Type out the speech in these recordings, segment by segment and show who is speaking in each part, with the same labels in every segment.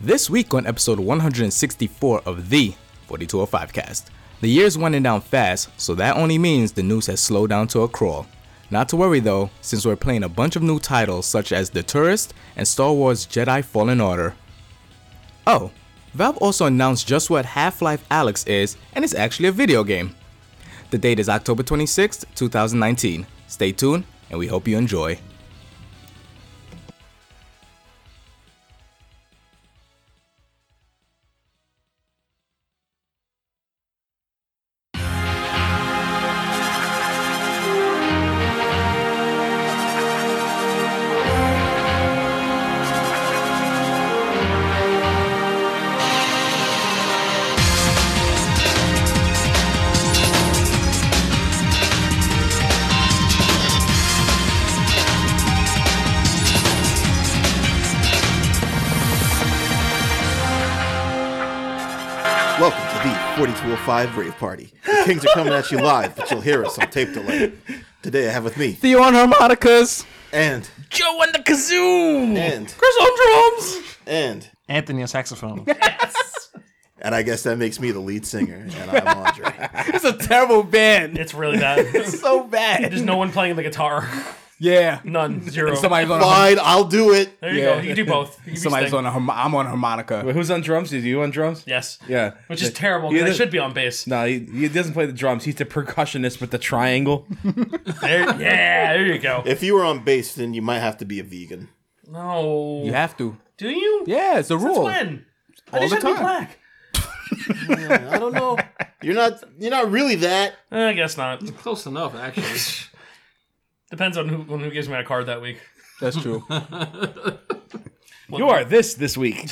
Speaker 1: This week on episode 164 of the 4205 cast, the year's winding down fast, so that only means the news has slowed down to a crawl. Not to worry though, since we're playing a bunch of new titles such as The Tourist and Star Wars Jedi Fallen Order. Oh, Valve also announced just what Half Life Alex is, and it's actually a video game. The date is October 26th, 2019. Stay tuned, and we hope you enjoy.
Speaker 2: Welcome to the 4205 Rave Party. The Kings are coming at you live, but you'll hear us on tape delay. Today I have with me
Speaker 1: Theo on harmonicas!
Speaker 2: and
Speaker 3: Joe and the kazoo.
Speaker 2: and
Speaker 1: Chris on drums!
Speaker 2: and
Speaker 4: Anthony on saxophone.
Speaker 2: and I guess that makes me the lead singer, and I'm Andre.
Speaker 1: It's a terrible band.
Speaker 3: It's really bad. There's
Speaker 1: so bad.
Speaker 3: no one playing the guitar.
Speaker 1: Yeah.
Speaker 3: None. Zero.
Speaker 1: Somebody's on. A,
Speaker 2: Fine, I'll do it.
Speaker 3: there you
Speaker 5: Yeah.
Speaker 3: go. You can do both. You can be
Speaker 1: somebody's
Speaker 3: Sting.
Speaker 1: on a. Harm- I'm on harmonica.
Speaker 5: But who's on drums? Is you on drums?
Speaker 3: Yes.
Speaker 5: Yeah.
Speaker 3: Which is
Speaker 5: Yeah.
Speaker 3: terrible
Speaker 5: Yeah,
Speaker 3: because I
Speaker 5: the-
Speaker 3: should be on bass.
Speaker 5: No, he, he doesn't play the drums. He's the percussionist with the triangle.
Speaker 3: There, yeah, there you go.
Speaker 2: If you were on bass, then you might have to be a vegan.
Speaker 3: No.
Speaker 1: You have to.
Speaker 3: Do you?
Speaker 1: Yeah, it's a
Speaker 3: Since
Speaker 1: rule.
Speaker 3: when? I just
Speaker 1: the
Speaker 3: have to be
Speaker 1: time.
Speaker 3: black.
Speaker 2: I don't know. You're not. You're not really that.
Speaker 3: Eh, I guess not.
Speaker 6: Close enough, actually.
Speaker 3: Depends on who on who gives me a card that week.
Speaker 1: That's true.
Speaker 5: you are this this week.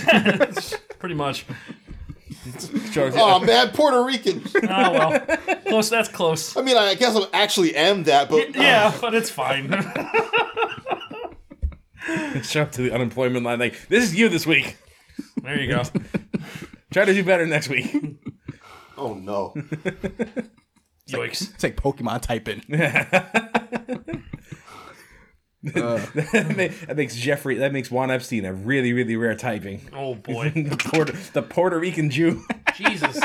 Speaker 3: Pretty much.
Speaker 5: Charles,
Speaker 2: Oh man, Puerto Rican.
Speaker 3: Oh well. Close. That's close.
Speaker 2: I mean, I guess I actually am that, but
Speaker 3: Yeah, but it's fine.
Speaker 5: Show up to the unemployment line like, this is you this week.
Speaker 3: There you go.
Speaker 5: Try to do better next week.
Speaker 2: oh no.
Speaker 3: Yikes.
Speaker 1: It's like Pokemon typing.
Speaker 5: that ma- that makes Jeffrey, that makes Juan Epstein a really, really rare typing.
Speaker 3: Oh boy.
Speaker 5: The Puerto, the Puerto Rican Jew.
Speaker 3: Jesus.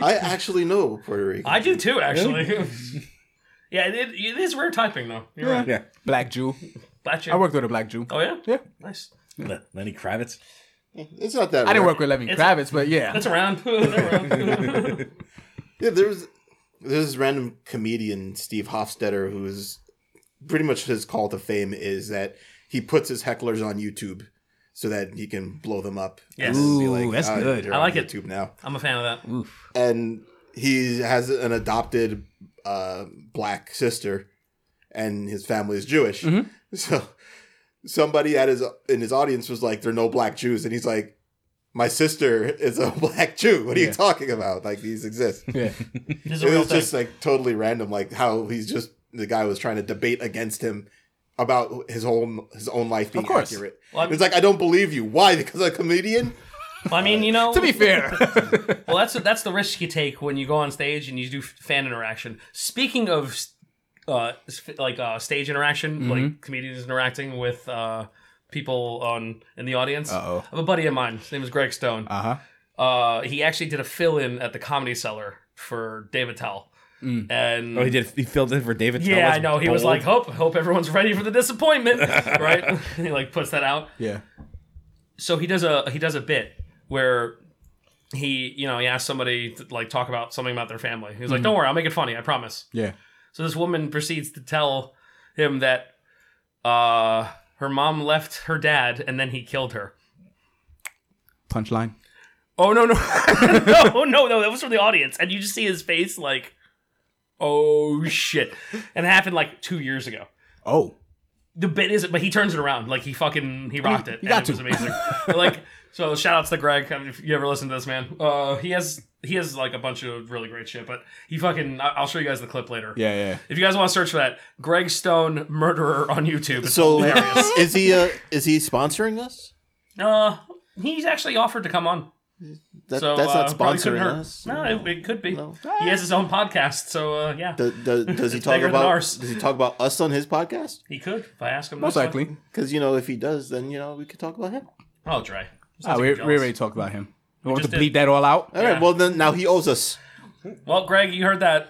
Speaker 2: I actually know Puerto Rican.
Speaker 3: I do too, actually. yeah, it, it is rare typing though. You're right.
Speaker 5: Yeah.
Speaker 1: Black Jew.
Speaker 3: Black chick.
Speaker 1: I worked with a black Jew.
Speaker 3: Oh yeah.
Speaker 1: Yeah.
Speaker 3: Nice.
Speaker 5: Le- Lenny Kravitz.
Speaker 2: It's not that.
Speaker 1: I didn't
Speaker 2: rare.
Speaker 1: work with Lenny
Speaker 3: It's-
Speaker 1: Kravitz, but yeah.
Speaker 3: That's around. They're around.
Speaker 2: Yeah, there's there's this random comedian Steve Hofstetter who's pretty much his call to fame is that he puts his hecklers on YouTube so that he can blow them up.
Speaker 3: Yes.
Speaker 2: And be
Speaker 5: Ooh, that's
Speaker 2: "Ah,
Speaker 5: good.
Speaker 2: they're
Speaker 3: I
Speaker 2: on
Speaker 3: like it.
Speaker 2: YouTube now,
Speaker 3: I'm a fan of that.
Speaker 2: and he has an adopted uh, black sister, and his family is Jewish.
Speaker 3: Mm-hmm.
Speaker 2: So somebody at his in his audience was like, "There are no black Jews," and he's like. My sister is a black Jew. What are you talking about? Like these exist.
Speaker 1: Yeah.
Speaker 3: This is a
Speaker 2: It
Speaker 3: real
Speaker 2: was
Speaker 3: thing.
Speaker 2: just like totally random, like how he's just the guy was trying to debate against him about his own his own life being
Speaker 1: course.
Speaker 2: accurate.
Speaker 3: Well, I'm-
Speaker 2: it's like I don't believe you. Why? Because I'm a comedian?
Speaker 3: I mean, you know.
Speaker 1: To be fair.
Speaker 3: well, that's that's the risk you take when you go on stage and you do f- fan interaction. Speaking of, uh, s- like uh, stage interaction,
Speaker 1: Mm-hmm.
Speaker 3: like comedians interacting with uh people on in the audience.
Speaker 1: Uh-oh.
Speaker 3: I have a buddy of mine. His name is Greg Stone.
Speaker 1: Uh huh.
Speaker 3: Uh, he actually did a fill in at the Comedy Cellar for David Tell.
Speaker 1: Mm.
Speaker 3: And
Speaker 5: Oh, he did. He filled in for David. Tell.
Speaker 3: Yeah,
Speaker 5: That's
Speaker 3: I know. He was
Speaker 5: bold.
Speaker 3: like, "Hope, hope everyone's ready for the disappointment," right? he like puts that out.
Speaker 1: Yeah.
Speaker 3: So he does a he does a bit where he you know he asks somebody to like talk about something about their family. He's like, "Don't worry, I'll make it funny. I promise."
Speaker 1: Yeah.
Speaker 3: So this woman proceeds to tell him that uh, her mom left her dad and then he killed her.
Speaker 1: Punchline.
Speaker 3: Oh no no no no no! That was from the audience, and you just see his face like, "Oh shit!" And it happened like two years ago.
Speaker 1: Oh.
Speaker 3: the bit is but he turns it around like he fucking he rocked it
Speaker 1: you got
Speaker 3: and it was
Speaker 1: to.
Speaker 3: amazing like so shout outs to greg I mean, if you ever listen to this man uh he has he has like a bunch of really great shit but he fucking I- i'll show you guys the clip later
Speaker 1: Yeah. Yeah.
Speaker 3: if you guys want to search for that greg stone murderer on youtube it's
Speaker 2: So
Speaker 3: hilarious
Speaker 2: is he uh, is he sponsoring us?
Speaker 3: uh he's actually offered to come on
Speaker 2: That,
Speaker 3: so
Speaker 2: that's not
Speaker 3: uh, probably couldn't
Speaker 2: sponsoring
Speaker 3: hurt.
Speaker 2: us.
Speaker 3: no it, it could be
Speaker 2: No.
Speaker 3: he has his own podcast so uh yeah
Speaker 2: Do- do- does he
Speaker 3: It's
Speaker 2: talk
Speaker 3: bigger than
Speaker 2: about
Speaker 3: ours.
Speaker 2: does he talk about us on his podcast?
Speaker 3: he could if i ask him
Speaker 1: Most
Speaker 3: next
Speaker 1: likely.
Speaker 2: Because you know, if he does, then you know we could talk about him.
Speaker 3: Oh, time. i'll try
Speaker 1: Ah,
Speaker 3: like
Speaker 1: we,
Speaker 3: you're
Speaker 1: we
Speaker 3: jealous.
Speaker 1: already talked about him. We want to
Speaker 3: just
Speaker 1: bleep
Speaker 3: did.
Speaker 1: that all out.
Speaker 2: All right. Well, then now he owes us.
Speaker 3: Well, Greg, you heard that.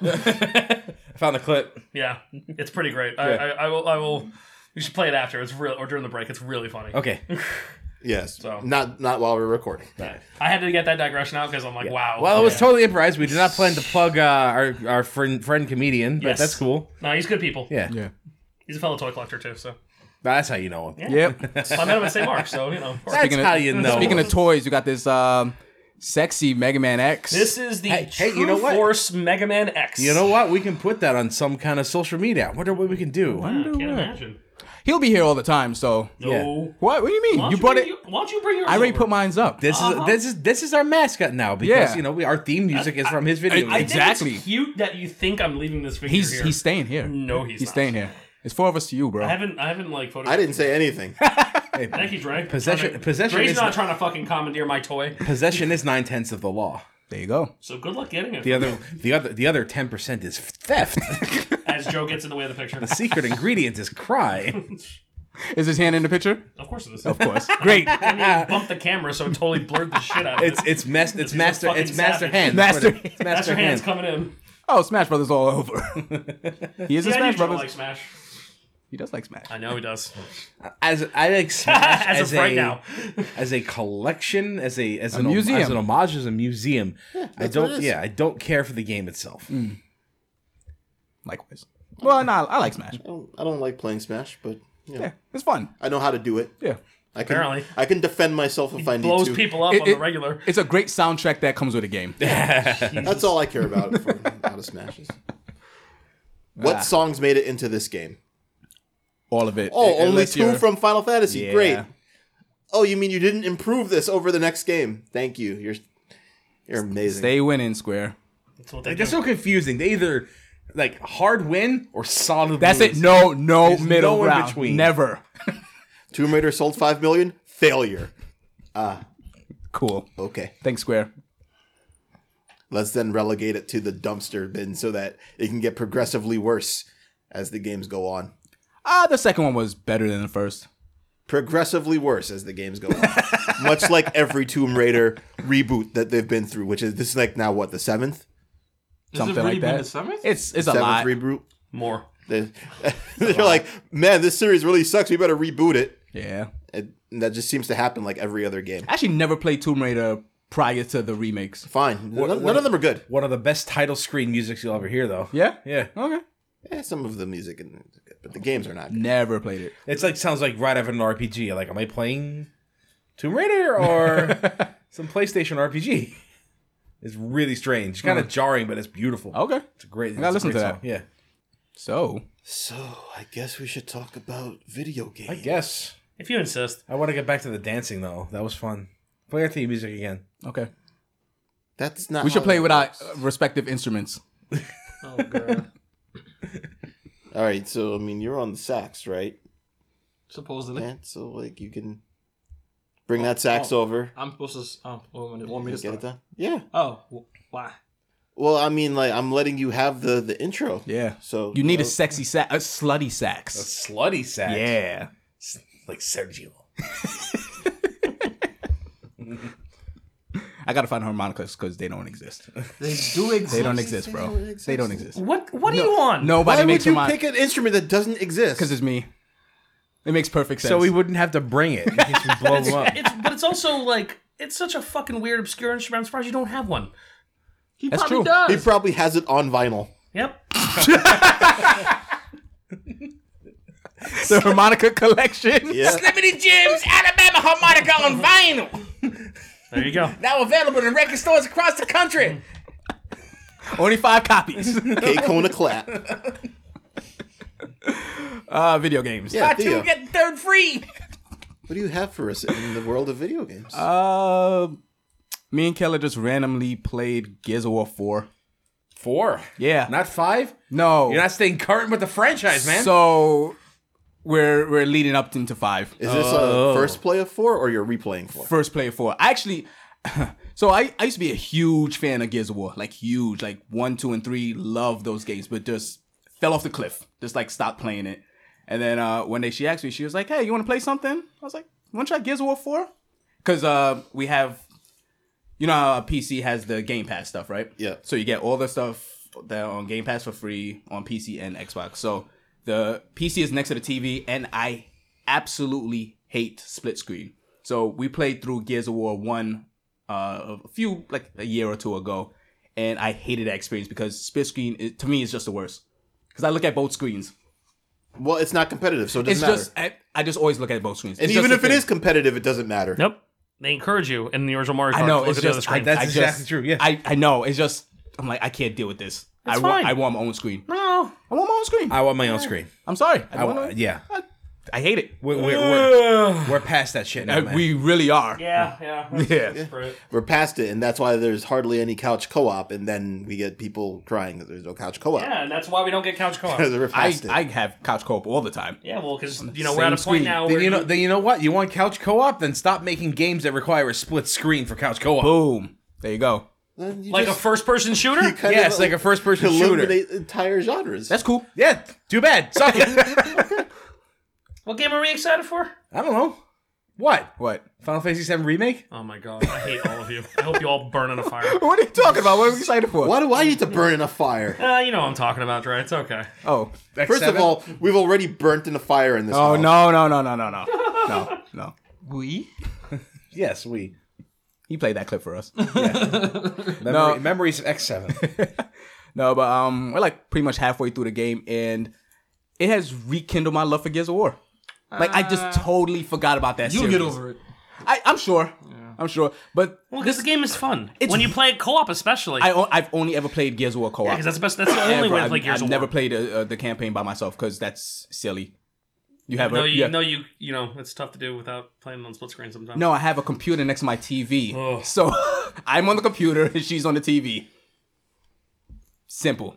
Speaker 5: I found the clip.
Speaker 3: yeah, it's pretty great. I, I, I will. I will. You should play it after. It's real or during the break. It's really funny.
Speaker 5: Okay.
Speaker 2: Yes.
Speaker 3: So-
Speaker 2: Not not while we're recording.
Speaker 3: I had to get that digression out because I'm like, wow.
Speaker 5: Well, it was
Speaker 3: Yeah.
Speaker 5: totally improvised. We did not plan to plug uh, our our friend friend comedian, but
Speaker 3: Yes.
Speaker 5: that's cool.
Speaker 3: no, he's good people.
Speaker 5: Yeah.
Speaker 1: Yeah.
Speaker 3: He's a fellow toy collector too. So
Speaker 5: That's how you know him.
Speaker 1: Yep.
Speaker 3: I met him at St. Mark's. So you know. of course.
Speaker 5: That's
Speaker 1: Speaking of-
Speaker 5: how you know.
Speaker 1: Speaking
Speaker 5: him.
Speaker 1: of toys, we got this um, sexy Mega Man X.
Speaker 3: This is the
Speaker 5: Hey, hey,
Speaker 3: True
Speaker 5: you know what?
Speaker 3: Force Mega Man X.
Speaker 5: you know what? We can put that on some kind of social media. I wonder what we can do.
Speaker 3: I can't imagine.
Speaker 1: He'll be here all the time, so.
Speaker 3: No.
Speaker 1: What? What do you mean?
Speaker 3: Why don't
Speaker 1: you brought
Speaker 3: bring
Speaker 1: it.
Speaker 3: your- why don't you bring yours?
Speaker 1: I already
Speaker 3: over?
Speaker 1: put mine's up.
Speaker 5: This is this is this is our mascot now because
Speaker 1: Yeah.
Speaker 5: you know we, our theme music is from his video.
Speaker 1: I- I
Speaker 5: games.
Speaker 1: did-
Speaker 3: Exactly.
Speaker 1: Exactly.
Speaker 3: cute that you think I'm leaving this figure
Speaker 1: He's
Speaker 3: here.
Speaker 1: he's staying here.
Speaker 3: No, he's not.
Speaker 1: staying here. It's four of us to you, bro.
Speaker 3: I haven't. I haven't like. Photographed
Speaker 2: I didn't say anything.
Speaker 3: Thank you, Dre.
Speaker 5: Possession-
Speaker 3: Trying to-
Speaker 5: possession
Speaker 3: Dre's
Speaker 5: is-
Speaker 3: not trying to fucking commandeer my toy.
Speaker 5: Possession is nine tenths of the law.
Speaker 1: There you go.
Speaker 3: So good luck getting it.
Speaker 5: The other the other the other ten percent is theft.
Speaker 3: As Joe gets in the way of the picture.
Speaker 5: the secret ingredient is crime.
Speaker 1: Is his hand in the picture?
Speaker 3: Of course it is.
Speaker 1: Of course.
Speaker 5: Great.
Speaker 3: Bumped the camera, so it totally blurred the shit out of
Speaker 5: It's
Speaker 3: it.
Speaker 5: it's mas- it's
Speaker 3: a
Speaker 5: master
Speaker 3: fucking
Speaker 5: it's master
Speaker 3: savage.
Speaker 5: hand.
Speaker 1: Master-
Speaker 5: it's master,
Speaker 3: That's your hands
Speaker 5: hand.
Speaker 3: coming in.
Speaker 1: Oh, Smash Brothers all over. he is a
Speaker 3: Yeah, I knew
Speaker 1: Smash
Speaker 3: Joe
Speaker 1: Brothers.
Speaker 3: likes Smash.
Speaker 1: He does like Smash.
Speaker 3: I know he does.
Speaker 5: As I like Smash
Speaker 3: As,
Speaker 5: as,
Speaker 3: of
Speaker 5: a
Speaker 3: right now,
Speaker 5: as a collection as a as an hom-
Speaker 1: museum.
Speaker 5: as an homage as a museum. I
Speaker 2: what it
Speaker 5: don't
Speaker 2: is.
Speaker 5: yeah I don't care for the game itself.
Speaker 1: Likewise. Well, no, I like Smash.
Speaker 2: I don't, I don't like playing Smash, but you know,
Speaker 1: Yeah, it's fun.
Speaker 2: I know how to do it.
Speaker 1: Yeah.
Speaker 2: I can,
Speaker 3: Apparently.
Speaker 2: I can defend myself if I need
Speaker 3: blows
Speaker 2: to.
Speaker 3: people up
Speaker 1: It-
Speaker 3: on the
Speaker 1: it-
Speaker 3: regular.
Speaker 1: It's a great soundtrack that comes with a game.
Speaker 2: That's all I care about for out of smashes. What
Speaker 1: Ah.
Speaker 2: songs made it into this game?
Speaker 1: All of it.
Speaker 2: Oh, only
Speaker 1: Unless
Speaker 2: 2
Speaker 1: you're-
Speaker 2: from Final Fantasy.
Speaker 1: Yeah.
Speaker 2: Great. Oh, you mean you didn't improve this over the next game? Thank you. You're you're amazing.
Speaker 1: Stay winning, Square.
Speaker 3: That's what they
Speaker 5: They're
Speaker 3: do.
Speaker 5: so confusing. They either like hard win or solid.
Speaker 1: That's it.
Speaker 5: lose.
Speaker 1: No, no
Speaker 5: There's
Speaker 1: middle
Speaker 5: no in
Speaker 1: ground.
Speaker 5: between.
Speaker 1: Never.
Speaker 2: Tomb Raider sold 5 million? Failure.
Speaker 1: Cool.
Speaker 2: Okay.
Speaker 1: Thanks, Square.
Speaker 2: Let's then relegate it to the dumpster bin so that it can get progressively worse as the games go on.
Speaker 1: Ah, the second one was better than the first.
Speaker 2: progressively worse as the games go on. Much like every Tomb Raider reboot that they've been through, which is this is like now what the seventh,
Speaker 1: Something like that. It's it's a
Speaker 2: seventh
Speaker 1: lot.
Speaker 2: reboot.
Speaker 3: More.
Speaker 2: They- They're like, man, this series really sucks. We better reboot it.
Speaker 1: yeah.
Speaker 2: And that just seems to happen like every other game.
Speaker 1: I actually never played Tomb Raider prior to the remakes.
Speaker 2: Fine, none, none of them are good.
Speaker 5: One of the best title screen musics you'll ever hear, though.
Speaker 1: Yeah?
Speaker 5: yeah.
Speaker 1: Okay.
Speaker 2: Eh, some of the music, and but the games are not. Good.
Speaker 1: Never played it.
Speaker 5: It's like sounds like right out of an RPG. Like, am I playing Tomb Raider or some PlayStation RPG? It's really strange, kind of jarring, but it's beautiful.
Speaker 1: Okay.
Speaker 5: It's a great.
Speaker 1: gotta
Speaker 5: it's a
Speaker 1: listen
Speaker 5: great
Speaker 1: to that.
Speaker 5: song. Yeah,
Speaker 1: So
Speaker 2: So I guess we should talk about video games.
Speaker 5: I guess
Speaker 3: If you insist.
Speaker 5: I want to get back to the dancing though. That was fun. Play our theme music again.
Speaker 1: okay.
Speaker 2: that's not.
Speaker 1: We should
Speaker 2: how
Speaker 1: play
Speaker 2: it
Speaker 1: with our
Speaker 2: Oh, works.
Speaker 1: uh, respective instruments.
Speaker 3: Oh, God.
Speaker 2: All right, so I mean, you're on the sax, right?
Speaker 7: Supposedly.
Speaker 2: Yeah, so like Oh. you can bring that sax over.
Speaker 7: I'm supposed to. s- Oh, well, want me to- want me
Speaker 2: You
Speaker 7: to
Speaker 2: get it
Speaker 7: start?
Speaker 2: done. Yeah.
Speaker 7: Oh, wh- why?
Speaker 2: Well, I mean, like I'm letting you have the the intro.
Speaker 1: Yeah.
Speaker 2: So
Speaker 1: You need
Speaker 2: know,
Speaker 1: a sexy sax, a slutty
Speaker 5: A
Speaker 1: sax.
Speaker 5: slutty sax.
Speaker 1: Yeah.
Speaker 5: like Sergio.
Speaker 1: I gotta find harmonicas because they don't exist.
Speaker 7: They do exist.
Speaker 1: They don't exist, bro. They don't exist.
Speaker 3: What, what do you want?
Speaker 1: Nobody
Speaker 2: Why would
Speaker 1: makes
Speaker 2: you
Speaker 1: harmonica
Speaker 2: pick an instrument that doesn't exist?
Speaker 1: because it's me. It makes perfect sense.
Speaker 5: So we wouldn't have to bring it. In case we blow them up.
Speaker 3: It's, but it's also like, it's such a fucking weird, obscure instrument. I'm surprised you don't have one.
Speaker 7: He
Speaker 1: That's
Speaker 7: probably
Speaker 1: true.
Speaker 7: does.
Speaker 2: he probably has it on vinyl.
Speaker 3: Yep.
Speaker 1: the harmonica collection.
Speaker 2: Yeah.
Speaker 5: Limited Jim's Alabama harmonica on vinyl.
Speaker 3: There you go.
Speaker 5: Now available in record stores across the country.
Speaker 1: Only five copies.
Speaker 2: K Kona clap.
Speaker 1: uh, video games.
Speaker 2: Yeah, Theo.
Speaker 5: get third free.
Speaker 2: What do you have for us in the world of video games?
Speaker 1: Uh, me and Keller just randomly played Gears of War four.
Speaker 5: Four.
Speaker 1: Yeah.
Speaker 5: Not five?
Speaker 1: no.
Speaker 5: You're not staying current with the franchise, man.
Speaker 1: So we're we're leading up into five.
Speaker 2: Is this
Speaker 1: oh.
Speaker 2: a first play of four or you're replaying four?
Speaker 1: First play of four. I actually so I, I used to be a huge fan of Gears of War. Like huge. Like one, two, and three. Love those games, but just fell off the cliff. Just like stopped playing it. And then uh one day she asked me, she was like, Hey, you wanna play something? I was like, Wanna try Gears of War four? because uh, we have, you know, how a PC has the Game Pass stuff, right?
Speaker 2: Yeah.
Speaker 1: So you get all the stuff that are on Game Pass for free on PC and Xbox. So the PC is next to the TV, and I absolutely hate split screen. So we played through Gears of War one uh, a few like a year or two ago, and I hated that experience because split screen it, to me is just the worst. Because I look at both screens.
Speaker 2: Well, it's not competitive, so it
Speaker 1: It's
Speaker 2: doesn't matter.
Speaker 1: just I, I just always look at both screens.
Speaker 2: and
Speaker 1: It's
Speaker 2: even
Speaker 1: just
Speaker 2: if
Speaker 1: a
Speaker 2: it
Speaker 1: thing.
Speaker 2: is competitive, it doesn't matter.
Speaker 3: Nope. They encourage you in the original Mario Kart.
Speaker 1: I know.
Speaker 3: to Look
Speaker 1: It's
Speaker 3: at the other
Speaker 1: just I,
Speaker 3: screen.
Speaker 1: that's
Speaker 5: That's exactly true, yeah.
Speaker 1: I, I know. It's just I'm like I can't deal with this. I
Speaker 3: It's
Speaker 1: want
Speaker 3: fine.
Speaker 1: I want my own screen.
Speaker 3: no.
Speaker 1: I want my own screen. I,
Speaker 5: I want my own screen.
Speaker 1: am sorry. I
Speaker 5: I
Speaker 1: don't
Speaker 5: wa-
Speaker 1: want.
Speaker 5: yeah,
Speaker 1: I, I hate it.
Speaker 5: we're, we're, we're, we're past that shit now,
Speaker 1: Uh,
Speaker 5: man.
Speaker 1: we really are.
Speaker 3: Yeah, yeah.
Speaker 1: Yeah.
Speaker 2: We're past it, and that's why there's hardly any couch co-op, and then we get people crying that there's no couch co-op.
Speaker 3: Yeah, and that's why we don't get couch co
Speaker 2: Because we're
Speaker 1: I,
Speaker 2: past it.
Speaker 1: I have couch co-op all the time.
Speaker 3: Yeah, well, because you know we're at a
Speaker 1: same screen.
Speaker 3: point now
Speaker 5: then
Speaker 3: where
Speaker 5: you know,
Speaker 3: you-
Speaker 5: then you know what? You want couch co-op? Then stop making games that require a split screen for couch co-op.
Speaker 1: Boom. There you go.
Speaker 2: Then you
Speaker 3: like
Speaker 2: just
Speaker 3: a first-person shooter.
Speaker 2: kind
Speaker 5: Yeah,
Speaker 2: of,
Speaker 5: it's like a first-person shooter.
Speaker 2: eliminate entire genres.
Speaker 1: That's cool.
Speaker 5: Yeah, too bad. Suck it.
Speaker 3: What game are we excited for?
Speaker 5: I don't know. What?
Speaker 1: What?
Speaker 5: Final Fantasy VII remake?
Speaker 3: Oh my god, I hate all of you. I hope you all burn in a fire.
Speaker 1: What are you talking about? What are we excited for?
Speaker 2: why do I need to burn in a fire?
Speaker 3: Uh, you know what I'm talking about, Dre. It's okay.
Speaker 1: Oh.
Speaker 2: First of
Speaker 5: Seven?
Speaker 2: all, we've already burnt in a fire in this.
Speaker 1: Oh
Speaker 2: house.
Speaker 1: no no no no no no no no.
Speaker 6: We?
Speaker 5: yes, we
Speaker 1: He played that clip for us.
Speaker 5: memory, memories of X Seven.
Speaker 1: No, but um, we're like pretty much halfway through the game, and it has rekindled my love for Gears of War. Like I just totally forgot about that.
Speaker 6: You'll
Speaker 1: series.
Speaker 6: get over it.
Speaker 1: I, I'm sure. I'm sure. But
Speaker 3: Well, because the game is fun when you play it co-op, especially.
Speaker 1: I, o- I've only ever played Gears of War co-op.
Speaker 3: because that's the best. That's the only
Speaker 1: Ever.
Speaker 3: way to
Speaker 1: I've,
Speaker 3: play Gears
Speaker 1: I've
Speaker 3: of
Speaker 1: never
Speaker 3: War.
Speaker 1: played uh uh the campaign by myself because that's silly. You have
Speaker 3: No,
Speaker 1: a
Speaker 3: you
Speaker 1: yeah.
Speaker 3: no, you you know it's tough to do without playing on split screen sometimes.
Speaker 1: No, I have a computer next to my TV.
Speaker 3: Ugh.
Speaker 1: So I'm on the computer and she's on the TV. Simple.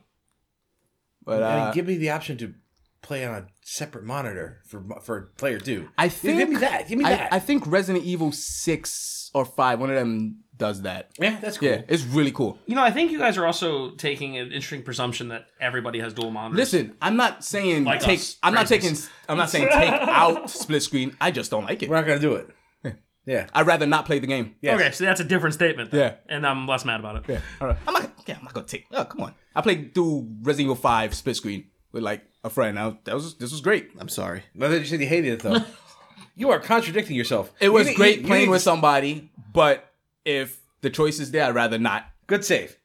Speaker 1: But uh,
Speaker 5: and give me the option to play on a separate monitor for for player two.
Speaker 1: I
Speaker 5: Yeah,
Speaker 1: think
Speaker 5: give me that. Give me
Speaker 1: I,
Speaker 5: that.
Speaker 1: I think Resident Evil six or five, one of them does that.
Speaker 5: yeah, that's cool.
Speaker 1: Yeah, it's really cool.
Speaker 3: You know, I think you guys are also taking an interesting presumption that everybody has dual monitors.
Speaker 1: Listen, I'm not saying
Speaker 3: Like
Speaker 1: take.
Speaker 3: us,
Speaker 1: I'm not taking.
Speaker 3: crazies.
Speaker 1: I'm not saying take out split screen. I just don't like it.
Speaker 5: We're not gonna do it. Yeah,
Speaker 1: I'd rather not play the game.
Speaker 5: Yes.
Speaker 3: Okay, so that's a different statement. then.
Speaker 1: Yeah.
Speaker 3: And I'm less mad about it.
Speaker 1: Yeah, all right. I'm not. Yeah, I'm not gonna take. Oh, come on. I played through Resident Evil five split screen with like a friend. I, that was this was great.
Speaker 2: I'm sorry.
Speaker 5: Now that you said you hated it though, you are contradicting yourself.
Speaker 1: It
Speaker 5: You
Speaker 1: was
Speaker 5: need-
Speaker 1: great
Speaker 5: you- you
Speaker 1: playing
Speaker 5: need-
Speaker 1: with somebody, but if the choice is there, I'd rather not.
Speaker 5: Good save.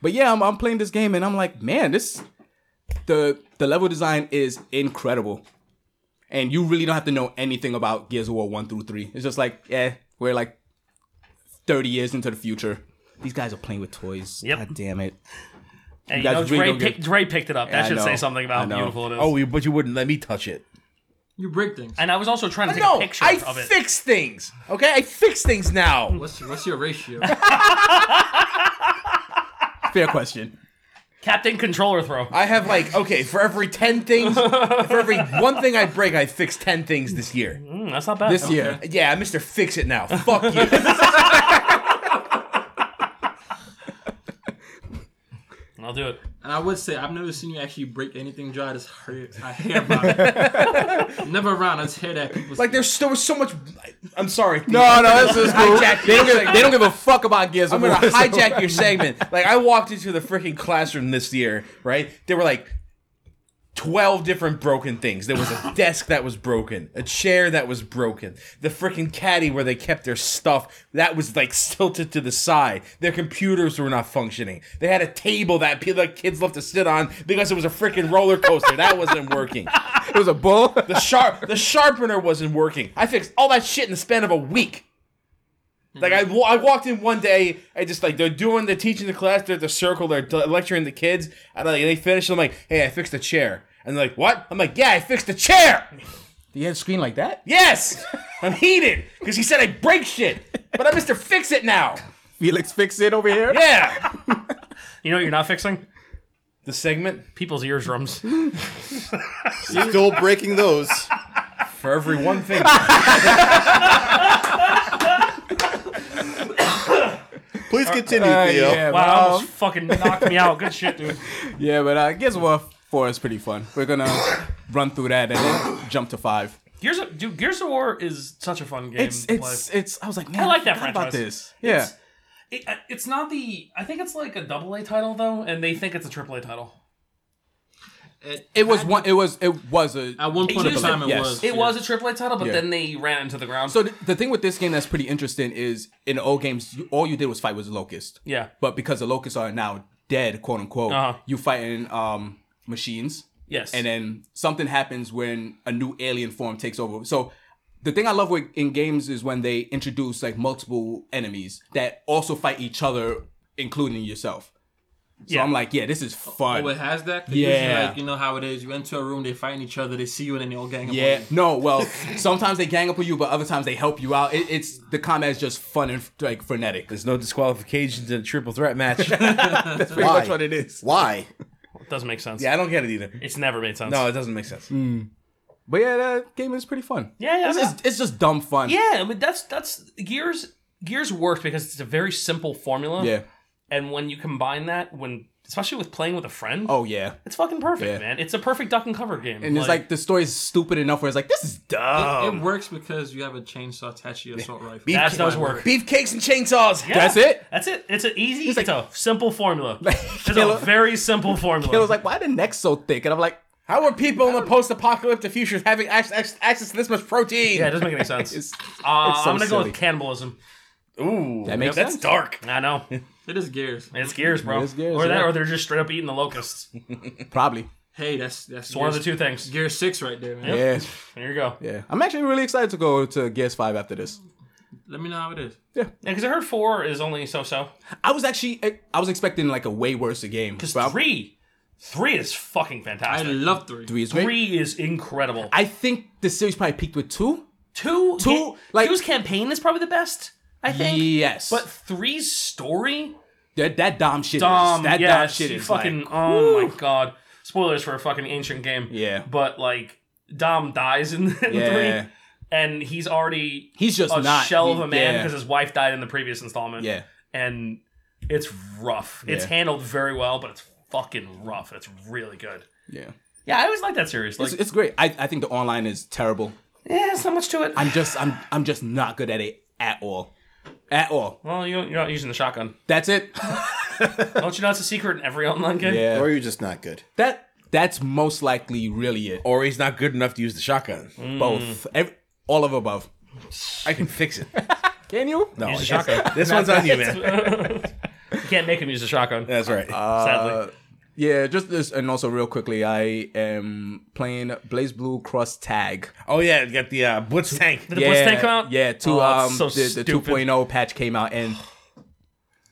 Speaker 1: But yeah, I'm, I'm playing this game and I'm like, man, this the the level design is incredible, and you really don't have to know anything about Gears of War one through three. It's just like, yeah, we're like thirty years into the future. These guys are playing with toys.
Speaker 3: Yep.
Speaker 1: God damn it.
Speaker 3: And
Speaker 1: You
Speaker 3: you know,
Speaker 1: guys really
Speaker 3: Dre,
Speaker 1: don't get-
Speaker 3: pick, Dre picked it up.
Speaker 1: I
Speaker 3: that should
Speaker 1: know.
Speaker 3: say something
Speaker 1: I
Speaker 3: about
Speaker 1: know.
Speaker 3: how beautiful it is.
Speaker 5: Oh, you, but you wouldn't let me touch it.
Speaker 6: You break things.
Speaker 3: and I was also trying to take a
Speaker 5: No,
Speaker 3: picture
Speaker 5: I
Speaker 3: of it.
Speaker 5: fix things. Okay, I fix things now.
Speaker 6: What's, what's your ratio?
Speaker 1: Fair question.
Speaker 3: Captain Controller Throw.
Speaker 5: I have like okay for every ten things, for every one thing I break, I fix ten things this year.
Speaker 3: Mm, that's not bad.
Speaker 1: This year,
Speaker 5: Yeah, Mister Fix It Now. Fuck you.
Speaker 3: I'll do it.
Speaker 6: And I would say I've never seen you actually break anything dry. That's hurt. I hear about it. never around. I just hear that people
Speaker 5: Like there's there was so much. I'm sorry.
Speaker 1: no, no, this is cool.
Speaker 5: Hijack
Speaker 1: They don't,
Speaker 5: your
Speaker 1: give, they don't give a fuck about Gears
Speaker 5: I'm
Speaker 1: of
Speaker 5: gonna
Speaker 1: War. so-
Speaker 5: hijack your segment. Like I walked into the freaking classroom this year, right? There were like twelve different broken things. There was a desk that was broken, a chair that was broken, the freaking caddy where they kept their stuff that was like tilted to the side. Their computers were not functioning. They had a table that pe- the kids love to sit on because it was a freaking roller coaster that wasn't working.
Speaker 1: It was a bull.
Speaker 5: The sharp the sharpener wasn't working. I fixed all that shit in the span of a week. Like I, wa- I walked in one day, I just like they're doing they're teaching the class, they're at the circle, they're d- lecturing the kids, and like they finish, I'm like, hey, I fixed the chair, and they're like, what? I'm like, yeah, I fixed the chair.
Speaker 1: You had a screen like that?
Speaker 5: Yes, I'm heated because he said I break shit, but I'm Mister Fix It now.
Speaker 1: Felix fix it over here.
Speaker 5: Yeah,
Speaker 3: You know what you're not fixing?
Speaker 5: the segment
Speaker 3: People's eardrums.
Speaker 2: Still breaking those.
Speaker 5: for every one thing.
Speaker 2: Please continue, Theo.
Speaker 1: Uh, yeah,
Speaker 3: Wow, that
Speaker 1: wow.
Speaker 3: almost fucking knocked me out. Good shit, dude.
Speaker 1: Yeah, but uh, Gears of War 4 is pretty fun. We're gonna run through that and then jump to 5.
Speaker 3: Gears of dude, Gears of War is such a fun game
Speaker 1: It's
Speaker 3: to play.
Speaker 1: it's it's. I was like, man,
Speaker 3: like that
Speaker 1: forgot About
Speaker 3: franchise.
Speaker 1: this, yeah.
Speaker 3: It- uh, it's not the. I think it's like a double A title though, and they think it's a triple A title.
Speaker 6: At,
Speaker 1: It was one. It was it was a.
Speaker 6: at one point in
Speaker 3: used
Speaker 6: time,
Speaker 1: to-
Speaker 6: it
Speaker 1: yes.
Speaker 6: was.
Speaker 3: It was a triple A title, but
Speaker 1: Yeah.
Speaker 3: then they ran into the ground.
Speaker 1: So the, the thing with this game that's pretty interesting is in the old games, you, all you did was fight with locust.
Speaker 3: Yeah.
Speaker 1: But because the locusts are now dead, quote unquote,
Speaker 3: Uh-huh.
Speaker 1: you fighting um machines.
Speaker 3: yes,
Speaker 1: and then something happens when a new alien form takes over. So the thing I love with, in games is when they introduce like multiple enemies that also fight each other, including yourself. So
Speaker 3: Yeah.
Speaker 1: I'm like, yeah, this is fun.
Speaker 6: Oh, it has that. 'Cause
Speaker 1: Yeah.
Speaker 6: usually, like you know how it is. You enter a room, they fight each other, they see you, and then they all gang up.
Speaker 1: yeah,
Speaker 6: on you.
Speaker 1: no, well, sometimes they gang up on you, but other times they help you out. It, it's the combat is just fun and like frenetic. That's
Speaker 5: There's no disqualifications in a triple threat match.
Speaker 1: pretty
Speaker 2: Why?
Speaker 1: much what it is.
Speaker 2: Why?
Speaker 3: it doesn't make sense.
Speaker 5: yeah, I don't get it either.
Speaker 3: it's never made sense.
Speaker 5: No, it doesn't make sense.
Speaker 1: But yeah, that game is pretty fun.
Speaker 3: Yeah, yeah,
Speaker 1: it's,
Speaker 3: I'm
Speaker 1: just, it's just dumb fun.
Speaker 3: yeah. I mean, that's that's Gears. Gears worked because it's a very simple formula.
Speaker 1: yeah.
Speaker 3: and when you combine that, when especially with playing with a friend,
Speaker 1: Oh yeah.
Speaker 3: it's fucking perfect,
Speaker 1: Yeah.
Speaker 3: man. It's a perfect duck and cover game.
Speaker 1: And it's like the story is stupid enough where it's like this is dumb.
Speaker 6: it works because you have a chainsaw attached to your assault rifle.
Speaker 3: that does work.
Speaker 5: Beefcakes and chainsaws.
Speaker 3: Yeah,
Speaker 1: That's it?
Speaker 3: That's it. It's an easy. It's, a simple formula. It's
Speaker 1: Killer-
Speaker 3: a very simple formula.
Speaker 1: It was like, why the neck so thick? And I'm like,
Speaker 5: How are people in the post-apocalyptic future having ac- ac- access to this much protein?
Speaker 3: yeah, it doesn't make any sense.
Speaker 1: It's-
Speaker 3: Uh,
Speaker 1: it's so
Speaker 3: I'm gonna go
Speaker 1: silly.
Speaker 3: with cannibalism.
Speaker 5: Ooh,
Speaker 1: That makes
Speaker 5: that's
Speaker 1: sense.
Speaker 5: dark.
Speaker 3: I know
Speaker 6: It is gears.
Speaker 3: it's gears, bro.
Speaker 1: It is Gears,
Speaker 3: or that,
Speaker 1: yeah.
Speaker 3: or they're just straight up eating the locusts. It's
Speaker 1: probably.
Speaker 6: Hey, that's that's
Speaker 3: one of
Speaker 6: gears,
Speaker 3: the two things.
Speaker 6: gear six right there, man.
Speaker 1: Yeah,
Speaker 3: There you go. Yeah,
Speaker 1: yeah. I'm actually really excited to go to Gears 5 after this.
Speaker 6: Let me know how it is.
Speaker 3: because I heard four is only so-so.
Speaker 1: I was actually, I was expecting like a way worse game.
Speaker 3: Because
Speaker 1: but I'm-
Speaker 3: three, three is fucking
Speaker 6: I
Speaker 3: fantastic.
Speaker 6: love three.
Speaker 1: three is great.
Speaker 3: three is incredible.
Speaker 1: I think the series probably peaked with two.
Speaker 3: two,
Speaker 1: Two,
Speaker 3: ca-
Speaker 1: like-
Speaker 3: two's campaign is probably the best. I think.
Speaker 1: Yes.
Speaker 3: But three's story,
Speaker 1: that, that Dom shit
Speaker 3: dumb.
Speaker 1: is, that
Speaker 3: yeah,
Speaker 1: Dom shit is
Speaker 3: fucking.
Speaker 1: like,
Speaker 3: oh my god! Spoilers for a fucking ancient game.
Speaker 1: Yeah.
Speaker 3: But like, Dom dies in, in
Speaker 1: Yeah.
Speaker 3: three, and he's already
Speaker 1: he's just
Speaker 3: a
Speaker 1: not.
Speaker 3: shell of a man
Speaker 1: yeah,
Speaker 3: because his wife died in the previous installment.
Speaker 1: Yeah.
Speaker 3: And it's rough. It's
Speaker 1: Yeah.
Speaker 3: handled very well, but it's fucking rough. It's really good.
Speaker 1: Yeah.
Speaker 3: Yeah, I always like that series. Like,
Speaker 1: It's, it's great. I, I think the online is terrible.
Speaker 3: yeah, there's not much to it.
Speaker 1: I'm just, I'm, I'm just not good at it at all. At all.
Speaker 3: well, you, you're not using the shotgun.
Speaker 1: That's it.
Speaker 3: Don't you know it's a secret in every online game?
Speaker 1: Yeah.
Speaker 2: Or are you just not good?
Speaker 1: That, that's most likely really it.
Speaker 5: Or he's not good enough to use the shotgun.
Speaker 3: Mm.
Speaker 1: both. Ev all of above.
Speaker 5: I can fix it.
Speaker 1: Can you?
Speaker 5: No,
Speaker 3: Use the
Speaker 5: I can't.
Speaker 3: shotgun.
Speaker 5: this one's on you, man.
Speaker 3: You can't make him use a shotgun.
Speaker 5: That's right.
Speaker 1: Uh,
Speaker 3: Sadly.
Speaker 1: Yeah, just this, and also real quickly, I am playing Blaze Blue Cross Tag.
Speaker 5: oh yeah, you got the uh, Blitz tank.
Speaker 3: Did the Blitz tank come out?
Speaker 1: Yeah, two.
Speaker 3: Oh,
Speaker 1: um,
Speaker 3: it's so
Speaker 1: the, the
Speaker 3: stupid.
Speaker 1: 2.0 patch came out, and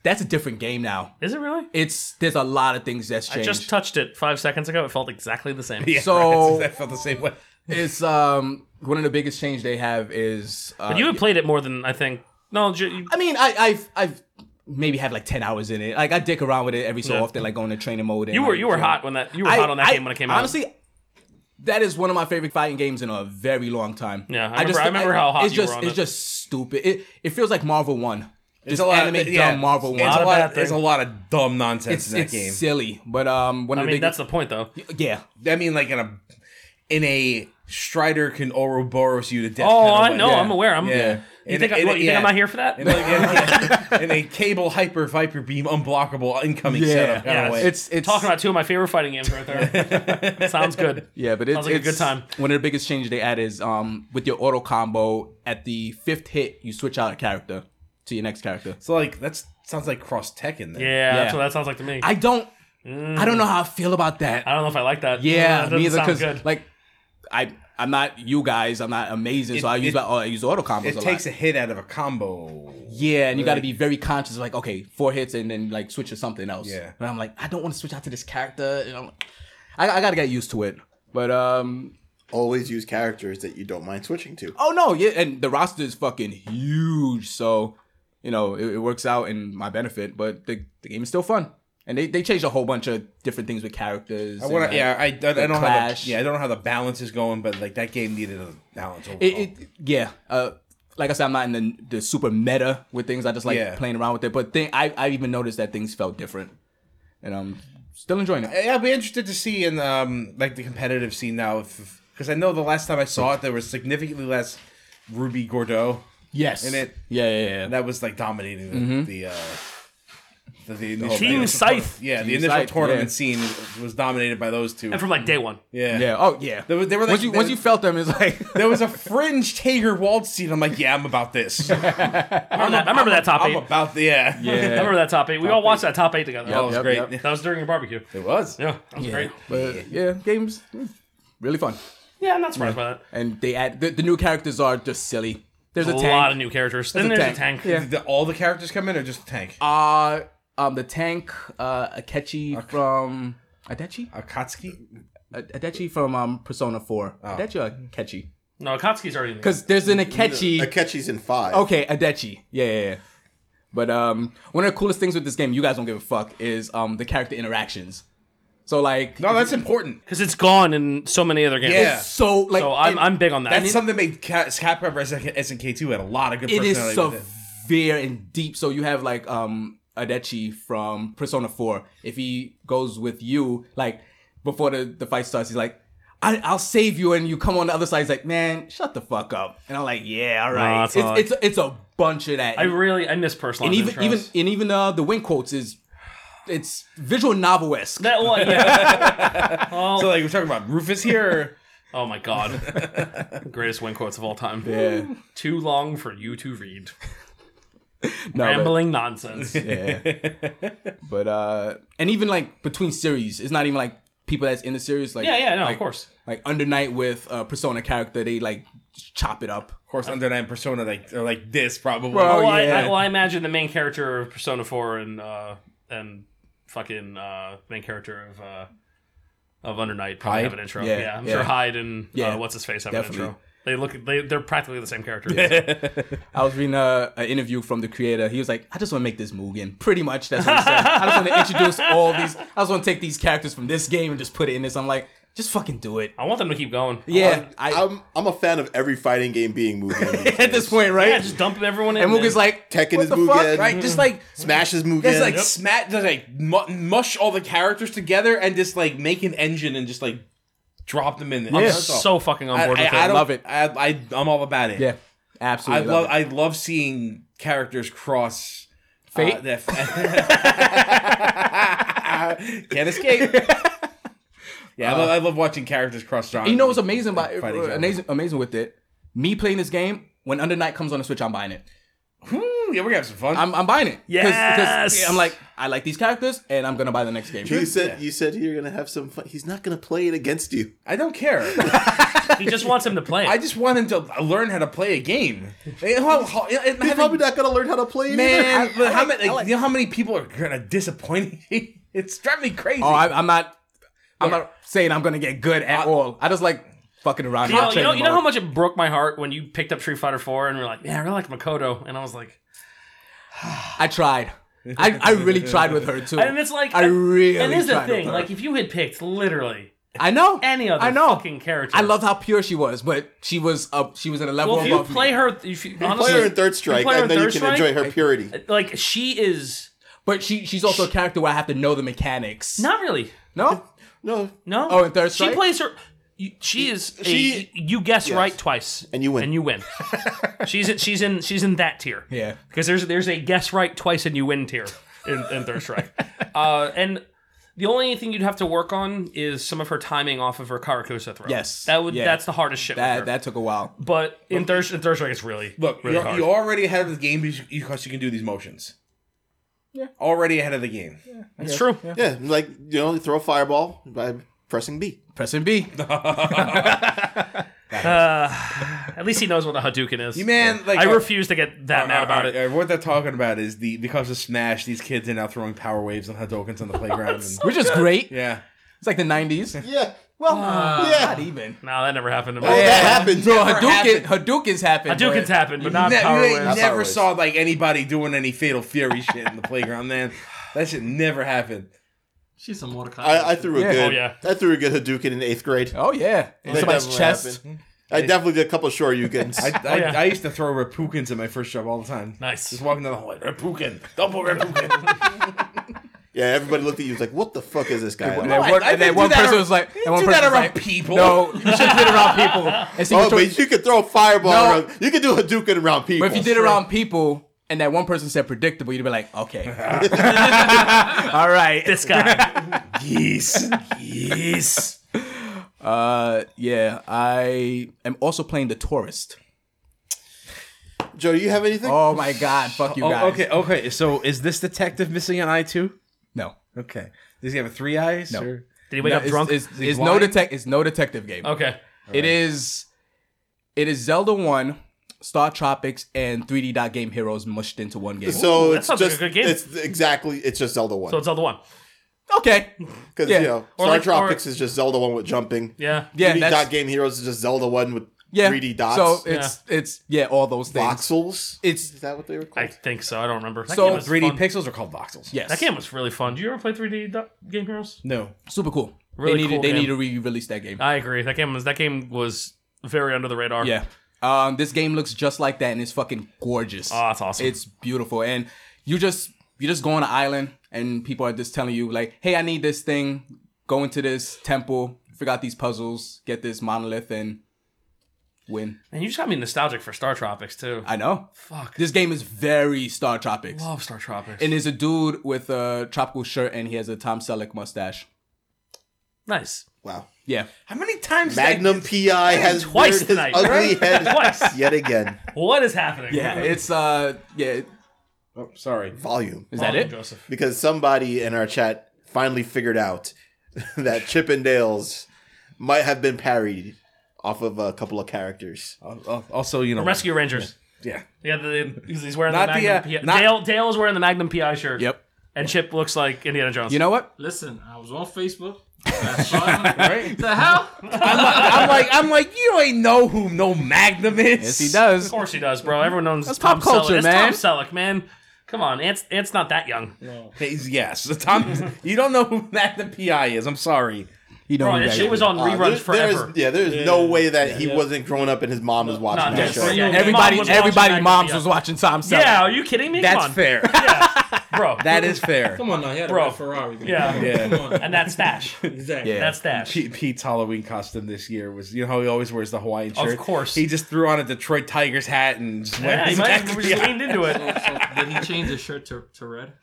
Speaker 1: that's a different game now.
Speaker 3: Is it really?
Speaker 1: It's there's a lot of things that's
Speaker 3: I
Speaker 1: changed.
Speaker 3: just touched it five seconds ago. It felt exactly the same.
Speaker 5: Yeah,
Speaker 1: So-
Speaker 5: right, I felt the same way.
Speaker 1: it's um one of the biggest change they have is. Uh,
Speaker 3: But you had played it more than I think. No, ju- you,
Speaker 1: I mean, I, I've I've maybe have like ten hours in it. Like I dick around with it every so
Speaker 3: Yeah.
Speaker 1: often, like going to training mode. And,
Speaker 3: you were
Speaker 1: like,
Speaker 3: you were
Speaker 1: so-
Speaker 3: hot when that you were hot on that game when it came
Speaker 1: Honestly, that is one of my favorite fighting games in a very long time.
Speaker 3: Yeah, I remember- I remember how hot
Speaker 1: it's
Speaker 3: you were
Speaker 1: just
Speaker 3: on
Speaker 1: it's
Speaker 3: it.
Speaker 1: just stupid. It it feels like Marvel One. Just
Speaker 5: It's a lot
Speaker 1: anime
Speaker 5: yeah,
Speaker 1: dumb Marvel
Speaker 5: it's
Speaker 1: One.
Speaker 5: a
Speaker 3: a
Speaker 5: lot.
Speaker 3: bad
Speaker 5: There's a
Speaker 3: thing.
Speaker 5: lot of dumb nonsense
Speaker 1: It's,
Speaker 5: in that
Speaker 1: it's
Speaker 5: game.
Speaker 1: silly, but um, one
Speaker 3: out. I
Speaker 1: of the
Speaker 3: mean,
Speaker 1: big,
Speaker 3: that's the point though.
Speaker 1: yeah,
Speaker 5: I mean, like in a in a Strider can Ouroboros you to death.
Speaker 3: Oh,
Speaker 5: kinda
Speaker 3: I
Speaker 5: way.
Speaker 3: know.
Speaker 5: Yeah.
Speaker 3: I'm aware. I'm.
Speaker 5: Yeah.
Speaker 3: You
Speaker 5: And
Speaker 3: think,
Speaker 5: it-
Speaker 3: I, what, you
Speaker 5: yeah.
Speaker 3: think I'm not here for that?
Speaker 5: In a, in a- in a cable hyper viper beam unblockable incoming
Speaker 1: Yeah.
Speaker 5: setup kind
Speaker 3: Yeah,
Speaker 5: of way.
Speaker 1: it's it's
Speaker 3: Talking about two of my favorite fighting games right there. Sounds good.
Speaker 1: yeah, but it's,
Speaker 3: Sounds like a
Speaker 1: it's-
Speaker 3: good time.
Speaker 1: One of the biggest changes they add is um, with your auto combo at the fifth hit, you switch out a character to your next character.
Speaker 5: so like that's sounds like cross tech in there.
Speaker 3: Yeah, that's what that sounds like to me. I,
Speaker 1: I don't, I don't know how I feel about that.
Speaker 3: don't know if Mm. I like that.
Speaker 1: Yeah,
Speaker 3: that
Speaker 1: me
Speaker 3: doesn't
Speaker 1: either.
Speaker 3: sound
Speaker 1: Because
Speaker 3: good.
Speaker 1: like, I I'm not you guys. I'm not amazing. so I use
Speaker 5: it-
Speaker 1: my, oh, I use auto combos.
Speaker 5: It
Speaker 1: a
Speaker 5: takes
Speaker 1: lot.
Speaker 5: a hit out of a combo.
Speaker 1: yeah, and you got to be very conscious. Like, okay, four hits, and then like switch to something else.
Speaker 5: Yeah.
Speaker 1: and I'm like, I don't want to switch out to this character. And I'm, I I gotta get used to it. But um,
Speaker 2: Always use characters that you don't mind switching to.
Speaker 1: oh no, yeah, and the roster is fucking huge. So you know, it, it works out in my benefit. But the, the game is still fun. And they, they changed a whole bunch of different things with characters.
Speaker 5: I want
Speaker 1: and,
Speaker 5: to. Yeah, I, I, I don't know. How
Speaker 1: Clash.
Speaker 5: the, yeah, I don't know how the balance is going, but like that game needed a balance. Overall.
Speaker 1: It, it yeah. Uh, like I said, I'm not in the, the super meta with things. I just like
Speaker 5: Yeah.
Speaker 1: playing around with it. But thing, I I even noticed that things felt different, and I'm still enjoying it.
Speaker 5: Yeah, I'll be interested to see in um like the competitive scene now if, if Because I know the last time I saw it, there was significantly less Ruby Gordeau
Speaker 1: Yes.
Speaker 5: in it.
Speaker 1: Yeah, yeah,
Speaker 5: And
Speaker 1: yeah.
Speaker 5: that was like dominating the the, uh, the, the initial,
Speaker 3: Team
Speaker 5: initial
Speaker 3: Scythe.
Speaker 5: tour- yeah, the
Speaker 1: Team
Speaker 5: initial
Speaker 1: Scythe,
Speaker 5: tournament
Speaker 1: yeah.
Speaker 5: scene was dominated by those two.
Speaker 3: And from like day one.
Speaker 5: yeah,
Speaker 1: Yeah. Oh, yeah.
Speaker 5: They were- they were like-
Speaker 1: once you,
Speaker 5: they
Speaker 1: once
Speaker 5: were-
Speaker 1: you felt them, it's like
Speaker 5: There was a fringe Tager Waltz scene. I'm like, yeah, I'm about this. I'm,
Speaker 3: I remember, that, I remember that top
Speaker 5: I'm
Speaker 3: eight.
Speaker 5: about the yeah.
Speaker 3: I remember that top eight. We all watched that top eight together.
Speaker 5: That was
Speaker 1: Yep,
Speaker 5: great.
Speaker 1: yep.
Speaker 3: That was during your barbecue.
Speaker 5: It was.
Speaker 3: Yeah, that was great.
Speaker 1: But yeah, games mm, really fun,
Speaker 3: Yeah, I'm not surprised by that.
Speaker 1: and they add the, the new characters are just silly. There's a,
Speaker 3: A
Speaker 1: tank.
Speaker 3: lot of new characters. Then
Speaker 1: a
Speaker 3: there's
Speaker 1: tank.
Speaker 3: a tank.
Speaker 5: Did the- all the characters come in or just the tank?
Speaker 1: uh um the tank uh Akechi from Adechi
Speaker 5: Akatsuki?
Speaker 1: Adechi from um Persona Four
Speaker 5: Oh.
Speaker 1: Adechi or Akechi
Speaker 3: No, Akatsuki's already in the
Speaker 1: because there's an Akechi
Speaker 2: Akechi's in five.
Speaker 1: Okay, Adechi. Yeah, yeah, yeah. But um, one of the coolest things with this game, you guys don't give a fuck, is um the character interactions. So like,
Speaker 5: No, that's important.
Speaker 3: Because it's gone in so many other games.
Speaker 5: Yeah.
Speaker 1: so like,
Speaker 3: So I'm,
Speaker 1: it-
Speaker 3: I'm big on that.
Speaker 5: That's something that made Cat- Cat Pepper SNK2 had a lot of good
Speaker 1: it is
Speaker 5: personality. with it.
Speaker 1: severe and deep. So you have like um Adechi from Persona Four. If he goes with you, like before the the fight starts, he's like. I, I'll save you, and you come on the other side. He's like, "Man, shut the fuck up," and I'm like, "Yeah, all right."
Speaker 3: that's
Speaker 1: it's,
Speaker 3: all
Speaker 1: it's, a, it's a bunch of that.
Speaker 3: I really I miss personal
Speaker 1: and even even and even uh, the win quotes is it's visual novel esque.
Speaker 3: that one. Yeah.
Speaker 5: So, like, we're talking about Rufus here.
Speaker 3: oh my god, greatest win quotes of all time.
Speaker 1: Yeah,
Speaker 3: Too long for you to read.
Speaker 1: no,
Speaker 3: Rambling nonsense.
Speaker 1: But, yeah. but uh, and even like between series, it's not even like people that's in the series. Like
Speaker 3: Yeah, yeah, no,
Speaker 1: like,
Speaker 3: of course.
Speaker 1: Like Under Night with uh, Persona character, they like chop it up.
Speaker 5: Of course, Under Nine Persona, like, are like this, probably.
Speaker 1: Well,
Speaker 3: well, I,
Speaker 1: Oh, yeah.
Speaker 3: I, well, I imagine the main character of Persona Four and uh, and fucking uh, main character of uh, of Under Night probably
Speaker 5: Hyde?
Speaker 3: have an intro.
Speaker 1: Yeah,
Speaker 3: Yeah, I'm
Speaker 1: yeah.
Speaker 3: sure Hyde and
Speaker 1: Yeah,
Speaker 3: uh, what's his face have
Speaker 1: definitely.
Speaker 3: an intro. They look they they're practically the same character.
Speaker 1: I was reading a, an interview from the creator. He was like, "I just want to make this Mugen." Pretty much, that's what he said. I just want to introduce all these. I just want to take these characters from this game and just put it in this. I'm like, just fucking do it.
Speaker 3: I want them to keep going.
Speaker 1: Yeah, I,
Speaker 2: I, am I'm a fan of every fighting game being Mugen.
Speaker 1: at this point, right?
Speaker 3: Yeah, just dump everyone in.
Speaker 1: and
Speaker 3: man.
Speaker 1: Mugen's like,
Speaker 2: Tekken
Speaker 1: what
Speaker 2: is
Speaker 1: the
Speaker 2: Mugen.
Speaker 1: fuck? Right? Just like
Speaker 2: Smash is Mugen.
Speaker 5: It's like smat, just like mu- mush all the characters together and just like make an engine and just like drop them in.
Speaker 3: I'm
Speaker 5: Yeah.
Speaker 3: so fucking on
Speaker 5: I,
Speaker 3: board with
Speaker 5: I, I
Speaker 3: it.
Speaker 5: don't-
Speaker 1: Love it.
Speaker 5: I, I, I'm all about it.
Speaker 1: Yeah,
Speaker 5: I
Speaker 1: absolutely.
Speaker 5: love, I love seeing characters cross
Speaker 1: Fate?
Speaker 5: Uh, their Can't escape. Yeah, I, love, I love watching characters cross genres.
Speaker 1: you know what's amazing about
Speaker 5: Fight each other.
Speaker 1: amazing amazing with it? Me playing this game when Under Night comes on the Switch, I'm buying it.
Speaker 5: Woo, "Hmm, yeah, we're gonna have some fun.
Speaker 1: I'm, I'm buying it. Because
Speaker 3: Yes!
Speaker 1: I'm like I like these characters, and I'm gonna buy the next game.
Speaker 2: you said you said you're gonna have some fun. He's not gonna play it against you.
Speaker 5: I do not care.
Speaker 3: he just wants him to play.
Speaker 5: I just want him to learn how to play a game. And how- how- and
Speaker 2: He's probably
Speaker 5: having-
Speaker 2: not gonna learn how to play it.
Speaker 5: Man,
Speaker 2: either.
Speaker 5: but how many? Like, you know how many people are gonna disappoint me? It's driving me crazy.
Speaker 1: Oh, I, I'm not. I'm not saying I'm gonna get good at all. I just like fucking around.
Speaker 3: you know,
Speaker 1: I'll
Speaker 3: Uh, you know,
Speaker 1: train
Speaker 3: you know how
Speaker 1: them all.
Speaker 3: much it broke my heart when you picked up Street Fighter Four and were like, "Yeah, I really like Makoto," and I was like,
Speaker 1: I tried. I, I really tried with her too.
Speaker 3: and it's like,
Speaker 1: I really.
Speaker 3: and this is the
Speaker 1: tried with
Speaker 3: thing.
Speaker 1: her.
Speaker 3: Like, if you had picked literally
Speaker 1: I know
Speaker 3: any other
Speaker 1: I know.
Speaker 3: fucking character,
Speaker 1: I loved how pure she was, but she was up. She was in a level
Speaker 3: Well, if you
Speaker 1: above me.
Speaker 3: play her, if you,
Speaker 2: play
Speaker 3: honestly,
Speaker 2: her in Third Strike,
Speaker 3: play her
Speaker 2: and
Speaker 3: in
Speaker 2: then you
Speaker 3: Third
Speaker 2: can
Speaker 3: Strike?
Speaker 2: enjoy her purity.
Speaker 3: like she is
Speaker 1: But she she's also a character where I have to know the mechanics.
Speaker 3: not really.
Speaker 1: No?
Speaker 2: No,
Speaker 3: No.
Speaker 1: Oh, in Third Strike?
Speaker 3: she plays her. you- She is. a-
Speaker 2: She-
Speaker 3: you guess right twice,
Speaker 2: And you win.
Speaker 3: And you win. she's in, she's in she's in that tier.
Speaker 1: Yeah.
Speaker 3: because there's there's a guess right twice and you win tier in, in Third Strike. uh, and the only thing you'd have to work on is some of her timing off of her Karakusa throw.
Speaker 1: Yes.
Speaker 3: that would
Speaker 1: Yeah.
Speaker 3: that's the hardest shit. with her.
Speaker 1: That that took a while.
Speaker 3: but in Third in Third Strike, it's really
Speaker 5: Look,
Speaker 3: really
Speaker 5: you're,
Speaker 3: hard.
Speaker 5: you're already ahead of the game because you- because you can do these motions. Yeah. Already ahead of the game.
Speaker 3: it's true.
Speaker 2: yeah, like you know, throw a fireball by pressing B.
Speaker 1: Pressing B.
Speaker 3: At least he knows what a Hadouken is.
Speaker 5: You man, like
Speaker 3: I
Speaker 5: uh,
Speaker 3: refuse to get that mad about it.
Speaker 5: uh, uh, what they're talking about is the because of Smash, these kids are now throwing power waves on Hadoukens on the playground. and,
Speaker 1: Which is great.
Speaker 5: yeah.
Speaker 1: It's like the nineties.
Speaker 2: Yeah, well, yeah,
Speaker 1: Not even.
Speaker 3: No, that never happened to me.
Speaker 2: Oh, that happened.
Speaker 1: Bro, Hadouken Hadouken's happened.
Speaker 3: Hadoukens
Speaker 1: but-
Speaker 3: happened, but not
Speaker 5: Ne-
Speaker 3: power
Speaker 5: you ain't
Speaker 3: waves.
Speaker 5: never
Speaker 2: Power waves.
Speaker 5: saw like anybody doing any Fatal Fury shit in the playground, man. That shit never happened.
Speaker 6: She's a Mordecai.
Speaker 2: I, I threw a
Speaker 1: Yeah.
Speaker 2: good.
Speaker 3: Oh, yeah.
Speaker 2: I threw a good Hadouken in eighth grade.
Speaker 1: Oh yeah. In
Speaker 2: That
Speaker 1: somebody's
Speaker 2: definitely
Speaker 1: chest.
Speaker 2: happened. I definitely did a couple Shoryukens.
Speaker 5: I,
Speaker 2: I,
Speaker 5: I,
Speaker 3: yeah.
Speaker 5: I used to throw Rapukins at my first job all the time.
Speaker 3: Nice.
Speaker 5: Just walking down the hallway, Rapukin, double Rapukin.
Speaker 2: Yeah, everybody looked at you was like, "What the fuck is this guy?"
Speaker 1: And
Speaker 2: on?"
Speaker 1: then
Speaker 5: I-
Speaker 1: one,
Speaker 5: I
Speaker 1: and then
Speaker 5: didn't
Speaker 1: one
Speaker 5: do that
Speaker 1: person
Speaker 5: ar-
Speaker 1: was like,
Speaker 5: I
Speaker 1: and one
Speaker 5: didn't do
Speaker 1: person
Speaker 5: that
Speaker 1: was
Speaker 5: around
Speaker 1: like,
Speaker 5: people.
Speaker 1: No, you should do it around people. And see,
Speaker 2: oh,
Speaker 1: what
Speaker 2: but you could throw a fireball. Around, you could do a Hadouken around people.
Speaker 1: But if you did it around people and that one person said predictable, you'd be like, okay. All right.
Speaker 3: This guy.
Speaker 1: Yes. yes. Uh, yeah, I am also playing The Tourist.
Speaker 2: Joe, do you have anything?
Speaker 1: Oh my God. Fuck you guys.
Speaker 5: Oh, okay, okay. So is this detective missing an eye too?
Speaker 1: No.
Speaker 5: Okay. Does he have three eyes?
Speaker 1: No.
Speaker 5: or-
Speaker 3: Did he wake
Speaker 1: No,
Speaker 3: up
Speaker 1: it's,
Speaker 3: drunk?
Speaker 1: It's,
Speaker 5: He's
Speaker 1: it's no
Speaker 5: blind?
Speaker 1: detec- It's no detective game.
Speaker 3: okay.
Speaker 1: It is. It is Zelda One, Star Tropics, and 3D Dot Game Heroes mushed into one game.
Speaker 2: so
Speaker 3: that
Speaker 2: it's
Speaker 3: sounds like
Speaker 2: just
Speaker 3: a good game.
Speaker 2: it's exactly it's just Zelda one
Speaker 3: So it's Zelda one.
Speaker 1: okay.
Speaker 2: because
Speaker 1: yeah.
Speaker 2: you know
Speaker 3: Or
Speaker 2: Star
Speaker 3: like-
Speaker 2: Tropics
Speaker 3: or-
Speaker 2: is just Zelda one with jumping.
Speaker 3: Yeah.
Speaker 1: Yeah,
Speaker 2: 3D
Speaker 1: that's-
Speaker 2: dot game heroes is just Zelda one with
Speaker 1: Yeah.
Speaker 2: 3D dots.
Speaker 1: So it's it's yeah, all those things.
Speaker 2: voxels.
Speaker 1: It's
Speaker 2: Is that what they were called?
Speaker 3: I think so. I don't remember. That
Speaker 1: So,
Speaker 3: game was
Speaker 5: 3D
Speaker 3: fun.
Speaker 5: pixels are called voxels.
Speaker 1: yes.
Speaker 3: That game was really fun. Do you ever play 3D do- Game Heroes?
Speaker 5: No.
Speaker 1: super cool.
Speaker 3: Really
Speaker 1: they need
Speaker 3: cool
Speaker 1: they
Speaker 3: game.
Speaker 1: need to re-release that game.
Speaker 3: I agree. That game was that game was very under the radar.
Speaker 1: yeah. Um, this game looks just like that, and it's fucking gorgeous.
Speaker 3: Oh, that's awesome.
Speaker 1: It's beautiful, and you just you just go on an island, and people are just telling you like, "Hey, I need this thing. Go into this temple, figure out these puzzles, get this monolith, and win."
Speaker 3: and you just got me nostalgic for Star Tropics too.
Speaker 1: I know.
Speaker 3: Fuck.
Speaker 1: This game is very Star Tropics,
Speaker 3: love Star Tropics.
Speaker 1: and there's a dude with a tropical shirt, and he has a Tom Selleck mustache.
Speaker 3: nice.
Speaker 2: wow.
Speaker 1: Yeah,
Speaker 5: How many times
Speaker 2: Magnum PI has
Speaker 3: Twice
Speaker 2: reared his
Speaker 3: tonight,
Speaker 2: ugly
Speaker 3: right?
Speaker 2: head
Speaker 3: Twice.
Speaker 2: yet again.
Speaker 3: What is happening?
Speaker 1: yeah. It's uh, yeah.
Speaker 5: That, oh, sorry.
Speaker 2: Volume.
Speaker 1: Is that it?
Speaker 3: Joseph.
Speaker 2: Because somebody in our chat finally figured out that Chippendales might have been parried off of a couple of characters.
Speaker 5: Al- al- Also, you know,
Speaker 3: Rescue Rangers.
Speaker 5: yeah.
Speaker 3: Yeah, the, he's he's wearing
Speaker 5: Not
Speaker 3: the
Speaker 5: the,
Speaker 3: Magnum
Speaker 5: uh,
Speaker 3: PI.
Speaker 5: not-
Speaker 3: Dale Dale's wearing the Magnum PI shirt.
Speaker 1: Yep.
Speaker 3: And Chip looks like Indiana Jones.
Speaker 1: You know what?
Speaker 6: Listen, I was on Facebook. I saw it. The hell?
Speaker 5: I'm like, I'm like, you ain't know who no Magnum is.
Speaker 1: Yes, he does.
Speaker 3: Of course he does, bro. Everyone knows
Speaker 1: That's
Speaker 3: Tom
Speaker 1: pop culture,
Speaker 3: Selleck. It's
Speaker 1: man.
Speaker 3: Tom Selleck, man. Come on, Ant's Ant's not that young.
Speaker 5: He's- yes, Tom. you don't know who Magnum PI is. I'm sorry.
Speaker 1: You know
Speaker 3: Bro,
Speaker 1: who
Speaker 3: that
Speaker 1: that
Speaker 3: shit
Speaker 1: is.
Speaker 3: was on
Speaker 2: Uh,
Speaker 3: reruns
Speaker 2: there- there is-
Speaker 3: forever.
Speaker 2: yeah, there's no way that he wasn't growing up and his mom was watching
Speaker 3: No,
Speaker 2: that
Speaker 3: yes,
Speaker 2: show.
Speaker 3: yeah.
Speaker 1: Everybody,
Speaker 3: Mom was
Speaker 1: everybody,
Speaker 3: watching
Speaker 1: moms
Speaker 3: Magnum
Speaker 1: was watching Tom Selleck.
Speaker 3: Yeah, are you kidding me?
Speaker 5: That's
Speaker 3: Come on.
Speaker 5: fair.
Speaker 3: Yeah, bro.
Speaker 5: That is fair.
Speaker 6: Come on now, he had a
Speaker 3: Bro.
Speaker 6: red Ferrari. Man.
Speaker 3: Yeah.
Speaker 5: Yeah.
Speaker 6: Come on.
Speaker 3: and that stash.
Speaker 6: Exactly.
Speaker 1: Yeah.
Speaker 3: That stash.
Speaker 5: Pete, Pete's Halloween costume this year was, you know how he always wears the Hawaiian
Speaker 3: Of
Speaker 5: shirt.
Speaker 3: course.
Speaker 5: he just threw on a Detroit Tigers hat and just went.
Speaker 3: Yeah, he might have
Speaker 5: Magnum
Speaker 3: we just
Speaker 5: PI.
Speaker 3: leaned into it.
Speaker 6: So, did he change his shirt to, to red?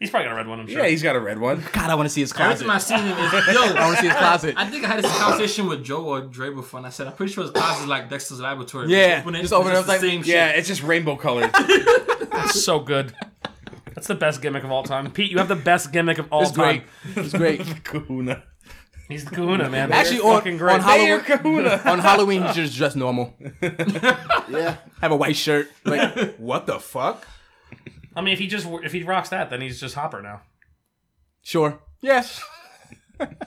Speaker 3: He's probably got a red one, I'm sure.
Speaker 5: Yeah, he's got a red one.
Speaker 1: God, I want to see his
Speaker 6: Every
Speaker 1: closet.
Speaker 6: time I seen him, it's, yo,
Speaker 1: I want to see his closet.
Speaker 6: I think I had this conversation with Joe or Dre before, and I said, I'm pretty sure his closet is like Dexter's Laboratory.
Speaker 1: Yeah, just
Speaker 6: it's
Speaker 1: open it
Speaker 6: just
Speaker 1: up
Speaker 6: the
Speaker 1: like-
Speaker 6: same
Speaker 5: Yeah,
Speaker 6: shit.
Speaker 5: it's just rainbow colored.
Speaker 3: That's so good. That's the best gimmick of all time. Pete, you have the best gimmick of all
Speaker 1: It's
Speaker 3: time.
Speaker 1: great. It's great.
Speaker 5: Kahuna.
Speaker 3: He's the kahuna, man.
Speaker 1: Actually,
Speaker 3: You're
Speaker 1: on,
Speaker 3: fucking
Speaker 1: on
Speaker 5: Mayor
Speaker 1: Halloween,
Speaker 5: Kahuna.
Speaker 1: on Halloween, he's just dressed normal.
Speaker 2: Yeah.
Speaker 1: Have a white shirt. Like, what the fuck?
Speaker 3: I mean, if he just if he rocks that, then he's just Hopper now.
Speaker 1: Sure. Yeah.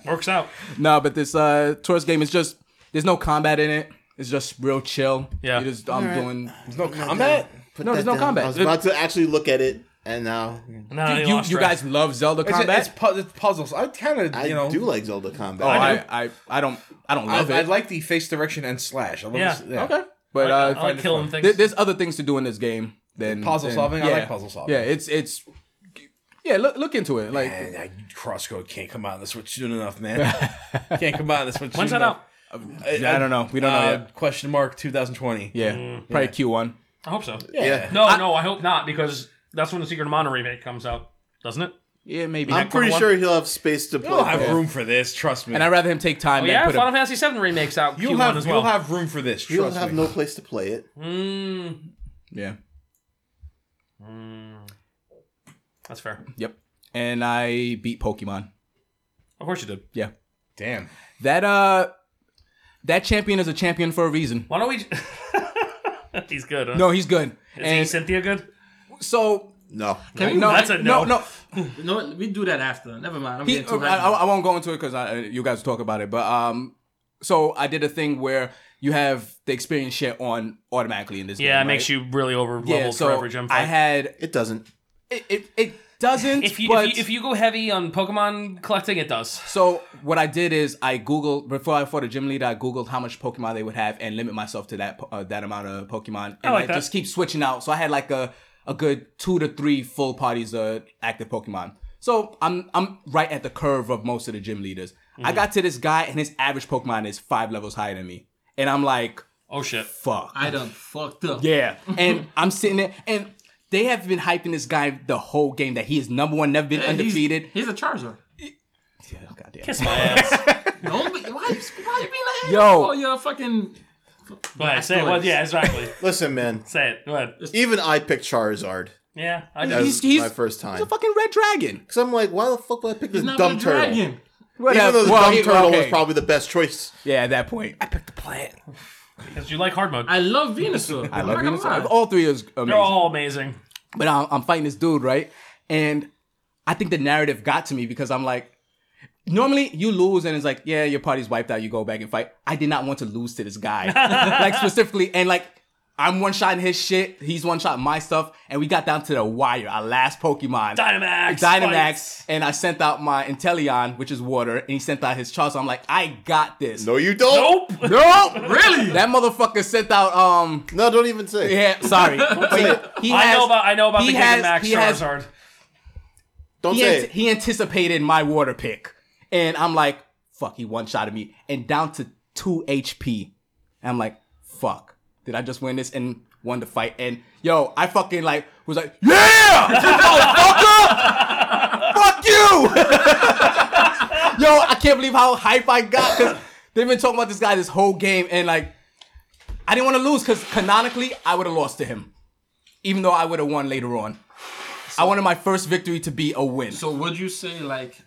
Speaker 3: Works out.
Speaker 1: No, but this uh tourist game is just there's no combat in it. It's just real chill.
Speaker 3: Yeah.
Speaker 1: You just I'm doing.
Speaker 5: No combat.
Speaker 1: no, there's no combat.
Speaker 2: I was about to actually look at it, and now
Speaker 3: No, he
Speaker 1: you
Speaker 3: lost
Speaker 1: you
Speaker 3: track.
Speaker 1: guys love Zelda
Speaker 5: It's,
Speaker 1: combat.
Speaker 5: it's, pu- it's puzzles. I kind of,
Speaker 2: I
Speaker 5: you know,
Speaker 2: do like Zelda combat.
Speaker 1: oh,
Speaker 3: I
Speaker 1: I,
Speaker 3: do.
Speaker 1: I, I don't I don't
Speaker 5: I,
Speaker 1: love
Speaker 5: I
Speaker 1: it.
Speaker 5: like the face direction and slash. I love
Speaker 3: Yeah.
Speaker 5: this-
Speaker 1: okay. But uh,
Speaker 3: I,
Speaker 1: find
Speaker 3: like
Speaker 1: it
Speaker 3: killing
Speaker 1: fun.
Speaker 3: things.
Speaker 1: There- there's other things to do in this game than
Speaker 5: Puzzle
Speaker 1: than-
Speaker 5: solving? I like puzzle solving.
Speaker 1: Yeah, it's it's yeah. Look look into it. Like
Speaker 5: And I, Crosscode can't come out on the Switch soon enough, man. can't come out on the Switch.
Speaker 3: When's
Speaker 5: soon
Speaker 3: that out?
Speaker 5: enough.
Speaker 1: I don't know. We don't know
Speaker 5: Uh,
Speaker 1: yet.
Speaker 5: Question mark 2020.
Speaker 1: Yeah,
Speaker 3: Mm.
Speaker 1: probably Q one.
Speaker 3: I hope so.
Speaker 2: yeah.
Speaker 3: No, no, I hope not because that's when the Secret of Mana remake comes out, doesn't it?
Speaker 1: Yeah, maybe.
Speaker 2: I'm pretty sure he'll have space to play.
Speaker 5: You'll have
Speaker 2: for-
Speaker 5: room for this. Trust me.
Speaker 1: and I'd rather him take time.
Speaker 3: Oh,
Speaker 1: than
Speaker 3: yeah,
Speaker 1: put him-
Speaker 3: Final Fantasy VII remakes out.
Speaker 5: you'll
Speaker 3: Q1
Speaker 5: have
Speaker 3: as well.
Speaker 5: you'll have room for this.
Speaker 2: He'll
Speaker 5: Trust
Speaker 2: have
Speaker 5: me.
Speaker 2: no place to play it.
Speaker 3: Mm,
Speaker 1: yeah.
Speaker 3: that's fair.
Speaker 1: Yep. And I beat Pokemon.
Speaker 3: Of course you did.
Speaker 1: Yeah.
Speaker 5: Damn.
Speaker 1: That uh, that champion is a champion for a reason.
Speaker 3: Why don't we? he's good. Huh?
Speaker 1: No, he's good.
Speaker 3: is he
Speaker 1: and
Speaker 3: Cynthia good?
Speaker 1: so
Speaker 2: No.
Speaker 6: Can we
Speaker 1: no,
Speaker 3: That's a no.
Speaker 1: no, no.
Speaker 6: You know what? We do that after. Never mind. I'm
Speaker 1: He-
Speaker 6: getting too
Speaker 1: I, I-
Speaker 6: happy.
Speaker 1: I won't go into it because you guys will talk about it. But um, so I did a thing where you have the experience share on automatically in this game.
Speaker 3: Yeah, it makes
Speaker 1: right?
Speaker 3: you really over leveled
Speaker 1: yeah. So
Speaker 3: for every gym
Speaker 1: I
Speaker 3: fight.
Speaker 1: had
Speaker 2: It doesn't.
Speaker 1: it. It, it doesn't.
Speaker 3: if, you,
Speaker 1: but
Speaker 3: if you if you go heavy on Pokemon collecting, it does.
Speaker 1: So what I did is I googled before I fought a gym leader. I googled how much Pokemon they would have and limit myself to that po- uh, that amount of Pokemon, and I,
Speaker 3: like that.
Speaker 1: just keep switching out. So I had like a a good two to three full parties of active Pokemon. So I'm I'm right at the curve of most of the gym leaders.
Speaker 3: Mm-hmm.
Speaker 1: I got to this guy and his average Pokemon is five levels higher than me, and I'm like,
Speaker 3: Oh shit.
Speaker 1: fuck.
Speaker 6: I done fucked up.
Speaker 1: Yeah. And I'm sitting there and they have been hyping this guy the whole game that he is number one, never been
Speaker 6: He's-
Speaker 1: undefeated.
Speaker 6: He's, a Charizard.
Speaker 1: Yeah, goddamn.
Speaker 3: Kiss my ass.
Speaker 6: Don't be, why, you- why you being like,
Speaker 1: Yo.
Speaker 6: Oh, you're fucking.
Speaker 3: Go ahead, say it. Well, yeah, exactly.
Speaker 2: Listen, man.
Speaker 3: Say it. Go ahead.
Speaker 2: Even I picked Charizard
Speaker 3: Yeah, I
Speaker 2: as
Speaker 3: did.
Speaker 1: He's- he's-
Speaker 2: my first time.
Speaker 1: He's a fucking red dragon.
Speaker 2: Because I'm like, why the fuck would I pick this
Speaker 6: He's not
Speaker 2: dumb
Speaker 6: a
Speaker 2: turtle?
Speaker 6: dragon.
Speaker 2: Even though the dumb
Speaker 1: he-
Speaker 2: turtle was
Speaker 1: okay.
Speaker 2: probably the best choice.
Speaker 1: Yeah, at that point. I picked the plant.
Speaker 3: Because you like hard mode.
Speaker 6: I love Venusaur.
Speaker 1: I
Speaker 6: I'm
Speaker 1: love
Speaker 6: not gonna
Speaker 1: Venusaur.
Speaker 6: lie.
Speaker 1: All three is amazing.
Speaker 3: They're all amazing.
Speaker 1: but I'm, I'm fighting this dude, right? And I think the narrative got to me because I'm like, normally you lose and it's like, yeah, your party's wiped out, you go back and fight. I did not want to lose to this guy, like specifically, and like. I'm one shot his shit. He's one shot my stuff, and we got down to the wire. Our last Pokemon,
Speaker 3: Dynamax.
Speaker 1: Dynamax,
Speaker 3: fights.
Speaker 1: and I sent out my Inteleon, which is water, and he sent out his Charizard. I'm like, I got this.
Speaker 2: No, you don't.
Speaker 3: Nope.
Speaker 1: no,
Speaker 6: Really?
Speaker 1: That motherfucker sent out um
Speaker 2: No, don't even say. it.
Speaker 1: yeah, sorry. Wait, he
Speaker 3: I know
Speaker 1: has-
Speaker 3: about. I know about
Speaker 1: he
Speaker 3: the
Speaker 1: has-
Speaker 3: Giga Max
Speaker 1: he has-
Speaker 3: Charizard.
Speaker 2: Don't
Speaker 1: he,
Speaker 2: say
Speaker 1: ant-
Speaker 2: it.
Speaker 1: he anticipated my water pick, and I'm like, fuck, he one shot at me, and down to two HP. And I'm like, fuck, did I just win this and won the fight? And yo, I fucking like was like, yeah, motherfucker, fuck you. yo, I can't believe how hype I got because they've been talking about this guy this whole game, and like, I didn't want to lose because canonically I would have lost to him, even though I would have won later on. I wanted my first victory to be a win.
Speaker 6: So would you say like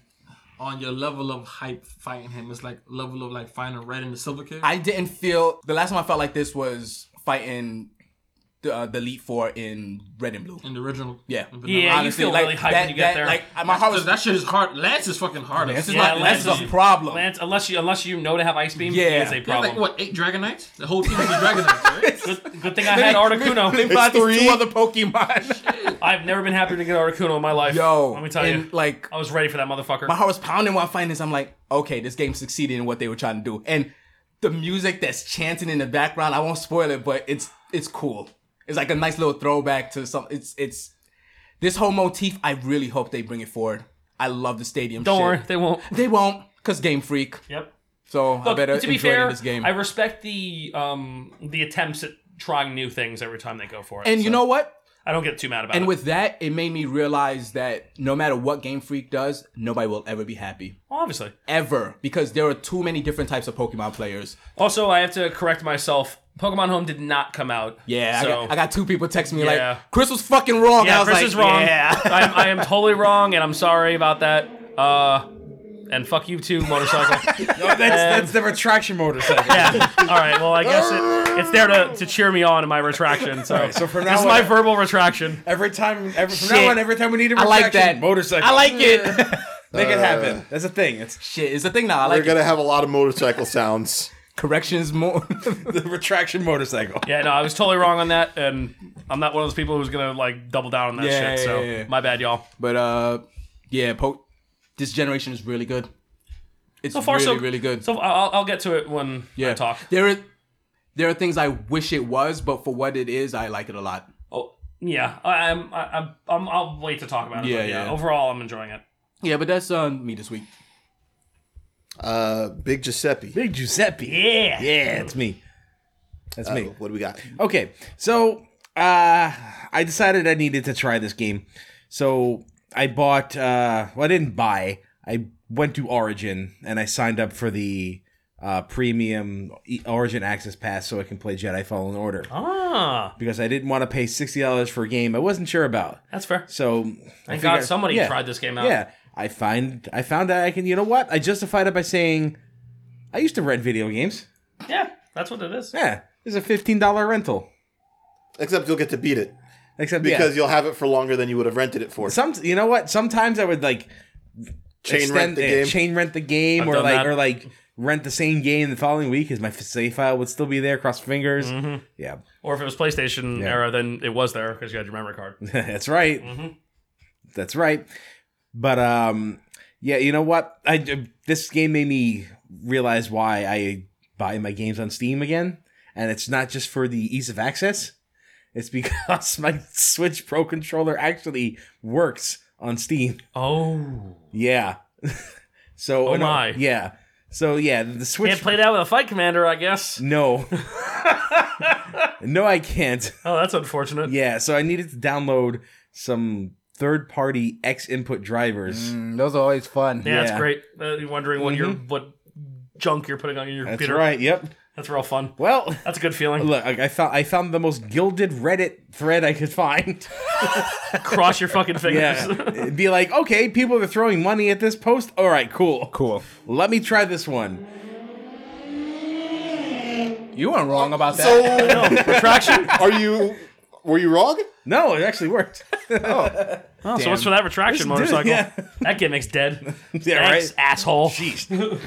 Speaker 6: on your level of hype fighting him is like level of like finding red in the silver kid?
Speaker 1: I didn't feel the last time I felt like this was fighting the, uh, the Elite Four in Red and Blue.
Speaker 6: in the original.
Speaker 1: Yeah,
Speaker 3: Yeah, you feel really hyped when you get there.
Speaker 1: Like my heart was.
Speaker 6: Because that shit is hard. Lance is fucking hard.
Speaker 1: Lance is
Speaker 6: yeah,
Speaker 1: my- Lance
Speaker 3: Lance
Speaker 1: is a
Speaker 3: is-
Speaker 1: problem.
Speaker 3: Lance, unless you unless you know to have ice beam,
Speaker 1: Yeah.
Speaker 3: it's a
Speaker 1: Yeah,
Speaker 6: like
Speaker 3: problem.
Speaker 6: what eight Dragonites? The whole team is Dragonites, right?
Speaker 3: good, good thing I had Articuno.
Speaker 1: It's
Speaker 2: three.
Speaker 1: two other Pokemon.
Speaker 3: I've never been happier to get Articuno in my life.
Speaker 1: Yo,
Speaker 3: let me tell
Speaker 1: and
Speaker 3: you,
Speaker 1: like
Speaker 3: I was ready for that motherfucker.
Speaker 1: my heart was pounding while fighting this. I'm like, okay, this game succeeded in what they were trying to do, and the music that's chanting in the background. I won't spoil it, but it's it's cool. It's like a nice little throwback to some. It's it's this whole motif. I really hope they bring it forward. I love the stadium.
Speaker 3: Don't
Speaker 1: shit.
Speaker 3: worry, they won't.
Speaker 1: They won't, cause Game Freak.
Speaker 3: Yep.
Speaker 1: So I
Speaker 3: Look,
Speaker 1: better
Speaker 3: to be
Speaker 1: enjoy it in
Speaker 3: fair,
Speaker 1: this game.
Speaker 3: I respect the um the attempts at trying new things every time they go for it.
Speaker 1: and you know what?
Speaker 3: I don't get too mad about
Speaker 1: And
Speaker 3: it.
Speaker 1: with that, it made me realize that no matter what Game Freak does, nobody will ever be happy.
Speaker 3: Obviously.
Speaker 1: Ever. Because there are too many different types of Pokemon players.
Speaker 3: Also, I have to correct myself. Pokemon Home did not come out.
Speaker 1: Yeah, I,
Speaker 3: so.
Speaker 1: got, I got two people texting me
Speaker 3: Yeah.
Speaker 1: like, Chris was fucking wrong. and I
Speaker 3: Yeah,
Speaker 1: was
Speaker 3: Chris
Speaker 1: like,
Speaker 3: is wrong.
Speaker 1: Yeah.
Speaker 3: I'm, I am totally wrong, and I'm sorry about that. Uh, and fuck you too, motorcycle.
Speaker 5: No, that's, that's the retraction motorcycle.
Speaker 3: yeah. All right. Well, I guess it, it's there to, to cheer me on in my retraction. So,
Speaker 5: so from
Speaker 3: this
Speaker 5: now
Speaker 3: is my
Speaker 5: on-
Speaker 3: verbal retraction.
Speaker 5: Every time, every, from
Speaker 1: Shit.
Speaker 5: now on, every time we need a
Speaker 1: I
Speaker 5: retraction,
Speaker 1: like that.
Speaker 5: motorcycle.
Speaker 1: I like it.
Speaker 5: Make it happen. That's a thing. It's
Speaker 1: Shit, it's a thing now. I
Speaker 2: We're
Speaker 1: like it.
Speaker 2: gonna have a lot of motorcycle sounds.
Speaker 1: corrections more.
Speaker 5: the retraction motorcycle.
Speaker 3: Yeah. No, I was totally wrong on that, and I'm not one of those people who's gonna like double down on that
Speaker 1: Yeah,
Speaker 3: shit.
Speaker 1: yeah,
Speaker 3: so,
Speaker 1: yeah, yeah.
Speaker 3: my bad, y'all.
Speaker 1: but uh yeah, po- this generation is really good. It's
Speaker 3: So far,
Speaker 1: really,
Speaker 3: so
Speaker 1: really good.
Speaker 3: So I'll, I'll get to it when I
Speaker 1: yeah.
Speaker 3: talk.
Speaker 1: There are there are things I wish it was, but for what it is, I like it a lot.
Speaker 3: Oh, yeah. I, I'm. I, I'm. I'm. I'll wait to talk about it.
Speaker 1: Yeah,
Speaker 3: but
Speaker 1: yeah.
Speaker 3: Overall, I'm enjoying it.
Speaker 1: Yeah, but that's uh, me this week.
Speaker 2: Uh, Big Giuseppe.
Speaker 5: Big Giuseppe.
Speaker 3: Yeah.
Speaker 5: Yeah, it's me. That's
Speaker 2: Uh,
Speaker 5: me.
Speaker 2: what do we got?
Speaker 5: Okay, so uh, I decided I needed to try this game. So I bought. Uh, well, I didn't buy. I went to Origin and I signed up for the uh, premium E- Origin Access Pass so I can play Jedi Fallen Order
Speaker 3: Ah,
Speaker 5: because I didn't want to pay sixty dollars for a game I wasn't sure about.
Speaker 3: that's fair.
Speaker 5: So I
Speaker 3: Thank God
Speaker 5: figured-
Speaker 3: somebody
Speaker 5: yeah.
Speaker 3: tried this game out.
Speaker 5: Yeah, I find I found that I can. You know what? I justified it by saying I used to rent video games.
Speaker 3: Yeah, that's what it is.
Speaker 5: Yeah, this is a fifteen dollar rental.
Speaker 2: Except you'll get to beat it
Speaker 5: Except yeah.
Speaker 2: because you'll have it for longer than you would have rented it for.
Speaker 5: Some, you know what? Sometimes I would like
Speaker 2: Chain rent
Speaker 5: extend-
Speaker 2: the
Speaker 5: yeah,
Speaker 2: game.
Speaker 5: chain rent the game,
Speaker 3: I've
Speaker 5: or
Speaker 3: done
Speaker 5: like
Speaker 3: that.
Speaker 5: or like rent the same game the following week because my f- save file would still be there. Cross fingers.
Speaker 3: Mm-hmm.
Speaker 5: Yeah,
Speaker 3: Or if it was PlayStation era, then it was there because you had your memory card.
Speaker 5: that's right.
Speaker 3: Mm-hmm.
Speaker 5: That's right. But um, yeah, you know what? I uh, this game made me realize why I buy my games on Steam again, and it's not just for the ease of access. It's because my Switch Pro controller actually works on Steam.
Speaker 3: Oh,
Speaker 5: Yeah. so
Speaker 3: Oh
Speaker 5: and, uh,
Speaker 3: my.
Speaker 5: Yeah. So yeah, the Switch.
Speaker 3: can't play that with a fight commander, I guess.
Speaker 5: no. no, I can't.
Speaker 3: Oh, that's unfortunate.
Speaker 5: Yeah. So I needed to download some third-party X input drivers.
Speaker 1: Mm, those are always fun.
Speaker 3: Yeah,
Speaker 5: Yeah. Mm-hmm.
Speaker 3: that's great. Uh, you're wondering what you're what junk you're putting on your
Speaker 5: That's
Speaker 3: computer.
Speaker 5: right. Yep.
Speaker 3: That's real fun.
Speaker 5: Well,
Speaker 3: That's a good feeling.
Speaker 5: look, I I found I found the most gilded Reddit thread I could find.
Speaker 3: Cross your fucking fingers.
Speaker 5: Yeah. It'd be like, okay, people are throwing money at this post. All right, cool.
Speaker 1: Cool.
Speaker 5: Let me try this one.
Speaker 1: You weren't wrong about that.
Speaker 2: So,
Speaker 3: Retraction.
Speaker 2: are you? Were you wrong?
Speaker 5: No, it actually worked.
Speaker 3: Oh, so what's for that retraction motorcycle?
Speaker 5: yeah.
Speaker 3: That gimmick's dead.
Speaker 5: yeah,
Speaker 3: Thanks,
Speaker 5: right.
Speaker 3: asshole.
Speaker 5: Jeez.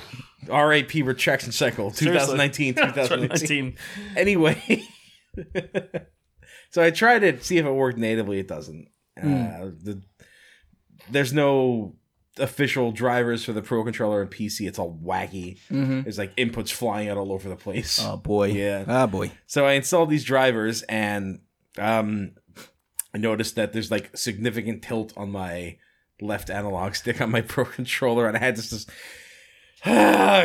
Speaker 5: R.A.P. Retraction Cycle, 2019, 2019.
Speaker 3: 2019.
Speaker 5: anyway, so I tried to see if it worked natively. It doesn't. Uh, the, there's no official drivers for the Pro Controller and PC. It's all wacky. There's like inputs flying out all over the place.
Speaker 1: Oh boy.
Speaker 5: Yeah.
Speaker 1: Oh boy.
Speaker 5: So I installed these drivers and um, I noticed that there's like significant tilt on my left analog stick on my pro controller, and I had to just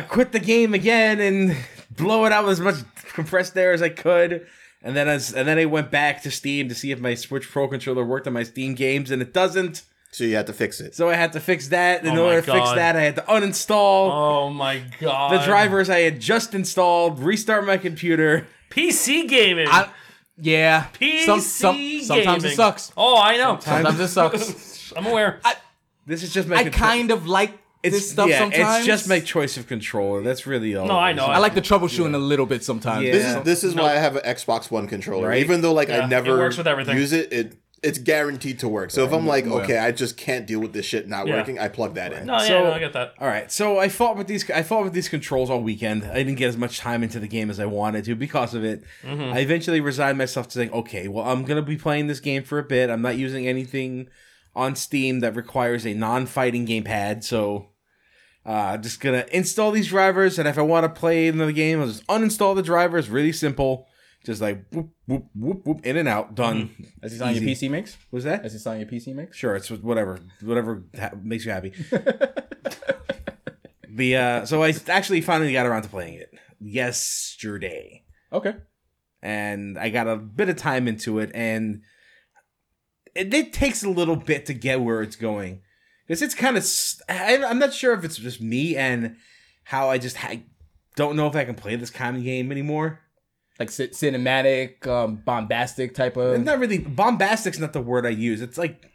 Speaker 5: quit the game again and blow it out with as much compressed air as I could. And then as and then I went back to Steam to see if my Switch Pro controller worked on my Steam games, and it doesn't.
Speaker 2: So you had to fix it.
Speaker 5: So I had to fix that. In
Speaker 3: Oh my
Speaker 5: order to fix
Speaker 3: God.
Speaker 5: that, I had to uninstall
Speaker 3: Oh my god.
Speaker 5: the drivers I had just installed, restart my computer.
Speaker 3: PC gaming.
Speaker 1: I, yeah.
Speaker 3: PC
Speaker 1: Some- some- sometimes
Speaker 3: gaming.
Speaker 1: it sucks.
Speaker 3: Oh, I know.
Speaker 1: Sometimes it sucks.
Speaker 3: I'm aware.
Speaker 5: This is just my
Speaker 1: I
Speaker 5: control-
Speaker 1: kind of like this stuff sometimes.
Speaker 5: It's just my choice of controller. That's really all.
Speaker 3: No, I
Speaker 5: it is.
Speaker 3: know.
Speaker 1: I like the troubleshooting a little bit sometimes.
Speaker 5: Yeah.
Speaker 2: This is this is why I have an Xbox One controller.
Speaker 5: Right.
Speaker 2: Even though like
Speaker 3: Yeah,
Speaker 2: I
Speaker 3: it
Speaker 2: never
Speaker 3: works with everything.
Speaker 2: use it, it it's guaranteed to work. So if I'm like, okay, I just can't deal with this shit not
Speaker 3: Yeah.
Speaker 2: working, I plug that in.
Speaker 3: No, yeah,
Speaker 5: So-
Speaker 3: no, I get that.
Speaker 5: All right, so I fought with these. I fought with these controls all weekend. I didn't get as much time into the game as I wanted to because of it. I eventually resigned myself to saying, "Okay, well, I'm gonna be playing this game for a bit. I'm not using anything on Steam that requires a non-fighting gamepad, so uh, I'm just gonna install these drivers. And if I want to play another game, I'll just uninstall the drivers. Really simple, just like whoop whoop whoop whoop in and out, done.
Speaker 1: Is this on your PC
Speaker 5: Easy.
Speaker 1: mix?
Speaker 5: Was that?
Speaker 1: Is this on your PC mix?
Speaker 5: Sure, it's whatever, whatever ha- makes you happy. the uh, so I actually finally got around to playing it yesterday,
Speaker 1: Okay.
Speaker 5: and I got a bit of time into it, and it, it takes a little bit to get where it's going because it's kind of I'm not sure if it's just me and how I just ha- don't know if I can play this kind of game anymore.
Speaker 1: Like c- cinematic, um, bombastic type of.
Speaker 5: It's not really bombastic's not the word I use. It's like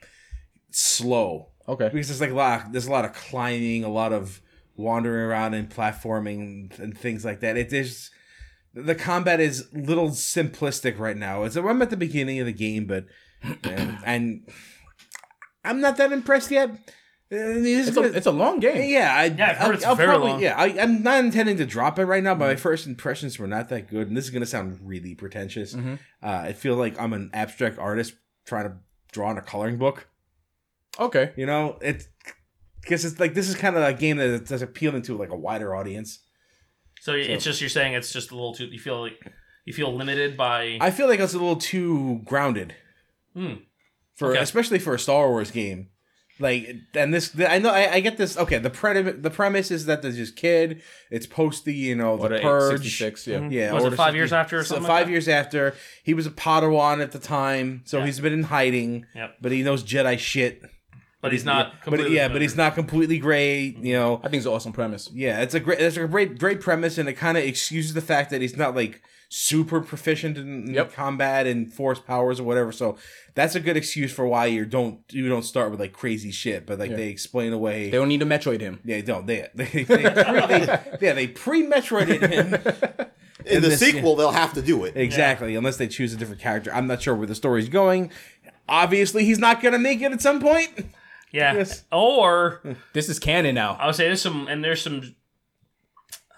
Speaker 5: slow.
Speaker 1: Okay.
Speaker 5: because there's like a lot there's a lot of climbing a lot of wandering around and platforming and things like that it is the combat is little simplistic right now it's i'm at the beginning of the game but and, and i'm not that impressed yet Uh,
Speaker 1: It's a, it's a long game.
Speaker 5: yeah, I,
Speaker 3: Yeah, I've heard
Speaker 5: I'll-
Speaker 3: it's
Speaker 5: I'll
Speaker 3: very
Speaker 5: probably,
Speaker 3: long.
Speaker 5: Yeah, I, I'm not intending to drop it right now, but my first impressions were not that good, and this is gonna sound really pretentious.
Speaker 3: Mm-hmm.
Speaker 1: Mhm.
Speaker 5: Uh, I feel like I'm an abstract artist trying to draw in a coloring book.
Speaker 1: Okay.
Speaker 5: You know, it's because it's like this is kind of a game that that's appealing to like a wider audience.
Speaker 3: So, it's just you're saying it's just a little too. You feel like you feel limited by.
Speaker 5: I feel like it's a little too grounded
Speaker 3: Hmm.
Speaker 5: for,
Speaker 3: Okay.
Speaker 5: especially for a Star Wars game. Like, and this, the, I know, I, I get this. Okay, the premise, the premise is that there's this kid. It's post the, you know,
Speaker 1: What
Speaker 5: the
Speaker 1: a
Speaker 5: purge.
Speaker 1: 866, yeah.
Speaker 5: Yeah,
Speaker 3: Was it
Speaker 5: Order
Speaker 3: five
Speaker 5: 60
Speaker 3: years after or
Speaker 5: so
Speaker 3: something like
Speaker 5: five
Speaker 3: that?
Speaker 5: years after, he was a Padawan at the time, so
Speaker 3: Yeah.
Speaker 5: he's been in hiding.
Speaker 3: Yep.
Speaker 5: But he knows Jedi shit.
Speaker 3: but he's not.
Speaker 5: But
Speaker 3: Completely Mm-hmm.
Speaker 5: yeah, but he's not completely gray. You know,
Speaker 1: I think it's an awesome premise.
Speaker 5: Yeah, it's a great, it's a great, great premise, and it kind of excuses the fact that he's not like super proficient in, in
Speaker 1: Yep.
Speaker 5: combat and force powers or whatever. So that's a good excuse for why you don't you don't start with like crazy shit. But like
Speaker 1: Yeah.
Speaker 5: they explain away.
Speaker 1: They don't need to Metroid him.
Speaker 5: yeah, don't they? They, they, pre, they yeah they pre Metroided him
Speaker 2: In, the
Speaker 5: this-
Speaker 2: sequel, they'll have to do it.
Speaker 5: exactly unless they choose a different character. I'm not sure where the story's going. Obviously, he's not gonna make it at some point.
Speaker 3: Yeah.
Speaker 5: Yes.
Speaker 3: Or
Speaker 1: This is canon now.
Speaker 3: I would say there's some, and there's some.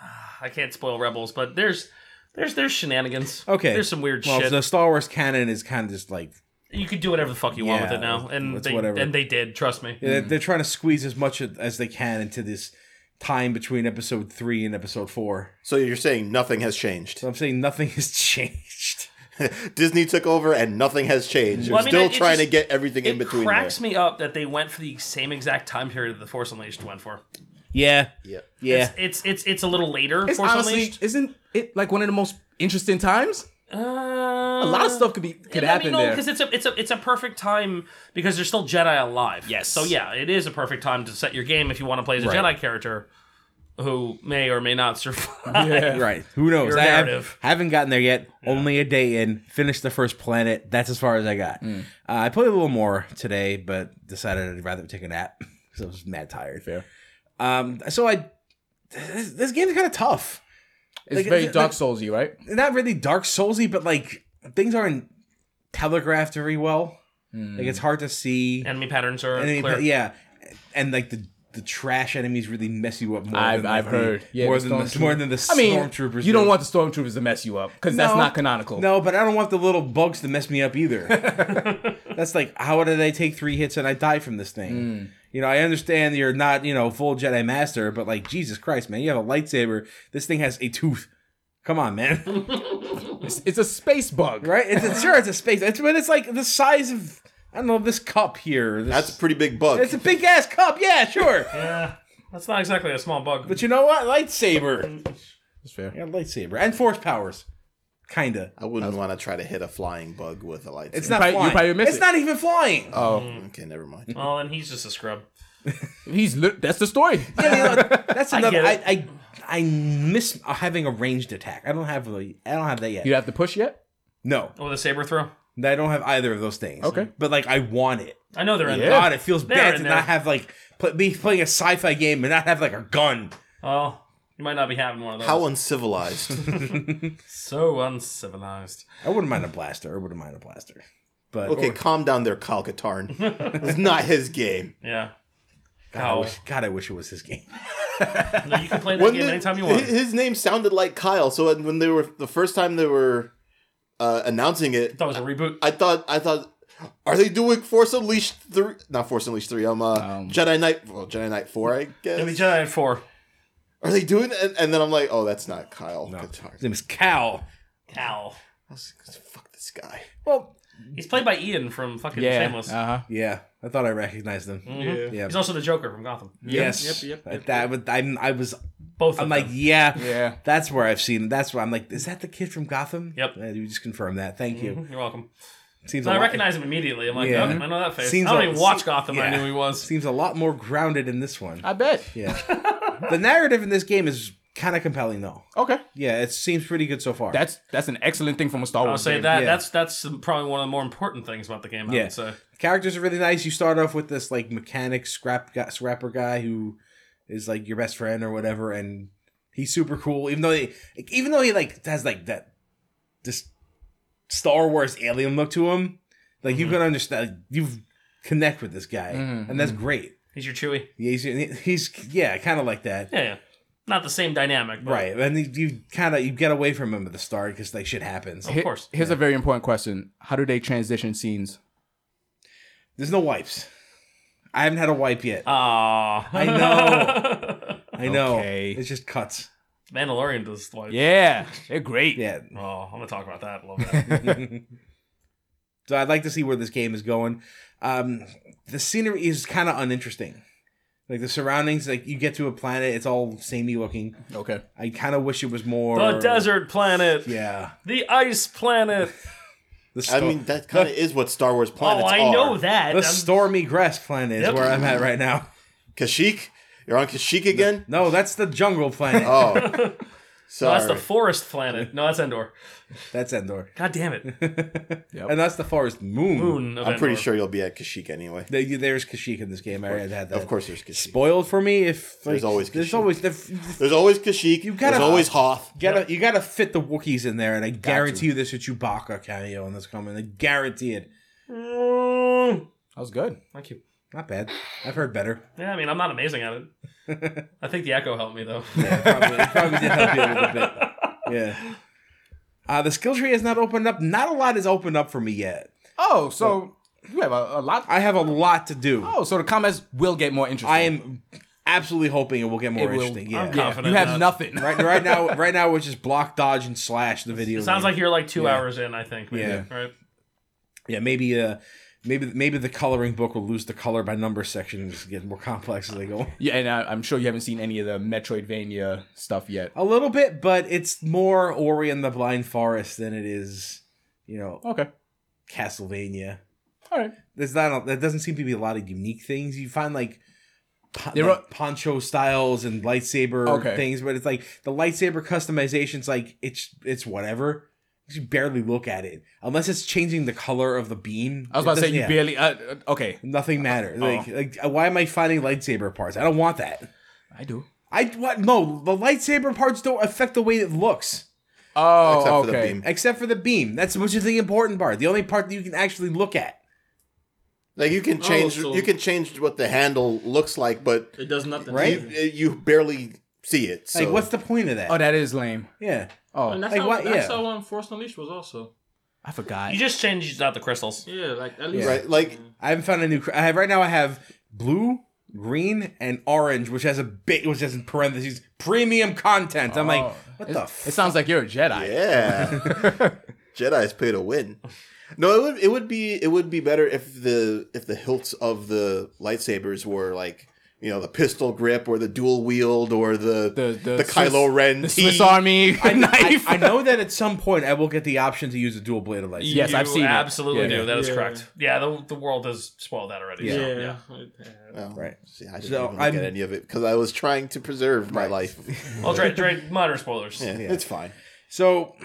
Speaker 3: ah, I can't spoil Rebels, but there's there's there's shenanigans.
Speaker 5: Okay.
Speaker 3: There's some weird
Speaker 5: Well,
Speaker 3: shit.
Speaker 5: the Star Wars canon is kind of just like
Speaker 3: you could do whatever the fuck you want with
Speaker 5: Yeah,
Speaker 3: it now, and
Speaker 5: it's
Speaker 3: they
Speaker 5: whatever.
Speaker 3: and they did. Trust me.
Speaker 5: They're, they're trying to squeeze as much as they can into this time between episode three and episode four.
Speaker 2: So you're saying nothing has changed.
Speaker 5: So I'm saying nothing has changed.
Speaker 2: Disney took over and nothing has changed.
Speaker 3: Well, I
Speaker 2: They're
Speaker 3: mean,
Speaker 2: still
Speaker 3: it- it
Speaker 2: trying to
Speaker 3: just-
Speaker 2: get everything in
Speaker 3: It
Speaker 2: between.
Speaker 3: cracks me up that they went for the same exact time period that the Force Unleashed went for.
Speaker 5: Yeah.
Speaker 2: there. Yeah.
Speaker 5: Yeah.
Speaker 3: It's it's it's a little later.
Speaker 1: It's
Speaker 3: Force
Speaker 1: honestly,
Speaker 3: Unleashed.
Speaker 1: isn't it like one of the most interesting times?
Speaker 3: Uh,
Speaker 1: A lot of stuff could be could happen there.
Speaker 3: because it's a it's a it's a perfect time because there's still Jedi alive.
Speaker 5: Yes.
Speaker 3: So yeah, it is a perfect time to set your game if you want to play as a
Speaker 5: Right.
Speaker 3: Jedi character who may or may not survive.
Speaker 5: Right. Who knows?
Speaker 3: Your
Speaker 5: I have,
Speaker 3: narrative.
Speaker 5: haven't gotten there yet. Only a day in. Finished the first planet. That's as far as I got. Uh, I played a little more today, but decided I'd rather take a nap because I was mad tired. Fair. Um, so I. This, this game's kind of tough.
Speaker 1: It's
Speaker 5: Like,
Speaker 1: very
Speaker 5: it's-
Speaker 1: Dark Soulsy, right?
Speaker 5: Not really Dark Soulsy, but like things aren't telegraphed very well.
Speaker 1: Hmm.
Speaker 5: Like it's hard to see.
Speaker 3: Enemy patterns are
Speaker 5: And then you
Speaker 3: clear.
Speaker 5: put- yeah, and like the the trash enemies really mess you up more.
Speaker 1: I've,
Speaker 5: than, like,
Speaker 1: I've
Speaker 5: the-
Speaker 1: heard. Yeah,
Speaker 5: more
Speaker 1: the
Speaker 5: than the,
Speaker 1: stormtroopers.
Speaker 5: more than the
Speaker 1: I mean,
Speaker 5: stormtroopers.
Speaker 1: you don't
Speaker 5: do.
Speaker 1: want the stormtroopers to mess you up because that's
Speaker 5: No.
Speaker 1: not canonical.
Speaker 5: No, but I don't want the little bugs to mess me up either. That's like, how did I take three hits and I die from this thing?
Speaker 1: Hmm.
Speaker 5: You know, I understand you're not, you know, full Jedi master, but like, Jesus Christ, man, you have a lightsaber. This thing has a tooth. Come on, man.
Speaker 1: It's, it's a space bug,
Speaker 5: right? It's, it's sure it's a space, it's, but it's like the size of I don't know this cup here. This,
Speaker 2: That's a pretty big bug.
Speaker 5: it's a big ass cup. Yeah, sure.
Speaker 3: Yeah, that's not exactly a small bug.
Speaker 5: But you know what? Lightsaber.
Speaker 1: That's fair.
Speaker 5: Yeah, lightsaber and force powers. Kinda.
Speaker 2: I wouldn't want to try to hit a flying bug with a lightsaber. Mm.
Speaker 5: It's not
Speaker 1: probably- you
Speaker 5: flying.
Speaker 1: probably miss
Speaker 5: it's
Speaker 1: it.
Speaker 5: not even flying.
Speaker 1: Oh,
Speaker 2: okay. Never mind.
Speaker 3: well, and he's just a scrub.
Speaker 1: he's lit that's the story.
Speaker 5: Yeah, you know, that's another.
Speaker 3: get
Speaker 5: I,
Speaker 3: it.
Speaker 5: I, I miss having a ranged attack. I don't have a, I don't have that yet.
Speaker 1: You have to push yet?
Speaker 5: No,
Speaker 3: Oh, With a saber throw.
Speaker 5: I don't have either of those things.
Speaker 1: Okay.
Speaker 5: but like I want it.
Speaker 3: I know they're in
Speaker 1: Yeah.
Speaker 3: there.
Speaker 5: God, it feels
Speaker 3: They're
Speaker 5: bad
Speaker 3: in
Speaker 5: to
Speaker 3: there.
Speaker 5: not have like pl- be playing a sci-fi game and not have like a gun.
Speaker 3: Oh, you might not be having one of those.
Speaker 2: How uncivilized.
Speaker 3: so uncivilized.
Speaker 5: I wouldn't mind a blaster. I wouldn't mind a blaster. But
Speaker 2: Okay,
Speaker 5: or-
Speaker 2: calm down there, Kyle Katarn. it's not his game.
Speaker 3: Yeah.
Speaker 5: God, I
Speaker 3: Ow.
Speaker 5: wish, God, I wish it was his game.
Speaker 3: No, you can play that
Speaker 2: When
Speaker 3: game
Speaker 2: the-
Speaker 3: anytime you
Speaker 2: hi-
Speaker 3: want.
Speaker 2: His name sounded like Kyle, so when- when they were the first time they were uh, announcing it,
Speaker 3: that was a reboot.
Speaker 2: I thought I thought are they doing Force Unleashed three? Not Force Unleashed three. Um, uh, Jedi Knight. Well, Jedi Knight four, I guess.
Speaker 3: It'll be Jedi Knight 4.
Speaker 2: Are they doing? And, and then I'm like, oh, that's not Kyle Katarn.
Speaker 5: His name is Cal.
Speaker 3: Ow.
Speaker 2: I was like, Fuck this guy.
Speaker 5: Well,
Speaker 3: He's played by Ian from fucking
Speaker 5: Uh,
Speaker 3: Shameless.
Speaker 1: Uh-huh.
Speaker 5: yeah, I thought I recognized him.
Speaker 3: Mhm.
Speaker 5: Yeah.
Speaker 3: He's also the Joker from Gotham.
Speaker 5: Yes.
Speaker 6: yep, yep,
Speaker 5: Like that, but I'm, I was.
Speaker 3: Both of
Speaker 5: I'm like,
Speaker 3: them.
Speaker 5: yeah,
Speaker 1: Yeah.
Speaker 5: That's where I've seen. That's where I'm like, is that the kid from Gotham?
Speaker 3: Yep.
Speaker 5: Uh, you just confirmed that. Thank you.
Speaker 3: You're welcome.
Speaker 5: Seems
Speaker 3: So
Speaker 5: a
Speaker 3: I
Speaker 5: lot,
Speaker 3: recognize him immediately. I'm like,
Speaker 5: Yeah.
Speaker 3: "Yep, I know that face.
Speaker 5: Seems
Speaker 3: I don't
Speaker 5: like-
Speaker 3: even watch Gotham. I
Speaker 5: yeah.
Speaker 3: knew he was.
Speaker 5: Seems a lot more grounded in this one.
Speaker 1: I bet.
Speaker 5: Yeah. the narrative in this game is kind of compelling though.
Speaker 1: Okay.
Speaker 5: Yeah, it seems pretty good so far.
Speaker 1: That's that's an excellent thing from a Star Wars.
Speaker 3: I'll say
Speaker 1: game.
Speaker 3: that.
Speaker 5: yeah.
Speaker 3: That's that's probably one of the more important things about the game. I
Speaker 5: Yeah.
Speaker 3: would say.
Speaker 5: characters are really nice. You start off with this like mechanic scrap guy, scrapper guy who is like your best friend or whatever, and he's super cool. Even though he, even though he like has like that this Star Wars alien look to him, like you can understand, you connect with this guy,
Speaker 1: Mhm,
Speaker 5: and that's great.
Speaker 3: He's your Chewy.
Speaker 5: Yeah, He's, he's yeah, kind of like that.
Speaker 3: Yeah, yeah. Not the same dynamic, but
Speaker 5: Right, and you- you kind of you get away from him at the start because like shit happens.
Speaker 3: Of course.
Speaker 1: Here's a very important question. How do they transition scenes?
Speaker 5: There's no wipes. I haven't had a wipe yet.
Speaker 3: Ah,
Speaker 5: I know. I know.
Speaker 1: okay.
Speaker 5: It's just cuts.
Speaker 3: Mandalorian does like.
Speaker 1: Yeah. They're great.
Speaker 5: Yeah,
Speaker 3: Oh, I'm gonna talk about that a little bit.
Speaker 5: So I'd like to see where this game is going. Um, the scenery is kind of uninteresting. Like the surroundings, like you get to a planet, it's all samey looking.
Speaker 1: Okay.
Speaker 5: I kind of wish it was more
Speaker 3: the desert planet,
Speaker 5: Yeah,
Speaker 3: the ice planet.
Speaker 5: the,
Speaker 2: I
Speaker 5: sto-
Speaker 2: mean, that kind of is what Star Wars
Speaker 3: Oh,
Speaker 2: planets
Speaker 3: I
Speaker 2: are.
Speaker 3: know that.
Speaker 5: the
Speaker 3: I'm-
Speaker 5: stormy grass planet is
Speaker 3: Yep.
Speaker 5: where I'm at right now.
Speaker 2: Kashyyyk, you're on Kashyyyk again.
Speaker 5: No, that's the jungle planet.
Speaker 2: Oh,
Speaker 3: no,
Speaker 2: sorry.
Speaker 3: that's the forest planet. No, that's Endor.
Speaker 5: That's Endor,
Speaker 3: God damn it.
Speaker 5: and that's the forest moon.
Speaker 3: Moon. Of
Speaker 2: I'm pretty
Speaker 3: Endor.
Speaker 2: sure you'll be at Kashyyyk anyway.
Speaker 5: There- you- There's Kashyyyk in this game. I already had that.
Speaker 2: Of course, there's Kashyyyk.
Speaker 5: spoiled for me. If like,
Speaker 2: There's always
Speaker 5: there's
Speaker 2: Kashyyyk.
Speaker 5: always the,
Speaker 2: There's always Kashyyyk.
Speaker 5: gotta-
Speaker 2: there's always Hoth.
Speaker 5: You gotta you gotta fit the Wookiees in there, and I guarantee you there's a Chewbacca cameo in this coming. I guarantee it.
Speaker 1: That was good.
Speaker 3: Mm. Thank you.
Speaker 5: Not bad. I've heard better.
Speaker 3: Yeah, I mean, I'm not amazing at it. I think the echo helped me though.
Speaker 5: Probably, probably did help you a little bit. Yeah. Uh, the skill tree has not opened up. Not a lot has opened up for me yet.
Speaker 1: Oh, so you have a, a lot.
Speaker 5: I have a lot to do. Oh.
Speaker 1: Oh, so the comments will get more interesting.
Speaker 5: I am absolutely hoping it will get more
Speaker 1: will.
Speaker 5: interesting. Yeah.
Speaker 3: I'm confident.
Speaker 1: You have
Speaker 3: that-
Speaker 1: nothing.
Speaker 5: Right, right now, right now, it's just block, dodge, and slash the video.
Speaker 3: It sounds
Speaker 5: game.
Speaker 3: like you're like two hours in. I think. Maybe,
Speaker 5: Yeah.
Speaker 3: Right.
Speaker 5: yeah, maybe, uh, maybe, maybe the coloring book will lose the color by number section and just get more complex as they go.
Speaker 1: Yeah, and I, I'm sure you haven't seen any of the Metroidvania stuff yet.
Speaker 5: A little bit, but it's more Ori and the Blind Forest than it is, you know,
Speaker 1: Okay.
Speaker 5: Castlevania.
Speaker 1: All right.
Speaker 5: There's not. A, there doesn't seem to be a lot of unique things. You find like, po-
Speaker 1: There
Speaker 5: like poncho styles and lightsaber
Speaker 1: Okay.
Speaker 5: things, but it's like the lightsaber customization's like it's it's whatever. You barely look at it unless it's changing the color of the beam.
Speaker 1: I was
Speaker 5: It
Speaker 1: about to say
Speaker 5: doesn't-
Speaker 1: you
Speaker 5: yeah,
Speaker 1: barely. Uh, uh, okay,
Speaker 5: Nothing matters.
Speaker 1: Oh.
Speaker 5: Like, like, uh, why am I finding lightsaber parts? I don't want that.
Speaker 1: I do.
Speaker 5: I what? No, the lightsaber parts don't affect the way it looks.
Speaker 1: Oh,
Speaker 2: Except for the
Speaker 1: okay.
Speaker 2: beam.
Speaker 5: except for the beam. That's which is the important part. The only part that you can actually look at.
Speaker 2: Like you can
Speaker 6: Oh,
Speaker 2: change,
Speaker 6: so-
Speaker 2: you can change what the handle looks like, but
Speaker 6: It does nothing.
Speaker 5: Right?
Speaker 2: you, eh, you barely see it. So
Speaker 5: Like, what's the point of that?
Speaker 1: Oh, that is lame.
Speaker 5: yeah,
Speaker 6: And
Speaker 1: Oh,
Speaker 6: that's
Speaker 5: Like,
Speaker 6: how
Speaker 5: what-
Speaker 6: that's
Speaker 5: yeah.
Speaker 6: how um, Force Unleashed was also.
Speaker 1: I forgot.
Speaker 3: You just changed out the crystals.
Speaker 6: Yeah, like at least
Speaker 2: right? Like
Speaker 5: I haven't found a new. cr- I have right now. I have blue, green, and orange, which has a bit, which has in parentheses premium content. I'm like,
Speaker 1: Oh.
Speaker 5: what
Speaker 1: It-
Speaker 5: the?
Speaker 1: It
Speaker 5: F-
Speaker 1: sounds like you're a Jedi.
Speaker 2: Yeah. Jedi's pay to win. No, it would it would be it would be better if the if the hilts of the lightsabers were like you know the pistol grip or the dual wield or the
Speaker 1: The-
Speaker 2: the,
Speaker 1: the
Speaker 2: Kylo
Speaker 1: Swiss-
Speaker 2: Ren
Speaker 1: The
Speaker 2: T.
Speaker 1: Swiss Army
Speaker 5: I,
Speaker 1: knife.
Speaker 5: I know that at some point I will get the option to use a dual bladed lightsaber.
Speaker 1: Yes,
Speaker 3: You
Speaker 1: I've seen it.
Speaker 3: Absolutely
Speaker 1: Yeah.
Speaker 3: do. That is
Speaker 6: Yeah.
Speaker 3: correct. Yeah, the, the world has spoiled that already.
Speaker 6: yeah.
Speaker 3: so,
Speaker 6: yeah.
Speaker 2: Well,
Speaker 5: Right.
Speaker 2: Oh, see, I didn't
Speaker 5: So
Speaker 2: even look
Speaker 5: I'm-
Speaker 2: at any of it because I was trying to preserve my life.
Speaker 3: Well, Dre, Dre, minor spoilers.
Speaker 2: Yeah, It's fine.
Speaker 5: So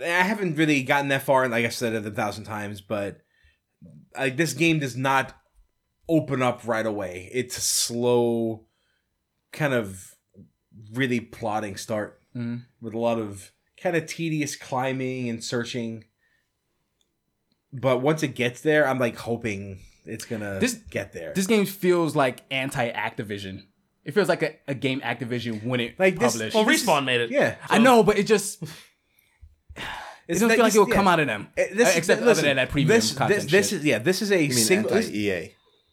Speaker 5: I haven't really gotten that far, and like I said it a thousand times, but like this game does not open up right away. It's a slow, kind of really plodding start
Speaker 1: Mhm.
Speaker 5: with a lot of kind of tedious climbing and searching. But once it gets there, I'm like hoping it's gonna
Speaker 1: This-
Speaker 5: get there.
Speaker 1: This game feels like anti-Activision. It feels like a, a game Activision wouldn't
Speaker 5: Like this-
Speaker 1: publish.
Speaker 3: Well, respawn made it.
Speaker 5: yeah,
Speaker 1: I know, but it just it
Speaker 5: It's
Speaker 1: doesn't feel like it will
Speaker 5: yeah.
Speaker 1: come out of them.
Speaker 5: Uh, This,
Speaker 1: except
Speaker 5: listen,
Speaker 1: other than that premium
Speaker 5: this,
Speaker 1: content.
Speaker 5: This, this
Speaker 1: shit.
Speaker 5: is yeah. This is a
Speaker 2: You mean
Speaker 5: single.
Speaker 2: anti EA?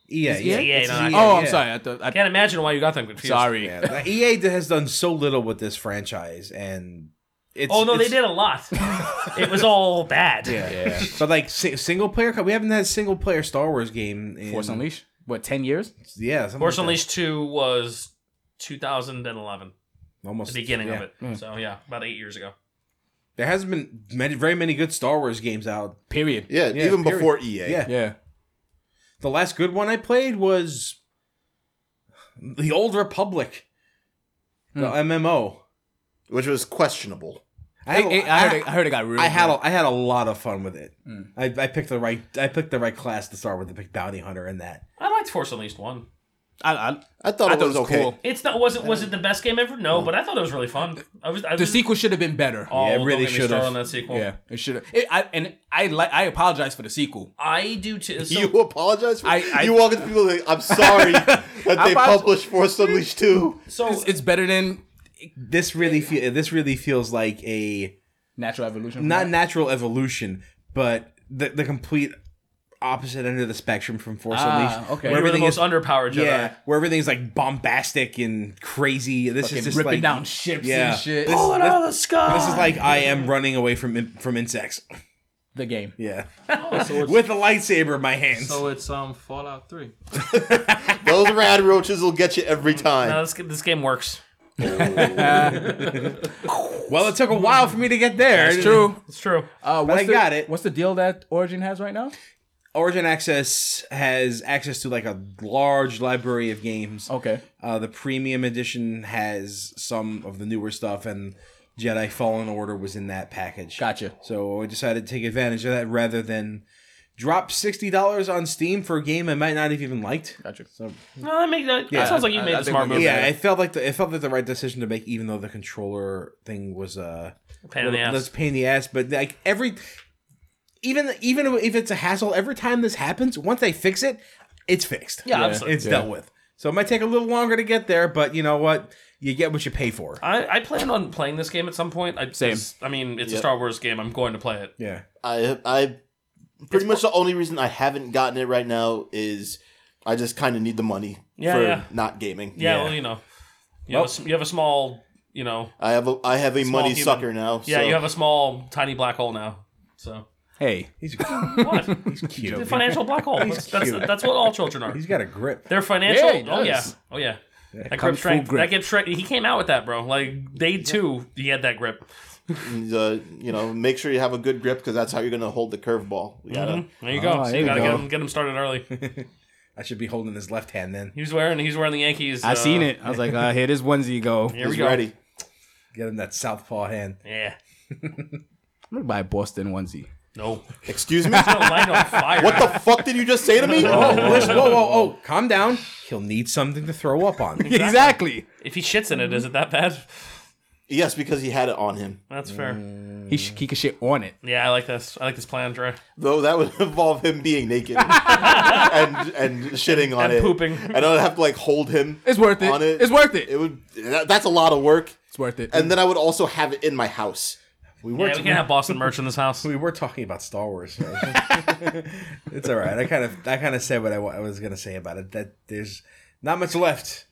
Speaker 5: Yeah, yeah,
Speaker 1: EA?
Speaker 5: it's
Speaker 3: E no,
Speaker 5: an
Speaker 3: I-
Speaker 1: oh, I'm
Speaker 5: yeah.
Speaker 1: sorry. I thought, I,
Speaker 3: Can't imagine why you got them confused.
Speaker 1: sorry.
Speaker 5: Yeah, the EA d- has done so little with this franchise, and it's
Speaker 3: Oh no, they
Speaker 5: it's-
Speaker 3: did a lot. it was all bad.
Speaker 5: Yeah,
Speaker 1: Yeah.
Speaker 5: but like si- single player, co- we haven't had a single player Star Wars game. In,
Speaker 1: Force Unleashed. What ten years?
Speaker 5: yeah, something
Speaker 3: Force
Speaker 5: like that.
Speaker 3: Unleashed Two was 2011, the
Speaker 5: almost
Speaker 3: beginning of
Speaker 5: yeah. Mm.
Speaker 3: it. So yeah, about eight years ago.
Speaker 5: There hasn't been many, very many good Star Wars games out.
Speaker 1: Period.
Speaker 2: Yeah,
Speaker 5: Yeah,
Speaker 2: even
Speaker 5: period.
Speaker 2: before E EA.
Speaker 5: Yeah.
Speaker 1: Yeah.
Speaker 5: the last good one I played was the Old Republic, the
Speaker 3: Hmm.
Speaker 5: MMO.
Speaker 2: which was questionable.
Speaker 5: I,
Speaker 1: I,
Speaker 5: had
Speaker 1: I-
Speaker 5: a-
Speaker 1: I heard. It, I heard it got real.
Speaker 5: I had a, I had a lot of fun with it.
Speaker 3: Hmm.
Speaker 5: I, I picked the right I picked the right class to start with. The big bounty hunter and that.
Speaker 3: I liked Force Unleashed One.
Speaker 1: I, I,
Speaker 2: I thought,
Speaker 1: I
Speaker 2: it, was okay.
Speaker 1: cool.
Speaker 3: It's not was it was it the best game ever? No, but I thought it was really fun. I was I
Speaker 1: The
Speaker 3: was,
Speaker 1: sequel should have been better.
Speaker 3: oh,
Speaker 5: Yeah, it
Speaker 3: don't
Speaker 5: really
Speaker 3: get me
Speaker 5: should've.
Speaker 3: started on that sequel.
Speaker 1: Yeah, it should have. I and I like. I apologize for the sequel.
Speaker 3: I do too. So,
Speaker 2: you apologize for
Speaker 1: I- I-
Speaker 2: you walk into people like I'm sorry that they
Speaker 1: apologize-
Speaker 2: published Force Unleashed 2.
Speaker 3: so
Speaker 1: It's, it's better than
Speaker 5: this really feel this really feels like a
Speaker 1: Natural Evolution.
Speaker 5: not natural evolution, but the the complete opposite end of the spectrum from Force
Speaker 1: Ah,
Speaker 5: Unleashed.
Speaker 1: okay.
Speaker 5: where
Speaker 3: you're the
Speaker 5: everything
Speaker 3: most
Speaker 5: is
Speaker 3: underpowered Jedi.
Speaker 5: yeah, where everything's like bombastic and crazy. This
Speaker 1: Fucking
Speaker 5: is just
Speaker 1: ripping
Speaker 5: like
Speaker 1: down ships
Speaker 5: yeah.
Speaker 1: and shit.
Speaker 5: This-
Speaker 3: Pulling out of the sky.
Speaker 5: This is like I am running away from in, from insects.
Speaker 1: the game.
Speaker 5: Yeah,
Speaker 6: So it's,
Speaker 5: with a lightsaber in my hands.
Speaker 6: so it's um Fallout Three.
Speaker 2: Those rad roaches will get you every
Speaker 3: No,
Speaker 2: time.
Speaker 3: Uh, this, this game works.
Speaker 5: well, it took a while for me to get there.
Speaker 1: It's true.
Speaker 3: It's true.
Speaker 1: Uh, what's
Speaker 5: I
Speaker 1: the-
Speaker 5: got it.
Speaker 1: What's the deal that Origin has right now?
Speaker 5: Origin Access has access to like a large library of games.
Speaker 1: Okay.
Speaker 5: Uh, the premium edition has some of the newer stuff, and Jedi Fallen Order was in that package.
Speaker 1: Gotcha.
Speaker 5: So I decided to take advantage of that rather than drop sixty dollars on Steam for a game I might not have even liked.
Speaker 1: Gotcha.
Speaker 5: So
Speaker 3: No, that makes that, that sounds like you
Speaker 1: I-
Speaker 3: made
Speaker 1: I
Speaker 3: a
Speaker 1: think
Speaker 3: smart
Speaker 1: we-
Speaker 3: move.
Speaker 5: yeah,
Speaker 3: there.
Speaker 5: it felt like the it felt like the right decision to make, even though the controller thing was uh
Speaker 3: pain in the ass.
Speaker 5: that's a pain in the ass. But like every even even if it's a hassle, every time this happens, once they fix it, it's fixed.
Speaker 3: Yeah, absolutely.
Speaker 5: it's dealt with. So it might take a little longer to get there, but you know what? You get what you pay for.
Speaker 3: I, I plan on playing this game at some point. I, Same. I mean, it's a Star Wars game. I'm going to play it.
Speaker 5: Yeah.
Speaker 2: I I pretty much the only reason I haven't gotten it right now is I just kind of need the money
Speaker 3: Yeah,
Speaker 2: for
Speaker 3: yeah.
Speaker 2: not gaming.
Speaker 3: Yeah, well, you know, you, have a, s- you have a small, you know,
Speaker 2: I have a I have a money
Speaker 3: human.
Speaker 2: sucker now.
Speaker 3: yeah,
Speaker 2: so.
Speaker 3: you have a small, tiny black hole now. So
Speaker 8: Hey,
Speaker 5: He's,
Speaker 3: what?
Speaker 5: he's cute.
Speaker 3: the financial black hole. That's, that's,
Speaker 8: cute.
Speaker 3: that's what all children are.
Speaker 8: he's got a grip.
Speaker 3: They're financial.
Speaker 5: Yeah, he
Speaker 3: oh yeah.
Speaker 5: does.
Speaker 3: Oh yeah. That
Speaker 8: Kung
Speaker 3: grip
Speaker 8: Fu
Speaker 3: strength.
Speaker 8: grip.
Speaker 3: That grip strength. He came out with that, bro. Like day two, he had that grip.
Speaker 2: And, uh, you know, make sure you have a good grip because that's how you're gonna hold the curveball. You gotta-
Speaker 3: Mm-hmm. There you go.
Speaker 8: Ah,
Speaker 3: so
Speaker 8: there
Speaker 3: you
Speaker 8: we
Speaker 3: gotta
Speaker 8: go.
Speaker 3: get him, get him started early.
Speaker 5: I should be holding his left hand then.
Speaker 3: He was wearing. He's wearing the Yankees.
Speaker 1: I
Speaker 3: uh,
Speaker 1: seen it. I was like, uh, here this onesie go.
Speaker 3: Here we
Speaker 2: he's
Speaker 3: go.
Speaker 2: ready.
Speaker 5: Get him that southpaw hand.
Speaker 3: Yeah.
Speaker 1: I'm gonna buy a Boston onesie.
Speaker 3: No.
Speaker 2: Excuse me.
Speaker 3: He's gonna light on fire.
Speaker 2: what the fuck did you just say to me?
Speaker 5: Oh, listen, whoa, whoa, oh, calm down. He'll need something to throw up on.
Speaker 1: Exactly.
Speaker 3: If he shits in it, is it that bad?
Speaker 2: Yes, because he had it on him.
Speaker 3: That's fair.
Speaker 1: He sh- he could shit on it.
Speaker 3: Yeah, I like this. I like this plan, Dre.
Speaker 2: Though that would involve him being naked and and shitting on
Speaker 3: And
Speaker 2: it,
Speaker 3: pooping.
Speaker 2: and I would have to like hold him.
Speaker 1: It's worth it.
Speaker 2: On it.
Speaker 1: It's worth it.
Speaker 2: It would. That, that's a lot of work.
Speaker 1: It's worth it.
Speaker 2: And then I would also have it in my house.
Speaker 5: We
Speaker 3: Yeah,
Speaker 5: were,
Speaker 3: we
Speaker 5: t-
Speaker 3: can't have Boston merch in this house.
Speaker 5: we were talking about Star Wars. right? it's all right. I kind of, I kind of said what I, wa- I was gonna say about it. That there's not much left.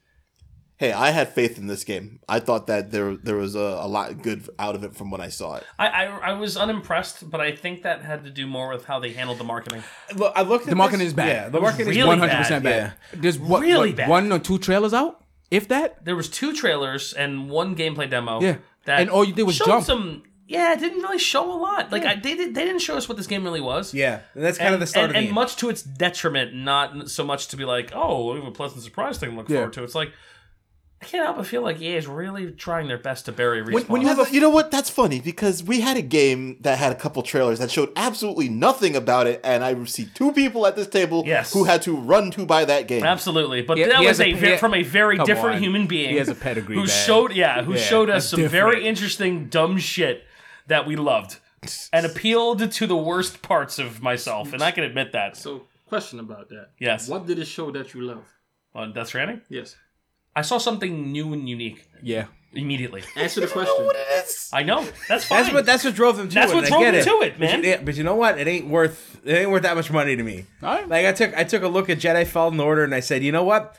Speaker 2: Hey, I had faith in this game. I thought that there there was a, a lot good out of it from when I saw it.
Speaker 3: I, I I was unimpressed, but I think that had to do more with how they handled the marketing.
Speaker 5: Look, I looked. At
Speaker 1: the marketing
Speaker 5: this-
Speaker 1: is bad.
Speaker 5: Yeah, the marketing
Speaker 3: really
Speaker 5: is
Speaker 1: one hundred
Speaker 3: bad,
Speaker 1: percent bad. There's what,
Speaker 3: Really
Speaker 1: what,
Speaker 3: bad.
Speaker 1: one or two trailers out, if that.
Speaker 3: There was two trailers and one gameplay demo.
Speaker 1: Yeah.
Speaker 3: that
Speaker 1: And all you did was
Speaker 3: showed
Speaker 1: jump.
Speaker 3: Some, yeah, it didn't really show a lot. Like I, they did, they didn't show us what this game really was.
Speaker 5: Yeah, and that's kind
Speaker 3: And,
Speaker 5: of the start
Speaker 3: and,
Speaker 5: of
Speaker 3: and
Speaker 5: the game.
Speaker 3: much to its detriment, not so much to be like, oh, we have a pleasant surprise thing to look forward to. It's like I can't help but feel like EA is really trying their best to bury respawn.
Speaker 2: When you, have a- you know what? That's funny because we had a game that had a couple trailers that showed absolutely nothing about it, and I see two people at this table
Speaker 3: Yes.
Speaker 2: who had to run to buy that game.
Speaker 3: Absolutely, but
Speaker 1: Yeah,
Speaker 3: that
Speaker 1: he
Speaker 3: was
Speaker 1: has
Speaker 3: a,
Speaker 1: a-
Speaker 3: ve-
Speaker 1: yeah.
Speaker 3: from a very
Speaker 1: Come
Speaker 3: different
Speaker 1: on.
Speaker 3: human being.
Speaker 1: He has a pedigree,
Speaker 3: Who
Speaker 1: man.
Speaker 3: showed, yeah, who showed us
Speaker 1: that's
Speaker 3: some very interesting dumb shit that we loved and appealed to the worst parts of myself, and I can admit that.
Speaker 6: So, question about that.
Speaker 3: Yes.
Speaker 6: What did it show that you love?
Speaker 3: On Death Stranding,
Speaker 6: Yes.
Speaker 3: I saw something new and unique
Speaker 1: Yeah,
Speaker 3: immediately.
Speaker 6: Answer the question.
Speaker 3: I know that's fine.
Speaker 5: that's what that's what drove them to
Speaker 3: That's
Speaker 5: it.
Speaker 3: what
Speaker 5: and I
Speaker 3: drove
Speaker 5: get
Speaker 3: them
Speaker 5: it.
Speaker 3: to it, man.
Speaker 5: But you, yeah, but you know what? It ain't worth it ain't worth that much money to me.
Speaker 1: Alright.
Speaker 5: Like I took I took a look at Jedi Fallen Order and I said, you know what?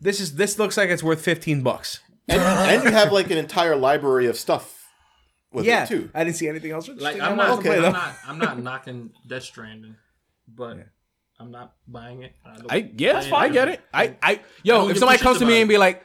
Speaker 5: This is this looks like it's worth fifteen bucks.
Speaker 2: And, and you have like an entire library of stuff with
Speaker 5: Yeah,
Speaker 2: it too.
Speaker 5: I didn't see anything else.
Speaker 6: Like
Speaker 5: interesting.
Speaker 6: I'm
Speaker 5: I
Speaker 6: not,
Speaker 5: wanted to play,
Speaker 6: I'm
Speaker 5: though.
Speaker 6: not, I'm not knocking Death Stranding, but I'm not buying it. I, don't-
Speaker 1: I yeah,
Speaker 6: I-
Speaker 1: I, get it. I I yo,
Speaker 6: don't
Speaker 1: if
Speaker 6: give
Speaker 1: somebody
Speaker 6: two
Speaker 1: comes to
Speaker 6: shits
Speaker 1: me
Speaker 6: about
Speaker 1: and be like,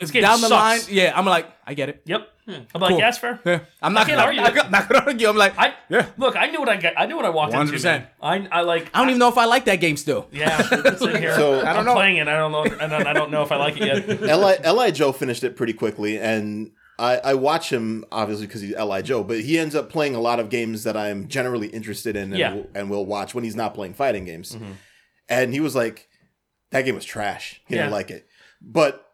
Speaker 1: it's
Speaker 3: game
Speaker 1: down the line,
Speaker 3: sucks.
Speaker 1: yeah, I'm like, I get it.
Speaker 3: Yep. I'm like,
Speaker 1: Cool.
Speaker 3: yes, fair.
Speaker 1: Yeah, I'm not
Speaker 3: can't
Speaker 1: gonna
Speaker 3: argue
Speaker 1: argue. I'm not,
Speaker 3: that.
Speaker 1: gonna argue. I'm like,
Speaker 3: I
Speaker 1: I, yeah,
Speaker 3: look. I knew what I got. I knew what I walked into.
Speaker 1: 100%.
Speaker 3: man. I I like.
Speaker 1: I don't even know if I like that game still.
Speaker 3: Yeah, it's in here.
Speaker 2: So,
Speaker 3: I
Speaker 2: I
Speaker 3: am
Speaker 2: don't
Speaker 1: know.
Speaker 3: playing it. I don't know, and I don't know if I like it yet.
Speaker 2: Li Li Joe finished it pretty quickly, and I, I watch him obviously because he's Li Joe, but he ends up playing a lot of games that I'm generally interested in and,
Speaker 3: Yeah. Mm-hmm.
Speaker 2: will, and will watch when he's not playing fighting games. And he was like, "That game was trash. He
Speaker 3: Yeah.
Speaker 2: didn't like it." But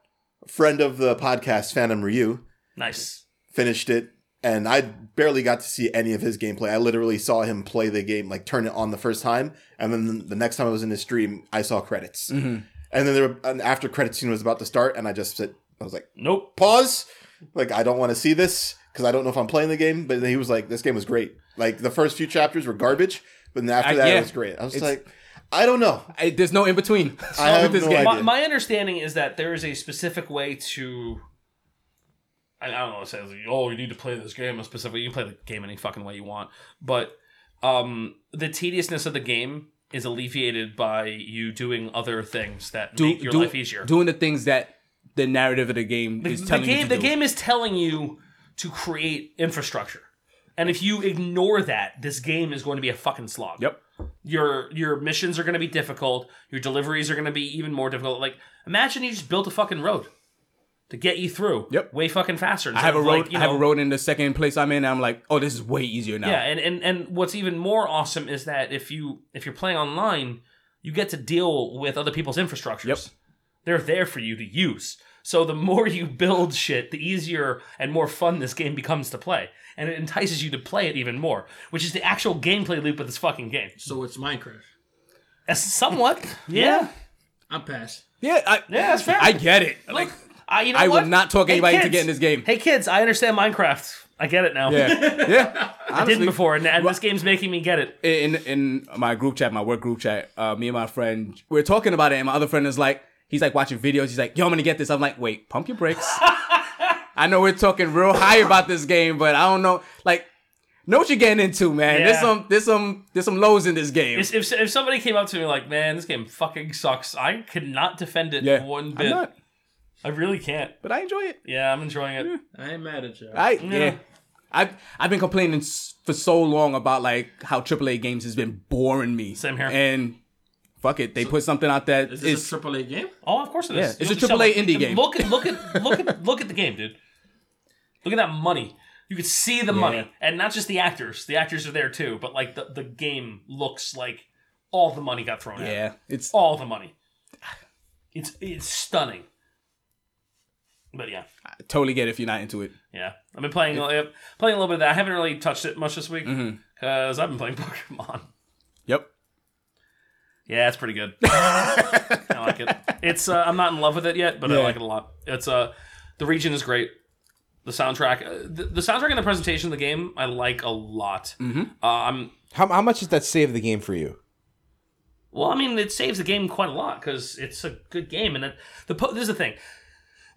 Speaker 2: friend of the podcast, Phantom Ryu,
Speaker 3: Nice.
Speaker 2: finished it and I barely got to see any of his gameplay. I literally saw him play the game, like turn it on the first time, and then the next time I was in his stream, I saw credits. And then there were, an after credit scene was about to start, and I just said, I was like,
Speaker 3: Nope.
Speaker 2: pause, like I don't want to see this because I don't know if I'm playing the game. But then he was like, this game was great. Like the first few chapters were garbage, but then after
Speaker 1: I-
Speaker 2: that
Speaker 1: yeah.
Speaker 2: it was great. I was just
Speaker 1: It's-
Speaker 2: like, I don't know.
Speaker 1: I, there's no in between.
Speaker 2: I have
Speaker 1: this
Speaker 2: no
Speaker 1: game.
Speaker 2: idea.
Speaker 3: My, my understanding is that there is a specific way to. I I don't know. It says, like, "Oh, you need to play this game a specific." You can play the game any fucking way you want, but um, the tediousness of the game is alleviated by you doing other things that
Speaker 1: Do-
Speaker 3: make your
Speaker 1: do-
Speaker 3: life easier.
Speaker 1: Doing the things that the narrative of the game is
Speaker 3: the
Speaker 1: telling you
Speaker 3: game
Speaker 1: to
Speaker 3: the
Speaker 1: do.
Speaker 3: game is telling you to create infrastructure and if you ignore that this game is going to be a fucking slog
Speaker 1: Yep.
Speaker 3: your your missions are going to be difficult your deliveries are going to be even more difficult like imagine you just built a fucking road to get you through
Speaker 1: Yep.
Speaker 3: way fucking faster
Speaker 1: I have a road. I have a road in the second place I'm in. And I'm like, oh, this is way easier now.
Speaker 3: yeah and, and and what's even more awesome is that if you if you're playing online you get to deal with other people's infrastructures
Speaker 1: Yep.
Speaker 3: they're there for you to use so the more you build shit the easier and more fun this game becomes to play and it entices you to play it even more which is the actual gameplay loop of this fucking game
Speaker 6: so it's Minecraft.
Speaker 3: As somewhat yeah
Speaker 6: I'm past.
Speaker 1: yeah, I,
Speaker 3: yeah that's fair
Speaker 1: I get it.
Speaker 3: Look, I, you know
Speaker 1: I
Speaker 3: what?
Speaker 1: would not talk
Speaker 3: Hey,
Speaker 1: anybody into
Speaker 3: kids.
Speaker 1: getting this game.
Speaker 3: hey kids i understand minecraft i get it now
Speaker 1: Yeah, yeah.
Speaker 3: i
Speaker 1: Honestly,
Speaker 3: didn't before and, and this game's making me get it
Speaker 1: in in my group chat, my work group chat, uh, me and my friend we are talking about it, and my other friend is like, He's like watching videos. He's like, yo, I'm gonna get this. I'm like, wait, pump your brakes. I know we're talking real high about this game, but I don't know. Like, know what you're getting into, man. There's
Speaker 3: Yeah.
Speaker 1: some, there's some, there's some lows in this game.
Speaker 3: If, if, if somebody came up to me like, man, this game fucking sucks, I could not defend it
Speaker 1: yeah,
Speaker 3: one
Speaker 1: I'm
Speaker 3: bit.
Speaker 1: not,
Speaker 3: I really can't.
Speaker 1: but I enjoy it.
Speaker 3: Yeah, I'm enjoying it.
Speaker 6: I ain't mad at you.
Speaker 1: I yeah. I've I've been complaining s- for so long about like how AAA games has been boring me.
Speaker 3: Same here.
Speaker 1: And fuck it, they put something out that
Speaker 6: Is
Speaker 1: is.
Speaker 6: this a AAA game?
Speaker 3: Oh, of course it is.
Speaker 1: Yeah, it's
Speaker 3: You'll
Speaker 1: a
Speaker 3: be
Speaker 1: AAA
Speaker 3: selling-
Speaker 1: indie game.
Speaker 3: Look at look at look at look at the game, dude. Look at that money. You could see the money, and not just the actors. The actors are there too, but like the, the game looks like all the money got thrown at. it.
Speaker 1: yeah, it's
Speaker 3: All the money. It's it's stunning. But yeah,
Speaker 1: I totally get it if you're not into it.
Speaker 3: yeah. I've been playing uh, playing a little bit of that. I haven't really touched it much this week because I've been playing Pokemon.
Speaker 1: Yep.
Speaker 3: Yeah, it's pretty good. I like it. It's uh, I'm not in love with it yet, but I like it a lot. It's uh the region is great. The soundtrack, uh, the, the soundtrack and the presentation of the game, I like a lot. Uh, I'm
Speaker 9: How, how much does that save the game for you?
Speaker 3: well, I mean, it saves the game quite a lot because it's a good game, and it, the po- this is the thing.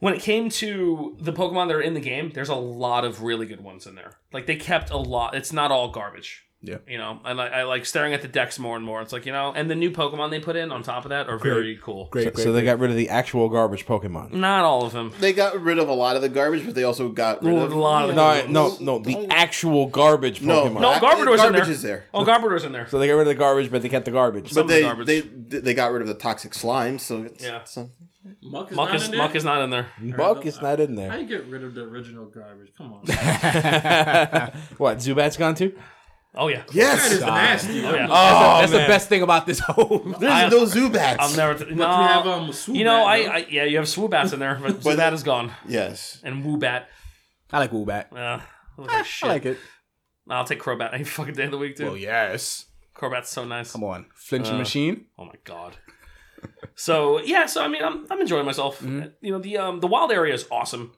Speaker 3: When it came to the Pokemon that are in the game, there's a lot of really good ones in there. Like they kept a lot. It's not all garbage.
Speaker 1: Yeah.
Speaker 3: You know, and I, I like staring at the decks more and more. It's like you know, and the new Pokemon they put in on top of that are very cool.
Speaker 9: so, so they got rid of the actual garbage
Speaker 5: Mm.
Speaker 9: Pokemon.
Speaker 3: Not all of them.
Speaker 2: They got rid of a lot of the garbage, but they also got rid
Speaker 3: Well,
Speaker 2: of
Speaker 3: a lot of
Speaker 9: No,
Speaker 3: them.
Speaker 9: I- no, no, the actual garbage
Speaker 2: No,
Speaker 9: Pokemon.
Speaker 3: No,
Speaker 2: I-
Speaker 3: Garbodor's in
Speaker 2: garbage
Speaker 3: there.
Speaker 2: is there.
Speaker 3: Oh, Garbodor's in there.
Speaker 9: So they got rid of the garbage, but they kept the garbage.
Speaker 3: Some
Speaker 2: But
Speaker 3: of the
Speaker 2: they,
Speaker 3: garbage.
Speaker 2: they they got rid of the toxic slime, so it's,
Speaker 3: Yeah.
Speaker 2: so-
Speaker 6: Muck is
Speaker 3: Muck
Speaker 6: not
Speaker 3: is,
Speaker 6: in there?
Speaker 3: Muck is not in there.
Speaker 9: Buck is not in
Speaker 6: How
Speaker 9: there.
Speaker 6: you get rid of the original garbage? Come on.
Speaker 9: What Zubat's gone to?
Speaker 3: Oh yeah.
Speaker 6: That is
Speaker 2: yes,
Speaker 6: nasty.
Speaker 3: Oh, yeah. Oh,
Speaker 6: I'm-
Speaker 1: that's the best thing about this whole.
Speaker 2: there's no Zubats.
Speaker 3: I'll never. T- no.
Speaker 6: But you have um, Swoop
Speaker 3: you know,
Speaker 6: Rat,
Speaker 3: I,
Speaker 6: though.
Speaker 3: I yeah, you have Swoobats in there, but Zubat is gone,
Speaker 2: yes,
Speaker 3: and Woobat.
Speaker 1: I like Woobat.
Speaker 3: Uh, looks like
Speaker 1: I
Speaker 3: shit.
Speaker 1: like it.
Speaker 3: Nah, I'll take Crobat any fucking day of the week, dude.
Speaker 1: Well, yes.
Speaker 3: Crobat's so nice.
Speaker 1: Come on,
Speaker 2: Uh.
Speaker 1: flinching machine.
Speaker 3: Oh my god. so yeah, so I mean, I'm, I'm enjoying myself.
Speaker 1: Mm-hmm.
Speaker 3: You know, the um the wild area is awesome.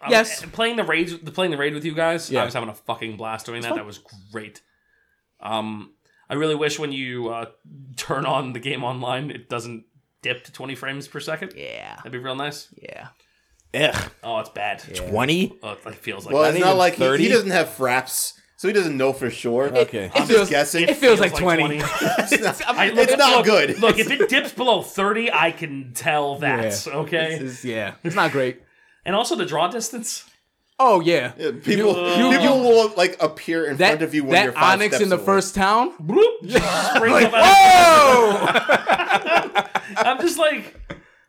Speaker 3: Um,
Speaker 1: Yes.
Speaker 3: and playing the raid, the playing the raid with you guys, I
Speaker 1: Yeah.
Speaker 3: was having a fucking blast doing that. That was great. Um, I really wish when you uh, turn on the game online, it doesn't dip to 20 frames per second.
Speaker 1: Yeah.
Speaker 3: That'd be real nice.
Speaker 1: Yeah.
Speaker 9: Ugh,
Speaker 3: Oh, it's bad.
Speaker 9: twenty.
Speaker 3: Oh, it like, feels like
Speaker 2: well,
Speaker 3: that.
Speaker 2: it's
Speaker 9: not
Speaker 2: not
Speaker 9: even
Speaker 2: like he,
Speaker 9: 30?
Speaker 2: he doesn't have fraps, so he doesn't know for sure.
Speaker 9: Okay.
Speaker 1: It
Speaker 2: I'm just
Speaker 1: feels-
Speaker 2: guessing.
Speaker 1: It feels, like, 20.
Speaker 2: it's not,
Speaker 3: I-
Speaker 2: it's not
Speaker 3: look-
Speaker 2: good.
Speaker 3: Look, if it dips below 30, I can tell that.
Speaker 1: Yeah.
Speaker 3: Okay.
Speaker 1: This is- yeah. It's not great.
Speaker 3: and also the draw distance.
Speaker 1: Oh, yeah.
Speaker 2: Yeah, people, people will like appear in
Speaker 1: That,
Speaker 2: front of you when you're
Speaker 1: that
Speaker 2: five
Speaker 1: Onyx
Speaker 2: steps
Speaker 1: in the
Speaker 2: away.
Speaker 1: first town.
Speaker 3: Bloop, just springs up out of-
Speaker 1: Oh!
Speaker 3: I'm just like,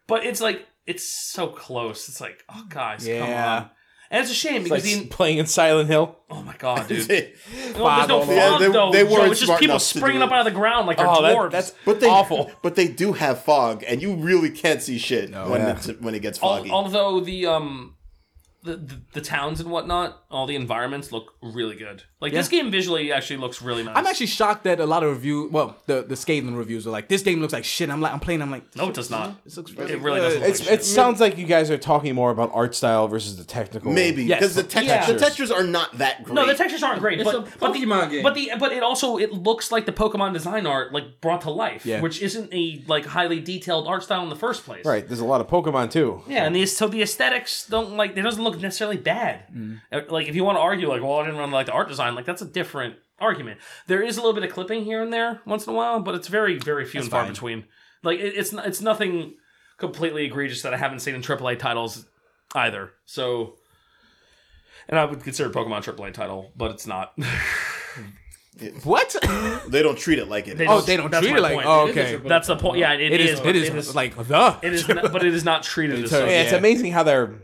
Speaker 3: but it's like it's so close. It's like, oh guys,
Speaker 1: Yeah.
Speaker 3: come on. And it's a shame
Speaker 9: Like
Speaker 3: because
Speaker 9: s-
Speaker 3: the,
Speaker 9: playing in Silent Hill.
Speaker 3: oh my god, dude,
Speaker 2: but
Speaker 3: No, there's no
Speaker 1: all
Speaker 3: fog
Speaker 2: over. Yeah, they-
Speaker 3: though.
Speaker 2: they
Speaker 3: Joe.
Speaker 2: weren't
Speaker 3: it's just
Speaker 2: smart
Speaker 3: people
Speaker 2: enough to
Speaker 3: springing
Speaker 2: do
Speaker 3: up out of the ground like they're
Speaker 9: Oh, that-
Speaker 3: dwarves.
Speaker 9: that's
Speaker 2: they
Speaker 9: awful.
Speaker 2: But they do have fog, and you really can't see shit when it's, when it gets foggy.
Speaker 3: Al- although the um. The, the, the towns and whatnot, all the environments look really good. Like this game visually actually looks really nice.
Speaker 1: I'm actually shocked that a lot of review, well, the the scathing reviews are like, this game looks like shit. I'm like, I'm playing. I'm like,
Speaker 3: no, it does not.
Speaker 1: this looks
Speaker 3: It really doesn't. Look
Speaker 9: It's,
Speaker 3: like shit.
Speaker 9: it sounds like you guys are talking more about art style versus the technical.
Speaker 2: Maybe
Speaker 1: Yes.
Speaker 2: because the, text-
Speaker 3: Yeah.
Speaker 2: the textures are not that great.
Speaker 3: No, the textures aren't great.
Speaker 6: It's
Speaker 3: but,
Speaker 6: a
Speaker 3: but the,
Speaker 6: Pokemon game.
Speaker 3: But the but it also it looks like the Pokemon design art like brought to life,
Speaker 1: Yeah.
Speaker 3: which isn't a like highly detailed art style in the first place.
Speaker 9: Right. There's a lot of Pokemon too.
Speaker 3: Yeah, and the, so the aesthetics don't like it doesn't look necessarily bad.
Speaker 1: Mm.
Speaker 3: Uh, Like if you want to argue like, well, I didn't really like the art design, like that's a different argument. There is a little bit of clipping here and there once in a while, but it's very very few and far between. Like it, it's n- it's nothing completely egregious that I haven't seen in AAA titles either. So, and I would consider Pokemon a AAA title, but it's not.
Speaker 1: What?
Speaker 2: they don't treat it like it.
Speaker 3: They
Speaker 1: oh, they don't
Speaker 3: That's
Speaker 1: treat
Speaker 3: my
Speaker 1: it like.
Speaker 3: point.
Speaker 1: Oh,
Speaker 6: It is
Speaker 1: okay.
Speaker 6: a-
Speaker 3: That's the point. Yeah,
Speaker 1: It is. It is, like the.
Speaker 3: It is, not, but it is not treated as
Speaker 1: Yeah.
Speaker 3: such.
Speaker 9: Yeah, it's amazing how their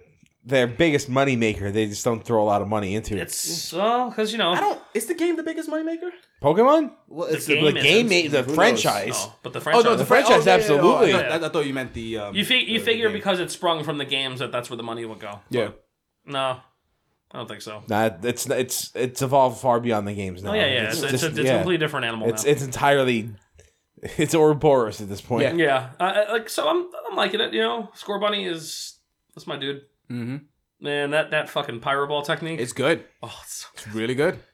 Speaker 9: their biggest money maker. They just don't throw a lot of money into it.
Speaker 3: It's well, because you know, I don't
Speaker 1: Is the game the biggest moneymaker?
Speaker 9: Pokemon,
Speaker 2: well, it's
Speaker 3: game
Speaker 9: the
Speaker 3: isn't.
Speaker 9: game, ma- the franchise.
Speaker 3: No, but the
Speaker 1: Oh
Speaker 3: franchise.
Speaker 1: no, the franchise
Speaker 9: yeah, yeah, yeah.
Speaker 1: absolutely.
Speaker 9: Oh,
Speaker 3: I thought-
Speaker 1: I, thought you meant the. um,
Speaker 3: you fi- you figure because it's sprung from the games that that's where the money would go.
Speaker 1: yeah.
Speaker 3: No, I don't think so.
Speaker 9: Nah, it's it's it's evolved far beyond the games now.
Speaker 3: Oh yeah, yeah, it's, it's,
Speaker 9: just-
Speaker 3: a, it's a
Speaker 9: yeah.
Speaker 3: completely different animal
Speaker 9: It's
Speaker 3: now.
Speaker 9: it's entirely it's Ouroboros at this point.
Speaker 1: Yeah.
Speaker 3: yeah, I, I- like so, I'm I'm liking it. You know, Score Bunny is that's my dude.
Speaker 1: Mm-hmm.
Speaker 3: Man, that that fucking pyro ball technique.
Speaker 1: It's good.
Speaker 3: oh, it's so
Speaker 1: It's really good.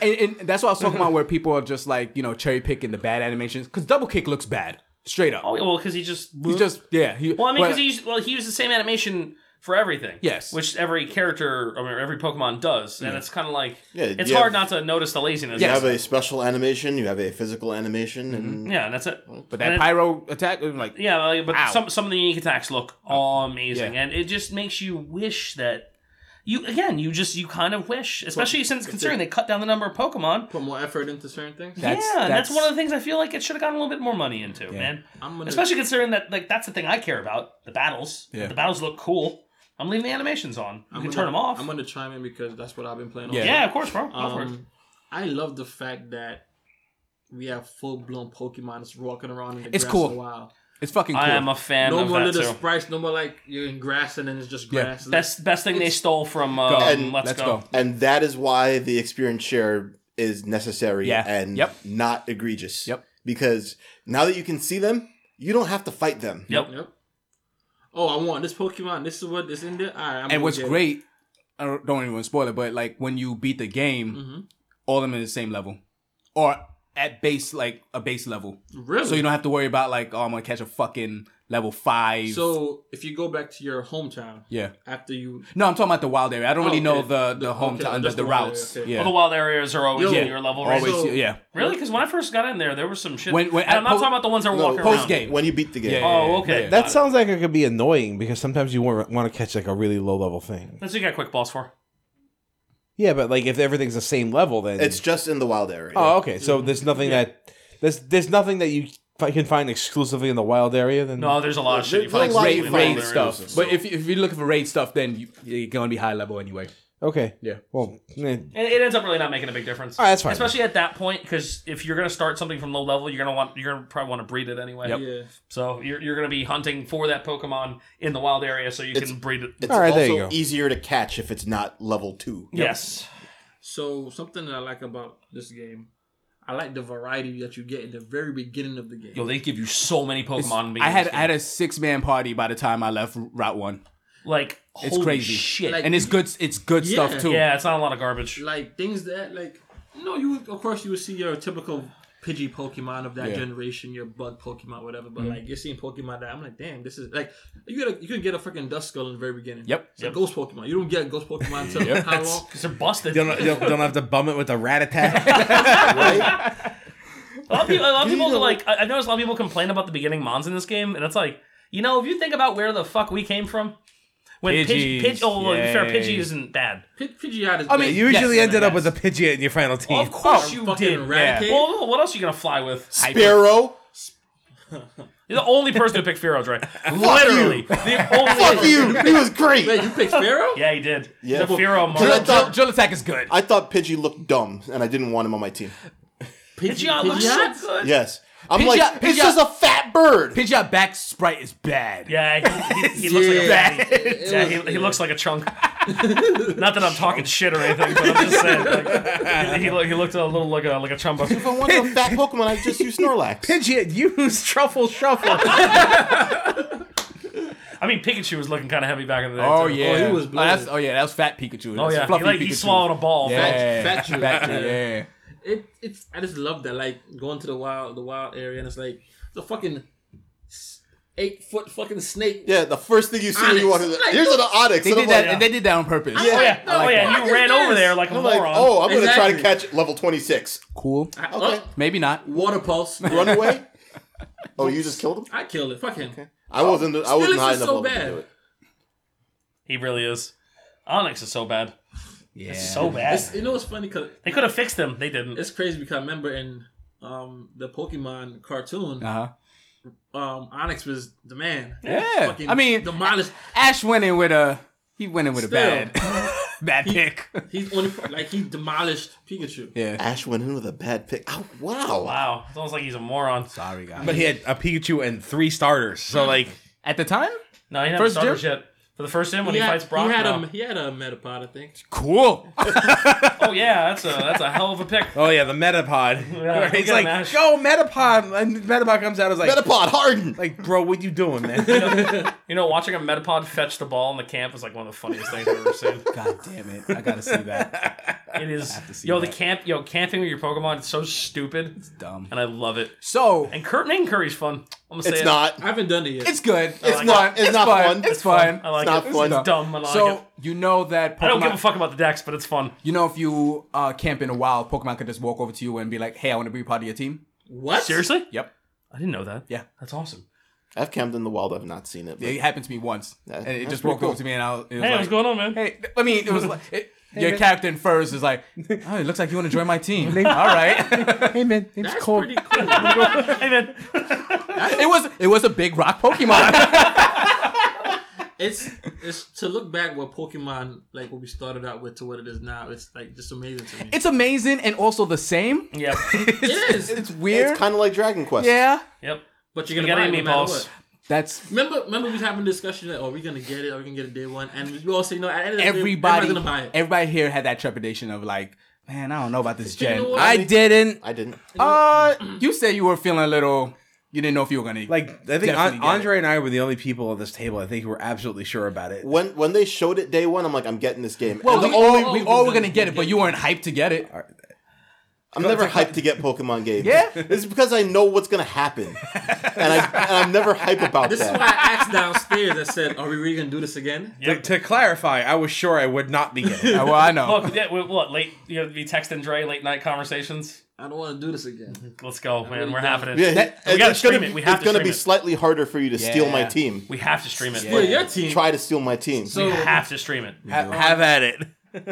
Speaker 1: And, and that's what I was talking about, where people are just like you know cherry picking the bad animations because double kick looks bad.
Speaker 8: Straight up.
Speaker 3: Oh well, because he just
Speaker 8: He's just yeah. He,
Speaker 3: well, I mean,
Speaker 8: but-
Speaker 3: because he used well he used the same animation for everything.
Speaker 8: Yes.
Speaker 3: which every character, I mean, every Pokemon does, and it's kind of like
Speaker 2: Yeah,
Speaker 3: it's
Speaker 2: you
Speaker 3: hard
Speaker 2: have-
Speaker 3: not to notice the laziness.
Speaker 2: You have a special animation, you have a physical animation, and
Speaker 3: yeah, and that's it.
Speaker 1: But that
Speaker 3: And it-
Speaker 1: pyro attack, I'm like,
Speaker 3: Yeah, like, but
Speaker 1: Ow.
Speaker 3: some some of the unique attacks look amazing, and it just makes you wish that you again you just you kind of wish, especially since considering they cut down the number of Pokemon.
Speaker 6: Put more effort into certain things.
Speaker 1: That's-
Speaker 3: yeah, and that's,
Speaker 1: that's-
Speaker 3: one of the things I feel like it should have gotten a little bit more money into, man.
Speaker 6: I'm gonna.
Speaker 3: Especially considering that like that's the thing I care about the battles.
Speaker 8: Yeah.
Speaker 3: the battles look cool. I'm leaving the animations on. You
Speaker 6: I'm
Speaker 3: can
Speaker 6: gonna-
Speaker 3: turn them off.
Speaker 6: I'm gonna chime in because that's what I've been playing.
Speaker 8: Yeah.
Speaker 6: all
Speaker 3: yeah, of course, bro. Go for it.
Speaker 6: Um, I love the fact that we have full blown Pokemon that's walking around in the
Speaker 8: It's
Speaker 6: grass
Speaker 8: cool.
Speaker 6: for a while.
Speaker 8: it's fucking cool.
Speaker 3: I am a fan
Speaker 6: No
Speaker 3: of
Speaker 6: more
Speaker 3: that
Speaker 6: little
Speaker 3: too.
Speaker 6: sprites, no more like you're in grass and then it's just
Speaker 8: Yeah.
Speaker 6: grass.
Speaker 3: Best best thing they stole from um,
Speaker 2: And
Speaker 3: Let's,
Speaker 8: Let's
Speaker 3: go.
Speaker 8: go.
Speaker 2: and that is why the experience share is necessary
Speaker 8: Yeah.
Speaker 2: and
Speaker 8: Yep.
Speaker 2: not egregious.
Speaker 8: Yep.
Speaker 2: Because now that you can see them, you don't have to fight them.
Speaker 3: Yep.
Speaker 6: Yep. Oh, I want this Pokemon. This is what is in there. All right, I'm
Speaker 1: and
Speaker 6: gonna
Speaker 1: what's
Speaker 6: get it.
Speaker 1: great, I don't, don't even want to spoil it, but like when you beat the game,
Speaker 3: Mm-hmm.
Speaker 1: all of them are the same level, or at base like a base level,
Speaker 6: Really?
Speaker 1: so you don't have to worry about like oh I'm gonna catch a fucking level five.
Speaker 6: So if you go back to your hometown
Speaker 1: yeah,
Speaker 6: after you,
Speaker 1: no, I'm talking about the wild area. I don't really know
Speaker 6: okay.
Speaker 1: the the
Speaker 6: okay,
Speaker 1: hometown, the,
Speaker 6: just
Speaker 1: the
Speaker 6: the wild
Speaker 1: routes.
Speaker 6: area, okay.
Speaker 1: Yeah,
Speaker 3: All the wild areas are always
Speaker 6: Yo,
Speaker 3: your level, right?
Speaker 1: always.
Speaker 6: so-
Speaker 1: yeah,
Speaker 3: Really? Because when I first got in there, there was some shit.
Speaker 1: When- when-
Speaker 3: and I'm not
Speaker 1: po-
Speaker 3: talking about the ones that were
Speaker 2: No,
Speaker 3: walking
Speaker 1: post
Speaker 3: around.
Speaker 1: game.
Speaker 2: When you beat the game.
Speaker 1: Yeah, yeah,
Speaker 3: Oh,
Speaker 1: yeah,
Speaker 3: okay.
Speaker 1: yeah.
Speaker 3: Got
Speaker 9: That
Speaker 3: it.
Speaker 9: sounds like it could be annoying because sometimes you want want to catch like a really low level thing.
Speaker 3: That's what you got quick balls for.
Speaker 9: Yeah, but like if everything's the same level, then
Speaker 2: It's just in the wild area.
Speaker 9: oh okay. So there's nothing that there's there's nothing that you fi- can find exclusively in the wild area. Then
Speaker 3: No, there's a lot of shit. You
Speaker 2: There's
Speaker 3: find
Speaker 2: a lot
Speaker 3: like
Speaker 2: you
Speaker 1: raid,
Speaker 2: find
Speaker 3: wild
Speaker 1: raid
Speaker 2: there
Speaker 1: stuff.
Speaker 2: is.
Speaker 1: But if if you're looking for raid stuff, then you, you're gonna be high level anyway.
Speaker 9: okay.
Speaker 1: Yeah.
Speaker 9: Well, eh,
Speaker 3: It, it ends up really not making a big difference.
Speaker 9: All right, that's fine.
Speaker 3: Especially at that point, because if you're gonna start something from low level, you're gonna want you're gonna probably want to breed it anyway.
Speaker 6: yeah,
Speaker 3: So you're, you're gonna be hunting for that Pokemon in the wild area, so you can breed it.
Speaker 2: It's
Speaker 9: All right,
Speaker 2: also
Speaker 9: there you go.
Speaker 2: easier to catch if it's not level two.
Speaker 3: Yes.
Speaker 6: So something that I like about this game, I like the variety that you get in the very beginning of the game.
Speaker 3: Yo, they give you so many Pokemon.
Speaker 1: I had I had a six man party by the time I left Route One,
Speaker 3: like
Speaker 1: It's
Speaker 3: holy
Speaker 1: crazy.
Speaker 3: shit.
Speaker 6: Like-
Speaker 1: and it's good it's good
Speaker 6: Yeah.
Speaker 1: stuff too.
Speaker 3: yeah, it's not a lot of garbage.
Speaker 6: Like things that like no, you would- of course you would see your typical Pidgey Pokemon of that generation, your Bug Pokemon, whatever. But like you're seeing Pokemon that I'm like, damn, this is like you gotta you could get a freaking Dust Skull in the very beginning.
Speaker 1: Yep.
Speaker 6: It's a Ghost Pokemon. You don't get a Ghost Pokemon until how long?
Speaker 3: Because they're busted.
Speaker 9: don't, don't, don't have to bum it with a rat attack.
Speaker 3: A lot of people, a lot of people are like, I- I've noticed a lot of people complain about the beginning mons in this game, and it's like, you know, if you think about where the fuck we came from, when Pidgey,
Speaker 1: Pidgeys,
Speaker 3: Pidge, oh, well, to be fair,
Speaker 1: yay.
Speaker 3: Pidgey isn't bad.
Speaker 6: Pid- Pidgeot is.
Speaker 1: I mean,
Speaker 9: you usually
Speaker 1: Yes.
Speaker 9: ended up with a Pidgeot in your final team.
Speaker 3: of course
Speaker 6: I'm
Speaker 3: you
Speaker 6: fucking
Speaker 3: did.
Speaker 6: Raticate.
Speaker 3: Well, no, what else are you gonna fly with?
Speaker 2: Sparrow,
Speaker 3: You're the only person who picked Fearoz, right? Literally, the only.
Speaker 2: fuck you. He was great.
Speaker 6: Wait, you picked Pharaoh?
Speaker 3: Yeah, he did.
Speaker 2: Yeah.
Speaker 3: The Fearow
Speaker 2: I
Speaker 3: mon.
Speaker 2: thought-
Speaker 1: Drill, drill attack is good.
Speaker 2: I thought Pidgey looked dumb, and I didn't want him on my team.
Speaker 3: Pidgeot looks so good.
Speaker 2: Yes, I'm
Speaker 1: Pidgeot-
Speaker 2: like, this
Speaker 1: Pidgeot-
Speaker 2: is a fat bird.
Speaker 1: Pidgeot back sprite is bad.
Speaker 3: Yeah, he, he, he looks like a
Speaker 1: Bad.
Speaker 3: Yeah, he, he looks like a chunk. Not that I'm talking shit or anything, but I'm just saying. Like, he, he, look- he looked a little like a like a chumbo.
Speaker 2: If I wanted a fat Pokemon, I'd just use Snorlax.
Speaker 9: Pidgeot, use truffle shuffle.
Speaker 3: I mean, Pikachu was looking kind of heavy back in the day.
Speaker 1: Oh
Speaker 3: too.
Speaker 1: yeah.
Speaker 6: Oh, he was
Speaker 1: that's,
Speaker 6: bloated.
Speaker 1: oh yeah, that was fat Pikachu.
Speaker 3: Oh
Speaker 1: That's
Speaker 3: yeah, he,
Speaker 1: fluffy
Speaker 3: like,
Speaker 1: Pikachu.
Speaker 3: he swallowed a ball.
Speaker 1: Yeah.
Speaker 6: Fat- fat you.
Speaker 1: Fat you, yeah.
Speaker 6: It, it's I just love that like going to the wild the wild area and it's like the fucking eight foot fucking snake.
Speaker 2: Yeah, the first thing you see when you walk
Speaker 6: Onyx.
Speaker 2: in, the- here's an Onyx.
Speaker 1: They
Speaker 2: and
Speaker 1: did
Speaker 2: I'm
Speaker 1: that.
Speaker 2: like,
Speaker 1: and They did that on purpose.
Speaker 3: Oh yeah,
Speaker 6: I like
Speaker 3: oh yeah,
Speaker 6: that.
Speaker 3: you ran over there like a
Speaker 2: I'm like,
Speaker 3: moron.
Speaker 2: oh, I'm gonna try to
Speaker 6: Exactly.
Speaker 2: catch level 26.
Speaker 1: Cool.
Speaker 6: I-
Speaker 2: Okay.
Speaker 6: oh,
Speaker 1: Maybe not.
Speaker 6: water pulse.
Speaker 2: Run away. oh, you just killed him.
Speaker 6: I killed it. Fuck him.
Speaker 2: I wasn't. I wasn't
Speaker 6: Felix
Speaker 2: high
Speaker 6: is
Speaker 2: enough
Speaker 6: so
Speaker 2: level to
Speaker 6: bad.
Speaker 2: do it.
Speaker 3: he really is. Onyx is so bad.
Speaker 1: Yeah.
Speaker 3: So bad.
Speaker 6: It's, you know what's funny? Cause
Speaker 3: They could have fixed him. They didn't.
Speaker 6: it's crazy because I remember in um the Pokemon cartoon,
Speaker 1: Uh huh.
Speaker 6: um Onyx was the man.
Speaker 1: Yeah.
Speaker 6: Fucking
Speaker 1: I mean,
Speaker 6: demolished.
Speaker 1: Ash went in with a. He went in with a
Speaker 6: Still.
Speaker 1: bad, bad pick.
Speaker 6: He's only like he demolished Pikachu.
Speaker 1: Yeah.
Speaker 2: Ash went in with a bad pick. Oh, wow.
Speaker 3: Wow, it's almost like he's a moron.
Speaker 1: Sorry guys.
Speaker 9: but he had a Pikachu and three starters. So like,
Speaker 1: At the time,
Speaker 3: No, he didn't
Speaker 1: First
Speaker 3: have starters yet. For the first in when he,
Speaker 6: had,
Speaker 3: fights Brock.
Speaker 6: he had
Speaker 3: no.
Speaker 6: a he had a Metapod, I think.
Speaker 1: cool.
Speaker 3: Oh yeah, that's a that's a hell of a pick.
Speaker 9: oh yeah, the Metapod.
Speaker 3: Yeah,
Speaker 9: He's
Speaker 3: get
Speaker 9: like,
Speaker 3: him, Ash.
Speaker 9: go Metapod, and Metapod comes out. I was like,
Speaker 2: Metapod Harden.
Speaker 9: like bro, what you doing, man?
Speaker 3: You know, watching a Metapod fetch the ball in the camp is like one of the funniest things I've ever seen.
Speaker 1: God damn it! I gotta see that.
Speaker 3: It is. Yo, the camp. Yo, camping with your Pokemon. It's so stupid,
Speaker 1: Dumb.
Speaker 3: and I love it.
Speaker 1: So
Speaker 3: And Kurt Nate and Curry's fun. I'm gonna say
Speaker 2: It's
Speaker 3: it.
Speaker 2: not.
Speaker 6: I haven't done it yet.
Speaker 10: It's good. It's
Speaker 3: like
Speaker 10: not.
Speaker 2: it. It's not fun.
Speaker 10: It's
Speaker 2: It's
Speaker 10: fun.
Speaker 3: I like
Speaker 2: It's not
Speaker 3: it.
Speaker 2: fun.
Speaker 3: It's dumb. I like
Speaker 1: so
Speaker 3: it.
Speaker 1: you know that Pokemon,
Speaker 3: I don't give a fuck about the decks, but it's fun.
Speaker 1: you know if you uh, camp in the wild, Pokemon could just walk over to you and be like, "Hey, I want to be part of your team."
Speaker 6: What?
Speaker 3: Seriously?
Speaker 1: Yep,
Speaker 3: I didn't know that.
Speaker 1: Yeah.
Speaker 3: That's awesome.
Speaker 2: I've camped in the wild. I've not seen it. But
Speaker 1: it happened to me once, and it
Speaker 2: that's
Speaker 1: just
Speaker 2: pretty
Speaker 1: walked
Speaker 2: cool.
Speaker 1: over to me, and I was, it was
Speaker 3: Hey,
Speaker 1: like,
Speaker 3: what's going on, man?
Speaker 1: "Hey," I mean, it was like. It, your character infers is like, oh, it looks like you want to join my team. All right,
Speaker 5: Hey man, it's
Speaker 6: That's
Speaker 5: cold.
Speaker 6: pretty cool.
Speaker 3: Hey, man.
Speaker 1: it was it was a big rock Pokemon.
Speaker 6: it's it's to look back what Pokemon like what we started out with to what it is now. It's like just amazing to me.
Speaker 1: it's amazing and also the same.
Speaker 3: Yep.
Speaker 6: It is.
Speaker 1: It's weird.
Speaker 2: It's kind of like Dragon Quest.
Speaker 1: yeah,
Speaker 3: Yep.
Speaker 6: but you're gonna
Speaker 3: Spaghetti
Speaker 6: buy it no matter
Speaker 3: meatballs.
Speaker 6: what.
Speaker 1: that's
Speaker 6: Remember, remember we was having a discussion like, oh, we gonna get it? Are we gonna get it day one? And we all say no. At the end of the day,
Speaker 1: everybody.
Speaker 6: everybody's gonna buy it.
Speaker 1: Everybody here had that trepidation of like, man, I don't know about this
Speaker 6: know
Speaker 1: gen.
Speaker 6: what?
Speaker 1: I didn't.
Speaker 2: I didn't.
Speaker 1: Uh, you said you were feeling a little. You didn't know if you were gonna
Speaker 5: Like I think
Speaker 1: Definitely
Speaker 5: An-
Speaker 1: get
Speaker 5: Andre and I were the only people at this table I think who were absolutely sure about it.
Speaker 2: When when they showed it day one, I'm like, I'm getting this game.
Speaker 1: Well,
Speaker 2: And
Speaker 1: we
Speaker 2: the-
Speaker 1: all we all were gonna get it, but you weren't hyped to get it.
Speaker 2: I'm never hyped to get Pokemon games.
Speaker 1: Yeah.
Speaker 2: it's because I know what's gonna happen, and I and I'm never hype about
Speaker 6: This is
Speaker 2: that.
Speaker 6: why I asked downstairs. I said, "Are we really gonna do this again?"
Speaker 5: To, to clarify, I was sure I would not be getting it.
Speaker 1: Uh, Well, I know.
Speaker 3: Look, yeah, we- what late? You have to be texting Dre late night conversations.
Speaker 6: I don't want to do this again.
Speaker 3: Let's go, man. We're
Speaker 6: done.
Speaker 3: having it.
Speaker 2: Yeah,
Speaker 3: we
Speaker 2: it's
Speaker 3: gotta
Speaker 2: gonna
Speaker 3: stream
Speaker 2: be-
Speaker 3: it. We have
Speaker 2: it's
Speaker 3: to
Speaker 2: gonna
Speaker 3: stream
Speaker 2: be
Speaker 3: it.
Speaker 2: slightly harder for you to steal my
Speaker 1: Yeah.
Speaker 2: team.
Speaker 3: We have to stream it.
Speaker 6: Yeah, your team.
Speaker 2: Try to steal my team.
Speaker 6: so
Speaker 3: We have to stream it.
Speaker 5: Ha- have at it.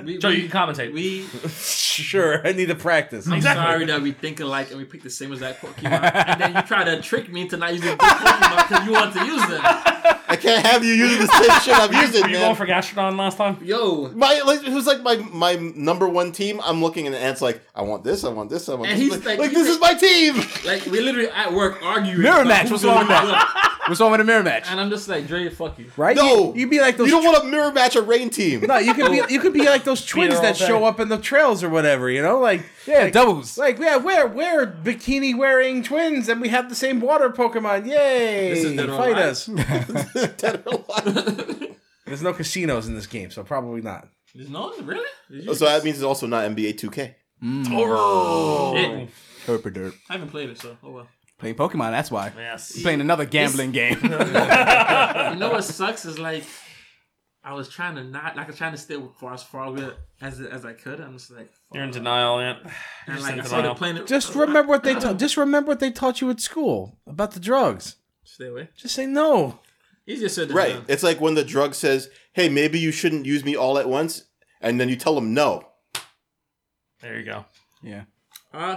Speaker 6: we,
Speaker 3: Joe,
Speaker 6: we,
Speaker 3: you can commentate.
Speaker 6: we
Speaker 5: Sure, I need to practice.
Speaker 3: Exactly.
Speaker 6: sorry that we think alike and we pick the same exact Pokemon, and then you try to trick me into not using good Pokemon because you want to use them.
Speaker 2: I can't have you using the same shit I'm using,
Speaker 3: Were you going
Speaker 2: man.
Speaker 3: for Gastrodon last time?
Speaker 6: Yo,
Speaker 2: My like, it was like my my number one team. I'm looking and Ant's like, I want this, I want this, I want
Speaker 6: And
Speaker 2: this.
Speaker 6: he's
Speaker 2: like,
Speaker 6: like-
Speaker 2: like,
Speaker 6: he's
Speaker 2: this is my team.
Speaker 6: like we literally at work arguing.
Speaker 1: Mirror
Speaker 6: about
Speaker 1: match, what's
Speaker 6: who's gonna
Speaker 1: wrong with
Speaker 6: use what.
Speaker 1: What's wrong with a mirror match?
Speaker 6: And I'm just like, Dre, fuck you.
Speaker 5: Right?
Speaker 2: No,
Speaker 5: you, would be like those.
Speaker 2: You don't want a mirror match a rain team.
Speaker 5: no, you could be you could be like those twins
Speaker 3: all
Speaker 5: that
Speaker 3: day.
Speaker 5: show up in the trails or whatever. You know, like
Speaker 1: Yeah,
Speaker 5: like,
Speaker 1: doubles.
Speaker 5: Like yeah, we're we're bikini wearing twins and we have the same water Pokemon. Yay!
Speaker 6: This is Dead or
Speaker 5: fight
Speaker 6: Alive.
Speaker 5: us.
Speaker 2: Dead or alive.
Speaker 5: There's no casinos in this game, so probably not.
Speaker 6: There's no really. Did you-
Speaker 2: so that means it's also not NBA 2K.
Speaker 6: Shit.
Speaker 1: Herpa derp.
Speaker 6: I haven't played it, so oh well.
Speaker 1: Playing Pokemon. That's why.
Speaker 3: Yes.
Speaker 1: Playing another gambling game.
Speaker 6: You know what sucks is like I was trying to not like I was trying to stay far as far away as as I could. I'm just like fuck.
Speaker 3: You're in denial, Ant. You're
Speaker 6: and
Speaker 3: just
Speaker 6: like
Speaker 3: in
Speaker 6: I started
Speaker 3: denial.
Speaker 6: playing it.
Speaker 5: Just remember what they ta- just remember what they taught you at school about the drugs.
Speaker 6: Stay away.
Speaker 5: Just say no.
Speaker 6: Easier said uh, than
Speaker 2: Right.
Speaker 6: done.
Speaker 2: It's like when the drug says, "Hey, maybe you shouldn't use me all at once," and then you tell them no.
Speaker 3: There you go.
Speaker 1: yeah.
Speaker 6: Uh,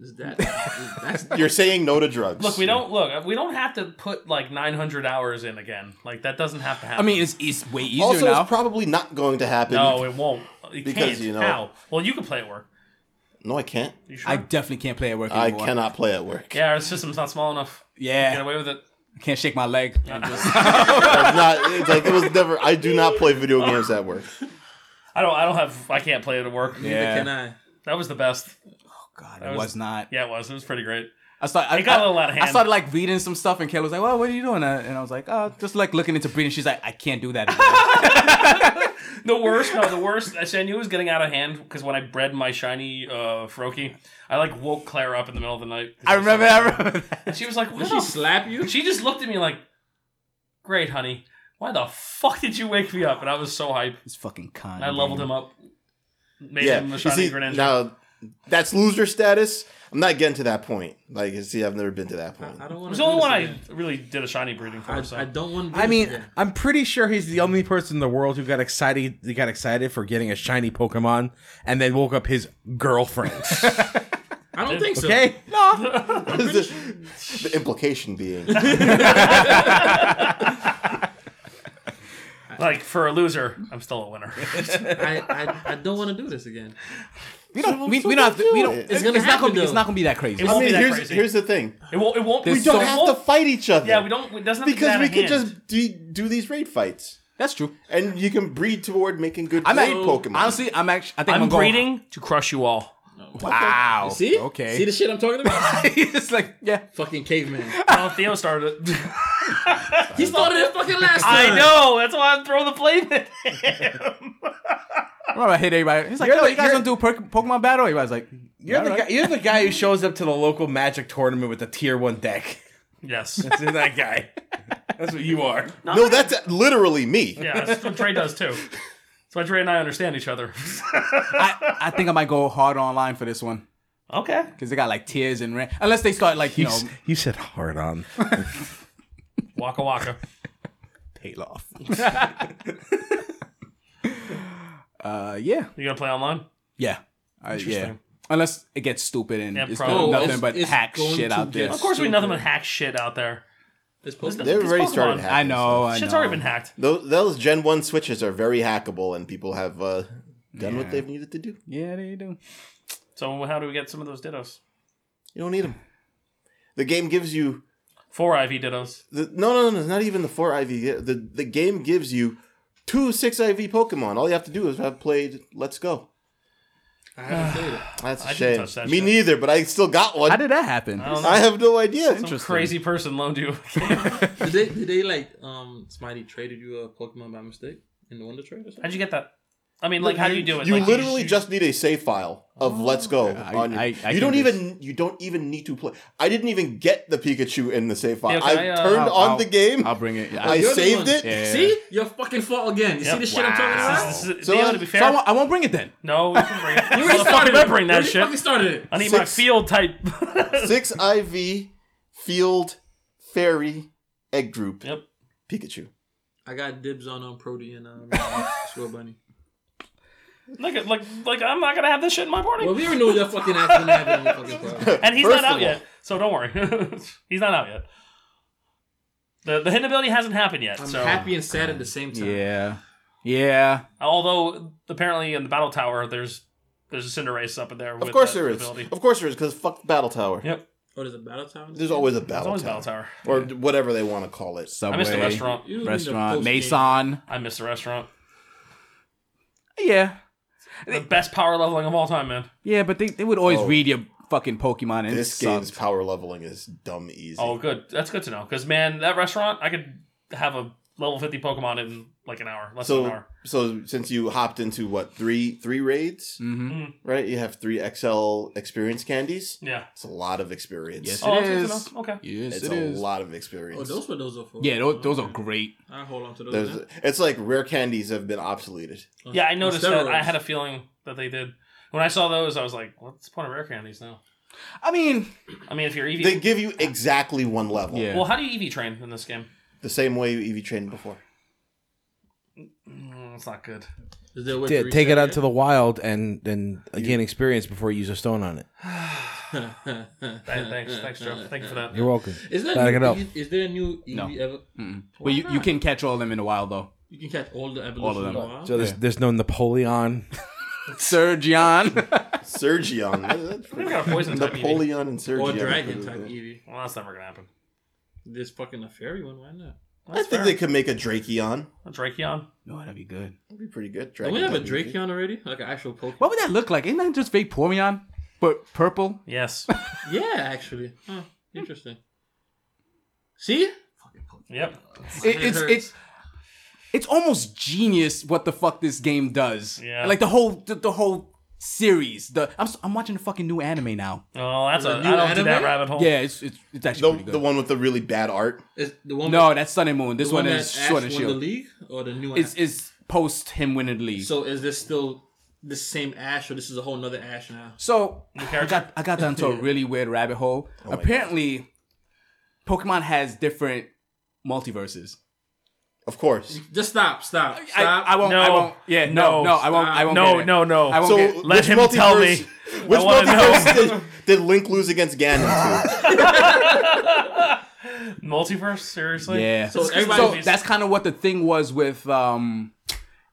Speaker 6: is that that's
Speaker 2: You're saying no to drugs.
Speaker 3: Look, we don't look. We don't have to put like 900 hours in again. Like that doesn't have to
Speaker 1: I
Speaker 3: happen.
Speaker 1: mean, it's, it's way easier
Speaker 2: also,
Speaker 1: now.
Speaker 2: it's probably not going to happen.
Speaker 3: no, it won't. You
Speaker 2: Because,
Speaker 3: can't.
Speaker 2: you know-
Speaker 3: How? Well, you can play at work.
Speaker 2: No, I can't.
Speaker 3: You sure?
Speaker 1: I definitely can't play at work
Speaker 2: I
Speaker 1: anymore.
Speaker 2: cannot play at work.
Speaker 3: yeah, our system's not small enough. Get
Speaker 1: Yeah.
Speaker 3: away with it.
Speaker 1: Can't shake my leg.
Speaker 2: It's not. It's like it was never. I do not play video games at work.
Speaker 3: I don't. I don't have. I can't play it at work.
Speaker 6: neither can
Speaker 1: Yeah.
Speaker 6: I.
Speaker 3: That was the best.
Speaker 1: God, it
Speaker 3: That was-
Speaker 1: was not.
Speaker 3: Yeah, it was. It was pretty great.
Speaker 1: I started.
Speaker 3: It got
Speaker 1: I,
Speaker 3: a little out of hand.
Speaker 1: I started like reading some stuff, and Kayla was like, "Well, what are you doing?" Uh, And I was like, "Oh, just like looking into breeding." She's like, "I can't do that." Anymore.
Speaker 3: The worst, no, the worst. Actually, I knew it was getting out of hand because when I bred my shiny uh, Froakie, I like woke Claire up in the middle of the night.
Speaker 1: I remember. I remember. That.
Speaker 3: And she was like, "What
Speaker 6: Did
Speaker 3: the
Speaker 6: she slap you?
Speaker 3: f-" She just looked at me like, "Great, honey. Why the fuck did you wake me up?" And I was so hyped.
Speaker 1: It's fucking con.
Speaker 3: And I leveled him up. Made
Speaker 2: Yeah.
Speaker 3: him a
Speaker 2: You
Speaker 3: shiny
Speaker 2: see,
Speaker 3: Greninja.
Speaker 2: now that's loser status. I'm not getting to that point. Like, you see, I've never been to that point.
Speaker 6: I don't
Speaker 3: it
Speaker 6: want.
Speaker 3: was the only one I really did a shiny breeding for.
Speaker 6: I,
Speaker 3: so.
Speaker 6: I don't want. To do
Speaker 5: I
Speaker 6: this
Speaker 5: mean,
Speaker 6: again.
Speaker 5: I'm pretty sure he's the only person in the world who got excited. He got excited for getting a shiny Pokemon, and then woke up his girlfriend.
Speaker 6: I don't think so.
Speaker 5: Okay, no,
Speaker 2: the implication being,
Speaker 3: like for a loser, I'm still a winner.
Speaker 6: I, I, I don't want to do this again.
Speaker 1: We don't. We, we don't have to. We don't.
Speaker 2: It's
Speaker 1: It's,
Speaker 6: gonna
Speaker 1: it's not
Speaker 6: happen,
Speaker 1: gonna be. It's
Speaker 6: though.
Speaker 1: not gonna be that crazy.
Speaker 3: It
Speaker 2: I
Speaker 3: won't
Speaker 2: mean,
Speaker 3: be that
Speaker 2: here's
Speaker 3: crazy.
Speaker 2: here's the thing.
Speaker 3: it won't. It won't.
Speaker 2: We don't have to fight each other.
Speaker 3: Yeah, we don't. It doesn't have to
Speaker 2: because
Speaker 3: get
Speaker 2: we
Speaker 3: out
Speaker 2: can
Speaker 3: of hand.
Speaker 2: just do, do these raid fights,
Speaker 1: That's true.
Speaker 2: and you can breed toward making good
Speaker 1: I'm
Speaker 2: raid
Speaker 1: at,
Speaker 2: Pokemon.
Speaker 1: Honestly, I'm actually. I think I'm,
Speaker 3: I'm
Speaker 1: gonna go-
Speaker 3: breeding to crush you all.
Speaker 1: Wow.
Speaker 6: See?
Speaker 1: Okay.
Speaker 6: See the shit I'm talking about?
Speaker 1: it's like yeah.
Speaker 6: fucking caveman.
Speaker 3: Well, Theo started. it.
Speaker 6: He started it fucking last time.
Speaker 3: I know. That's why I'm throwing the blame at him.
Speaker 1: I'm gonna hit everybody. He's like,
Speaker 5: You're
Speaker 1: "Yo,
Speaker 5: the-
Speaker 1: you guys
Speaker 5: you're-
Speaker 1: gonna do per- Pokemon battle?" Everybody's like,
Speaker 5: you're
Speaker 1: "All
Speaker 5: the
Speaker 1: right."
Speaker 5: guy, you're the guy who shows up to the local Magic tournament with a tier one deck.
Speaker 3: Yes.
Speaker 5: It's in that guy. That's what you are.
Speaker 2: No, that's literally me.
Speaker 3: Yeah, that's what Dre does too. That's why Dre and I understand each other.
Speaker 1: I, I think I might go hard online for this one
Speaker 3: okay.
Speaker 1: because they got like tears and rant. Unless they start like you know
Speaker 9: You said hard on.
Speaker 3: Waka waka.
Speaker 1: tail off. uh, yeah,
Speaker 3: You gonna play online?
Speaker 1: yeah, uh, yeah. Unless it gets stupid and
Speaker 3: Yeah,
Speaker 1: it's
Speaker 3: probably.
Speaker 1: nothing
Speaker 6: Oh,
Speaker 1: but
Speaker 6: it's- it's
Speaker 1: hack
Speaker 6: going
Speaker 1: shit
Speaker 6: to
Speaker 1: out there.
Speaker 6: get-
Speaker 3: Of course, we nothing but hack shit out there.
Speaker 6: This Pokemon.
Speaker 2: They've
Speaker 3: It's
Speaker 2: already
Speaker 3: Pokemon.
Speaker 2: started hacking.
Speaker 1: I know. I
Speaker 3: Shit's
Speaker 1: know.
Speaker 3: already been hacked.
Speaker 2: Those, those Gen 1 switches are very hackable, and people have uh, done what they've needed to do.
Speaker 1: Yeah, they do.
Speaker 3: So how do we get some of those dittos?
Speaker 2: You don't need them. The game gives you
Speaker 3: Four IV dittos.
Speaker 2: the, no, no, no, no, not even the four IV. The the game gives you two six IV Pokemon. All you have to do is have played Let's Go.
Speaker 6: I haven't played it.
Speaker 2: That's a
Speaker 3: I didn't
Speaker 2: shame.
Speaker 3: touch that
Speaker 2: Me
Speaker 3: shit.
Speaker 2: neither, but I still got one.
Speaker 1: How
Speaker 2: I,
Speaker 1: did that happen?
Speaker 3: I don't know.
Speaker 2: have no idea.
Speaker 3: Some crazy person loaned you.
Speaker 6: Did they, did they like um Smiley traded you a Pokemon by mistake in the Wonder Trade or something?
Speaker 3: How'd you get that? I mean, like, how do you do it?
Speaker 2: You
Speaker 3: Like,
Speaker 2: literally just need a save file of Let's Go. on your,
Speaker 1: I- I
Speaker 2: you
Speaker 1: can
Speaker 2: don't
Speaker 1: do
Speaker 2: even you don't even need to play. I didn't even get the Pikachu in the save file.
Speaker 3: Yeah, okay,
Speaker 2: I
Speaker 3: uh,
Speaker 2: turned
Speaker 1: I'll-
Speaker 2: on
Speaker 1: I'll-
Speaker 2: the game.
Speaker 1: I'll bring it. yeah.
Speaker 2: I
Speaker 6: You're the
Speaker 2: saved
Speaker 6: one.
Speaker 2: it.
Speaker 1: Yeah.
Speaker 6: See? Your fucking fault again. You see the shit I'm talking about?
Speaker 3: This is-
Speaker 2: So
Speaker 3: Leo,
Speaker 2: I-
Speaker 3: to be
Speaker 1: So I,
Speaker 3: fair,
Speaker 1: won't, I won't bring it then.
Speaker 3: no, we can bring it.
Speaker 6: You
Speaker 3: You
Speaker 6: already started
Speaker 3: fucking
Speaker 6: it.
Speaker 3: bring
Speaker 6: You
Speaker 3: that
Speaker 6: already
Speaker 3: shit.
Speaker 6: fucking started it.
Speaker 3: I need my
Speaker 2: Six.
Speaker 3: field type.
Speaker 2: Six IV Field Fairy Egg Group
Speaker 3: yep.
Speaker 2: Pikachu.
Speaker 6: I got dibs on um, Prody and um, Squirrel Bunny.
Speaker 3: Like, like, like, I'm not gonna have this shit in my party.
Speaker 6: Well, we already know your fucking ass didn't have it on the fucking program.
Speaker 3: and he's
Speaker 2: First
Speaker 3: not out
Speaker 2: of all-
Speaker 3: yet, so don't worry. he's not out yet. The the hidden ability hasn't happened yet.
Speaker 6: I'm
Speaker 3: so
Speaker 6: happy and sad at the same time.
Speaker 1: Yeah. Yeah.
Speaker 3: although apparently in the battle tower there's there's a Cinderace up in there.
Speaker 2: Of
Speaker 3: with
Speaker 2: course
Speaker 3: that
Speaker 2: there is.
Speaker 3: Ability.
Speaker 2: Of course there is because fuck the battle tower.
Speaker 3: Yep,
Speaker 6: Oh, there's a battle tower?
Speaker 2: There's always a
Speaker 3: it's
Speaker 2: battle
Speaker 3: always
Speaker 2: tower,
Speaker 3: battle tower.
Speaker 2: or whatever they want to call it.
Speaker 1: Subway.
Speaker 3: I missed the restaurant.
Speaker 6: You need a
Speaker 1: Restaurant.
Speaker 6: post-game.
Speaker 1: Mason.
Speaker 3: I missed the restaurant.
Speaker 1: Yeah.
Speaker 3: The best power leveling of all time, man.
Speaker 1: Yeah, but they, they would always
Speaker 2: Oh.
Speaker 1: read your fucking Pokemon and
Speaker 2: This
Speaker 1: it sucked.
Speaker 2: game's power leveling is dumb easy.
Speaker 3: Oh, good. That's good to know. Because man, that restaurant, I could have a level fifty Pokemon in like an hour, less than an
Speaker 2: so
Speaker 3: hour.
Speaker 2: so since you hopped into what three three raids,
Speaker 3: Mm.
Speaker 1: Mm-hmm.
Speaker 2: right? You have three XL experience candies.
Speaker 3: Yeah.
Speaker 2: It's a lot of experience.
Speaker 1: Yes,
Speaker 3: Oh,
Speaker 1: it
Speaker 3: that's good to
Speaker 1: is.
Speaker 3: know. Okay.
Speaker 1: Yes,
Speaker 2: it's
Speaker 1: it
Speaker 2: a
Speaker 1: is.
Speaker 2: lot of
Speaker 6: Oh,
Speaker 2: experience.
Speaker 6: those were those are for.
Speaker 1: Yeah, those, those are great.
Speaker 6: I hold on to those. Oh,
Speaker 2: There's, it's like rare candies have been obsoleted.
Speaker 3: Yeah, I noticed that. I had a feeling that they did. When I saw those, I was like, "What's the point of rare candies now?"
Speaker 1: I mean,
Speaker 3: I mean, if you're EV,
Speaker 2: They give you exactly one level.
Speaker 1: Yeah.
Speaker 3: well, how do you EV train in this game?
Speaker 2: The same way you EV trained before.
Speaker 3: Mm, it's not good.
Speaker 6: Is there a way to
Speaker 9: Yeah, take it
Speaker 6: reset
Speaker 9: out to the wild and and gain experience before you use a stone on it.
Speaker 3: Hey, thanks, thanks, Joe. Thank you for that.
Speaker 9: You're welcome.
Speaker 6: Is there,
Speaker 9: Back
Speaker 6: a
Speaker 9: it up.
Speaker 6: new, is there a new EV
Speaker 1: No.
Speaker 6: ever?
Speaker 3: Mm-hmm.
Speaker 1: well, you, you can catch all of them in a while, though.
Speaker 6: You can catch all the evolution.
Speaker 1: All of them.
Speaker 6: wild?
Speaker 9: So there's there's no Napoleon.
Speaker 1: Sergion.
Speaker 3: We've
Speaker 2: Sergion.
Speaker 3: got a poison type EV.
Speaker 2: Napoleon and Sergion.
Speaker 6: Or dragon type EV.
Speaker 3: Well, that's never gonna happen.
Speaker 6: There's fucking a fairy one. Why not?
Speaker 2: I think they could make a Drakeon.
Speaker 3: A Drakeon.
Speaker 1: no, that'd be good.
Speaker 2: That'd be pretty good.
Speaker 6: Don't
Speaker 2: Dragon
Speaker 6: we have a
Speaker 2: type EV.
Speaker 6: Drakeon already? Like an actual Pokemon?
Speaker 1: What would that look like? Isn't that just fake Pormion? But purple?
Speaker 3: Yes.
Speaker 6: Yeah, actually. Huh. Interesting. See?
Speaker 3: yep.
Speaker 1: It, it's
Speaker 6: hurts.
Speaker 1: it's it's almost genius what the fuck this game does.
Speaker 3: Yeah.
Speaker 1: Like the whole the, the whole series. The I'm s- I'm watching the fucking new anime now.
Speaker 3: Oh, that's a. I
Speaker 6: new
Speaker 3: don't do that
Speaker 6: anime?
Speaker 3: rabbit hole.
Speaker 1: Yeah, it's it's, it's actually
Speaker 2: The,
Speaker 1: pretty good.
Speaker 2: the one with the really bad art.
Speaker 6: Is the one
Speaker 1: no, that's Sun and Moon. This
Speaker 6: the one,
Speaker 1: one,
Speaker 6: that
Speaker 1: is
Speaker 6: Ash
Speaker 1: Sword
Speaker 6: won
Speaker 1: and
Speaker 6: the
Speaker 1: Shield.
Speaker 6: league or the new one?
Speaker 1: It's is post him winning the league. So,
Speaker 6: so is this still the same Ash or this is a whole nother Ash now?
Speaker 1: I got I got down to a really weird rabbit hole. Apparently, Pokemon has different multiverses.
Speaker 2: Of course.
Speaker 6: Just stop, stop, stop.
Speaker 1: I, I won't. I
Speaker 3: No.
Speaker 1: won't. Yeah. No. No.
Speaker 3: No.
Speaker 1: I won't. I won't. get
Speaker 3: No,
Speaker 1: it.
Speaker 3: no, no.
Speaker 1: I won't
Speaker 2: So
Speaker 1: get it.
Speaker 3: Let
Speaker 2: which
Speaker 3: him tell me.
Speaker 2: multiverse- Which
Speaker 3: I wanna
Speaker 2: multiverse did, did Link lose against Ganon to?
Speaker 3: Multiverse. Seriously.
Speaker 1: Yeah.
Speaker 6: so
Speaker 1: So
Speaker 6: everybody,
Speaker 1: that's kind of what the thing was with um,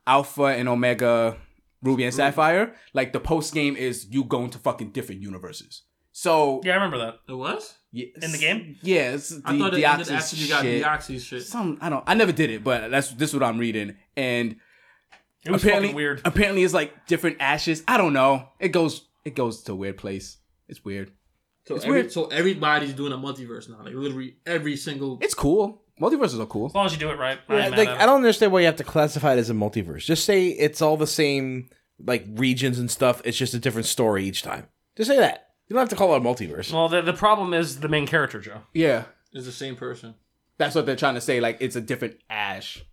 Speaker 1: Alpha and Omega, Ruby and Sapphire. Like the post game is you going to fucking different universes. So
Speaker 3: Yeah, I remember that.
Speaker 6: it was.
Speaker 3: In the game?
Speaker 1: yes, the
Speaker 6: I thought it ended
Speaker 1: Deoxys
Speaker 6: after you got
Speaker 1: shit.
Speaker 6: Deoxys shit.
Speaker 1: Some I don't. I never did it, but that's this is what I'm reading. And
Speaker 3: It was
Speaker 1: apparently,
Speaker 3: fucking weird.
Speaker 1: apparently, it's like different ashes. I don't know. It goes. It goes to a weird place. It's weird.
Speaker 6: So,
Speaker 1: It's
Speaker 6: every,
Speaker 1: weird.
Speaker 6: so everybody's doing a multiverse now. Like literally every single.
Speaker 1: It's cool. Multiverses are cool.
Speaker 3: As long as you do it right. I ain't mad
Speaker 9: like
Speaker 3: at
Speaker 9: I don't understand why you have to classify it as a multiverse. Just say it's all the same like regions and stuff. It's just a different story each time. Just say that. You don't have to call it a multiverse.
Speaker 3: it. Well, the, the problem is the main character, Joe.
Speaker 1: Yeah.
Speaker 6: It's the same person.
Speaker 1: That's what they're trying to say. Like it's a different Ash.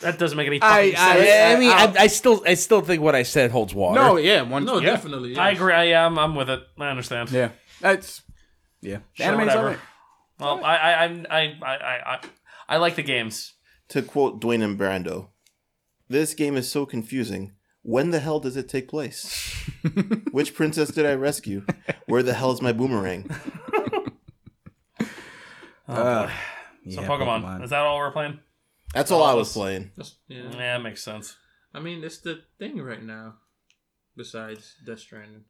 Speaker 3: That doesn't make any fucking
Speaker 1: I-
Speaker 3: sense.
Speaker 5: I mean, I, I still, I still think what I said holds water.
Speaker 1: No, yeah, one.
Speaker 6: No,
Speaker 1: yeah.
Speaker 6: definitely. yes.
Speaker 3: I, agree. I am. I'm with it. I understand.
Speaker 1: Yeah, that's yeah. The anime's
Speaker 3: whatever.
Speaker 1: alright.
Speaker 3: Well, I, I, I'm- I, I, I, I, I like the games.
Speaker 2: To quote Dwayne and Brando, this game is so confusing. When the hell does it take place? Which princess did I rescue? Where the hell is my boomerang?
Speaker 3: So Pokemon. Is that all we're playing?
Speaker 2: That's all I was playing.
Speaker 6: That's- yeah.
Speaker 3: Yeah, it makes sense.
Speaker 6: I mean, it's the thing right now. Besides Death Stranding,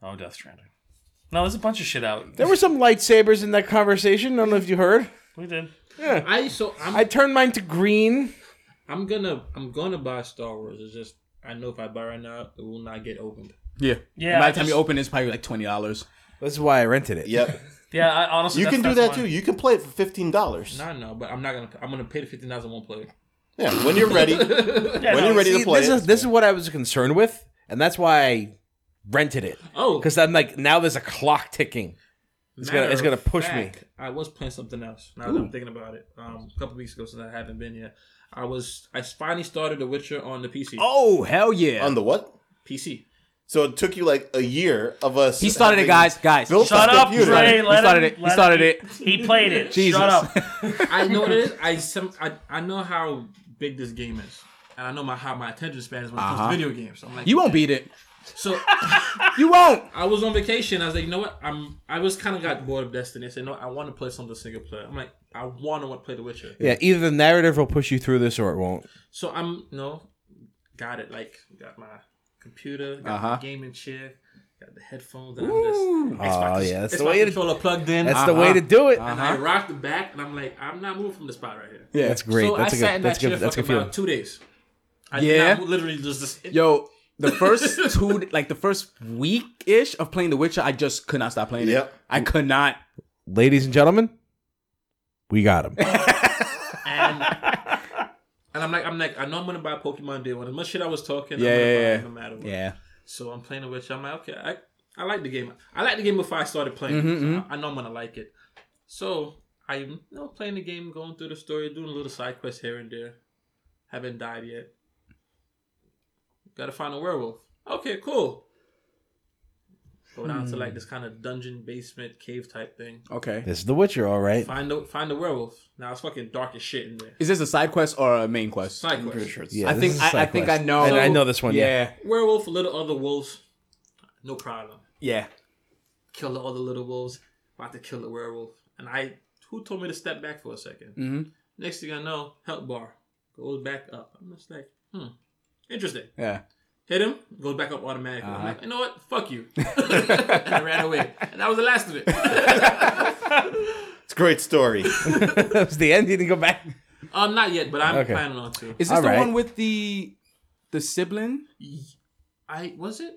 Speaker 3: Oh, Death Stranding. No, there's a bunch of shit out.
Speaker 5: There were some lightsabers in that conversation. I don't know if you heard.
Speaker 3: We did.
Speaker 6: I so I'm
Speaker 5: I turned mine to green.
Speaker 6: I'm gonna I'm gonna buy Star Wars. It's just I know if I buy right now, it will not get opened.
Speaker 1: Yeah,
Speaker 3: Yeah,
Speaker 1: By
Speaker 3: I
Speaker 1: the time
Speaker 3: just-
Speaker 1: you open, it's probably like twenty dollars.
Speaker 5: That's why I rented it.
Speaker 2: Yep.
Speaker 3: Yeah, I, honestly,
Speaker 2: You
Speaker 3: that's-
Speaker 2: can do that
Speaker 3: that's
Speaker 2: too.
Speaker 3: mine.
Speaker 2: You can play it for fifteen dollars.
Speaker 6: I know, but I'm not gonna. I'm gonna pay the fifteen dollars in one play.
Speaker 2: Yeah, when you're ready. when
Speaker 3: Yeah, no,
Speaker 2: you're ready
Speaker 5: See,
Speaker 2: to play
Speaker 5: this is
Speaker 2: it.
Speaker 5: this is what I was concerned with, and that's why I rented it.
Speaker 6: Oh,
Speaker 5: Because I'm like, now there's a clock ticking.
Speaker 6: it's
Speaker 5: gonna- it's gonna push me.
Speaker 6: I was playing something else. Now that I'm thinking about it, um, a couple weeks ago since I haven't been here, I was I finally started The Witcher on the PC.
Speaker 1: Oh hell yeah!
Speaker 2: on the what?
Speaker 6: PC.
Speaker 2: So it took you like a year of us.
Speaker 1: he started it,
Speaker 2: having
Speaker 1: guys. Guys,
Speaker 2: Built
Speaker 3: Shut
Speaker 2: up
Speaker 3: up,
Speaker 2: computer.
Speaker 3: Trey.
Speaker 1: He
Speaker 3: let
Speaker 1: started
Speaker 3: him-
Speaker 1: it. He
Speaker 3: let
Speaker 1: started
Speaker 3: him- He played it.
Speaker 1: Jesus.
Speaker 3: Shut up.
Speaker 6: I know what it is. I some I, I know how big this game is, and I know my how my attention span is when it
Speaker 5: Uh-huh.
Speaker 6: comes to video games. I'm like,
Speaker 1: you won't beat it.
Speaker 6: So
Speaker 1: You won't.
Speaker 6: I was on vacation. I was like, you know what? I'm. I was kind of got bored of Destiny. I said, no, I want to play something single player. I'm like, I want to play The Witcher.
Speaker 5: Yeah, either the narrative will push you through this or it won't.
Speaker 6: So I'm no, got it. Like got my computer, got
Speaker 1: Uh-huh.
Speaker 6: my gaming chair, got the headphones, and I'm just Xbox,
Speaker 5: Oh, yeah, that's
Speaker 6: Xbox
Speaker 5: the way to-
Speaker 6: controller plugged in.
Speaker 5: That's uh-huh. the way to do it.
Speaker 6: and I rocked the back, and I'm like, I'm not moving from the spot right here.
Speaker 1: Yeah,
Speaker 5: That's great.
Speaker 6: So
Speaker 5: that's
Speaker 6: I
Speaker 5: a
Speaker 6: sat in
Speaker 5: good. That's
Speaker 6: that chair
Speaker 5: good. That's
Speaker 6: for
Speaker 5: good
Speaker 6: about
Speaker 5: feeling.
Speaker 6: two days. I
Speaker 1: Yeah.
Speaker 6: did not, literally just just it,
Speaker 1: Yo, the first two, like the first week ish of playing The Witcher, I just could not stop playing it.
Speaker 2: Yep.
Speaker 1: I could not.
Speaker 5: Ladies and gentlemen, we got him.
Speaker 6: and. And I'm like, I'm like, I know I'm gonna buy Pokemon Day One. As much shit I was talking,
Speaker 1: Yeah,
Speaker 6: I'm gonna
Speaker 1: yeah,
Speaker 6: buy it
Speaker 1: yeah.
Speaker 6: no matter what.
Speaker 1: Yeah.
Speaker 6: So I'm playing The Witcher. I'm like, okay, I, I like the game. I like the game before I started playing. it. So I, I know I'm gonna like it. So I'm you know, playing the game, going through the story, doing a little side quest here and there. Haven't died yet. Gotta find a werewolf. Okay, cool. Go down to like this kind of dungeon basement cave type thing.
Speaker 1: Okay.
Speaker 5: This is The Witcher, all right.
Speaker 6: Find the find the werewolf. Now it's fucking dark as shit in there.
Speaker 1: Is this a side quest or a main quest?
Speaker 6: Side quest.
Speaker 5: Yeah,
Speaker 1: I
Speaker 5: this
Speaker 1: think
Speaker 5: is a
Speaker 1: I, I
Speaker 5: side
Speaker 1: think I
Speaker 5: quest.
Speaker 1: know.
Speaker 5: I, I know this one. Yeah.
Speaker 1: Yeah.
Speaker 6: Werewolf, little other wolves. No problem.
Speaker 1: Yeah.
Speaker 6: kill all the little wolves, about to kill the werewolf. And I, who told me to step back for a 2nd
Speaker 1: Mhm.
Speaker 6: Next thing I know, help bar goes back up. I'm just like, hmm, interesting.
Speaker 1: Yeah.
Speaker 6: Hit him, goes back up automatically. I'm
Speaker 1: Uh-huh.
Speaker 6: like, you know what? Fuck you. and I ran away. And that was the last of it.
Speaker 2: It's a great story.
Speaker 5: That was the end. You didn't go back.
Speaker 6: um, not yet, but I'm
Speaker 5: Okay.
Speaker 6: planning on to.
Speaker 1: Is this
Speaker 5: All
Speaker 1: the
Speaker 5: right.
Speaker 1: one with the the sibling?
Speaker 6: I was it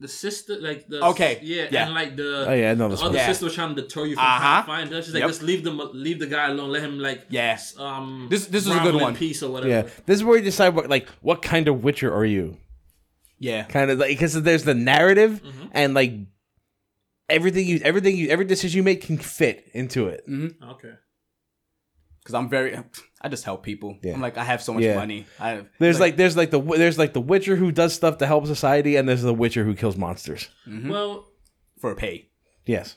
Speaker 6: the sister like the
Speaker 1: Okay,
Speaker 6: yeah,
Speaker 1: yeah.
Speaker 6: and like the
Speaker 5: Oh, yeah, I know
Speaker 6: the
Speaker 5: this
Speaker 6: other
Speaker 5: one.
Speaker 6: sister was trying to deter you from
Speaker 1: Uh-huh.
Speaker 6: trying to find her. She's like,
Speaker 1: Yep.
Speaker 6: just leave them, leave the guy alone, let him like
Speaker 1: Yeah.
Speaker 6: s- um
Speaker 1: This- this was a
Speaker 6: grovel
Speaker 1: good
Speaker 6: in
Speaker 1: one.
Speaker 6: peace or whatever.
Speaker 5: Yeah, this is where you decide what, like, what kind of Witcher are you?
Speaker 1: Yeah.
Speaker 5: Kind of like because there's the narrative and like everything you, everything you, every decision you make can fit into it.
Speaker 6: Okay.
Speaker 1: Because I'm very. I just help people.
Speaker 5: Yeah.
Speaker 1: I'm like I have so much
Speaker 5: Yeah.
Speaker 1: money. I have,
Speaker 5: There's like, there's like the wi- there's like the Witcher who does stuff to help society, and there's the Witcher who kills monsters.
Speaker 6: Well,
Speaker 1: for pay.
Speaker 5: Yes,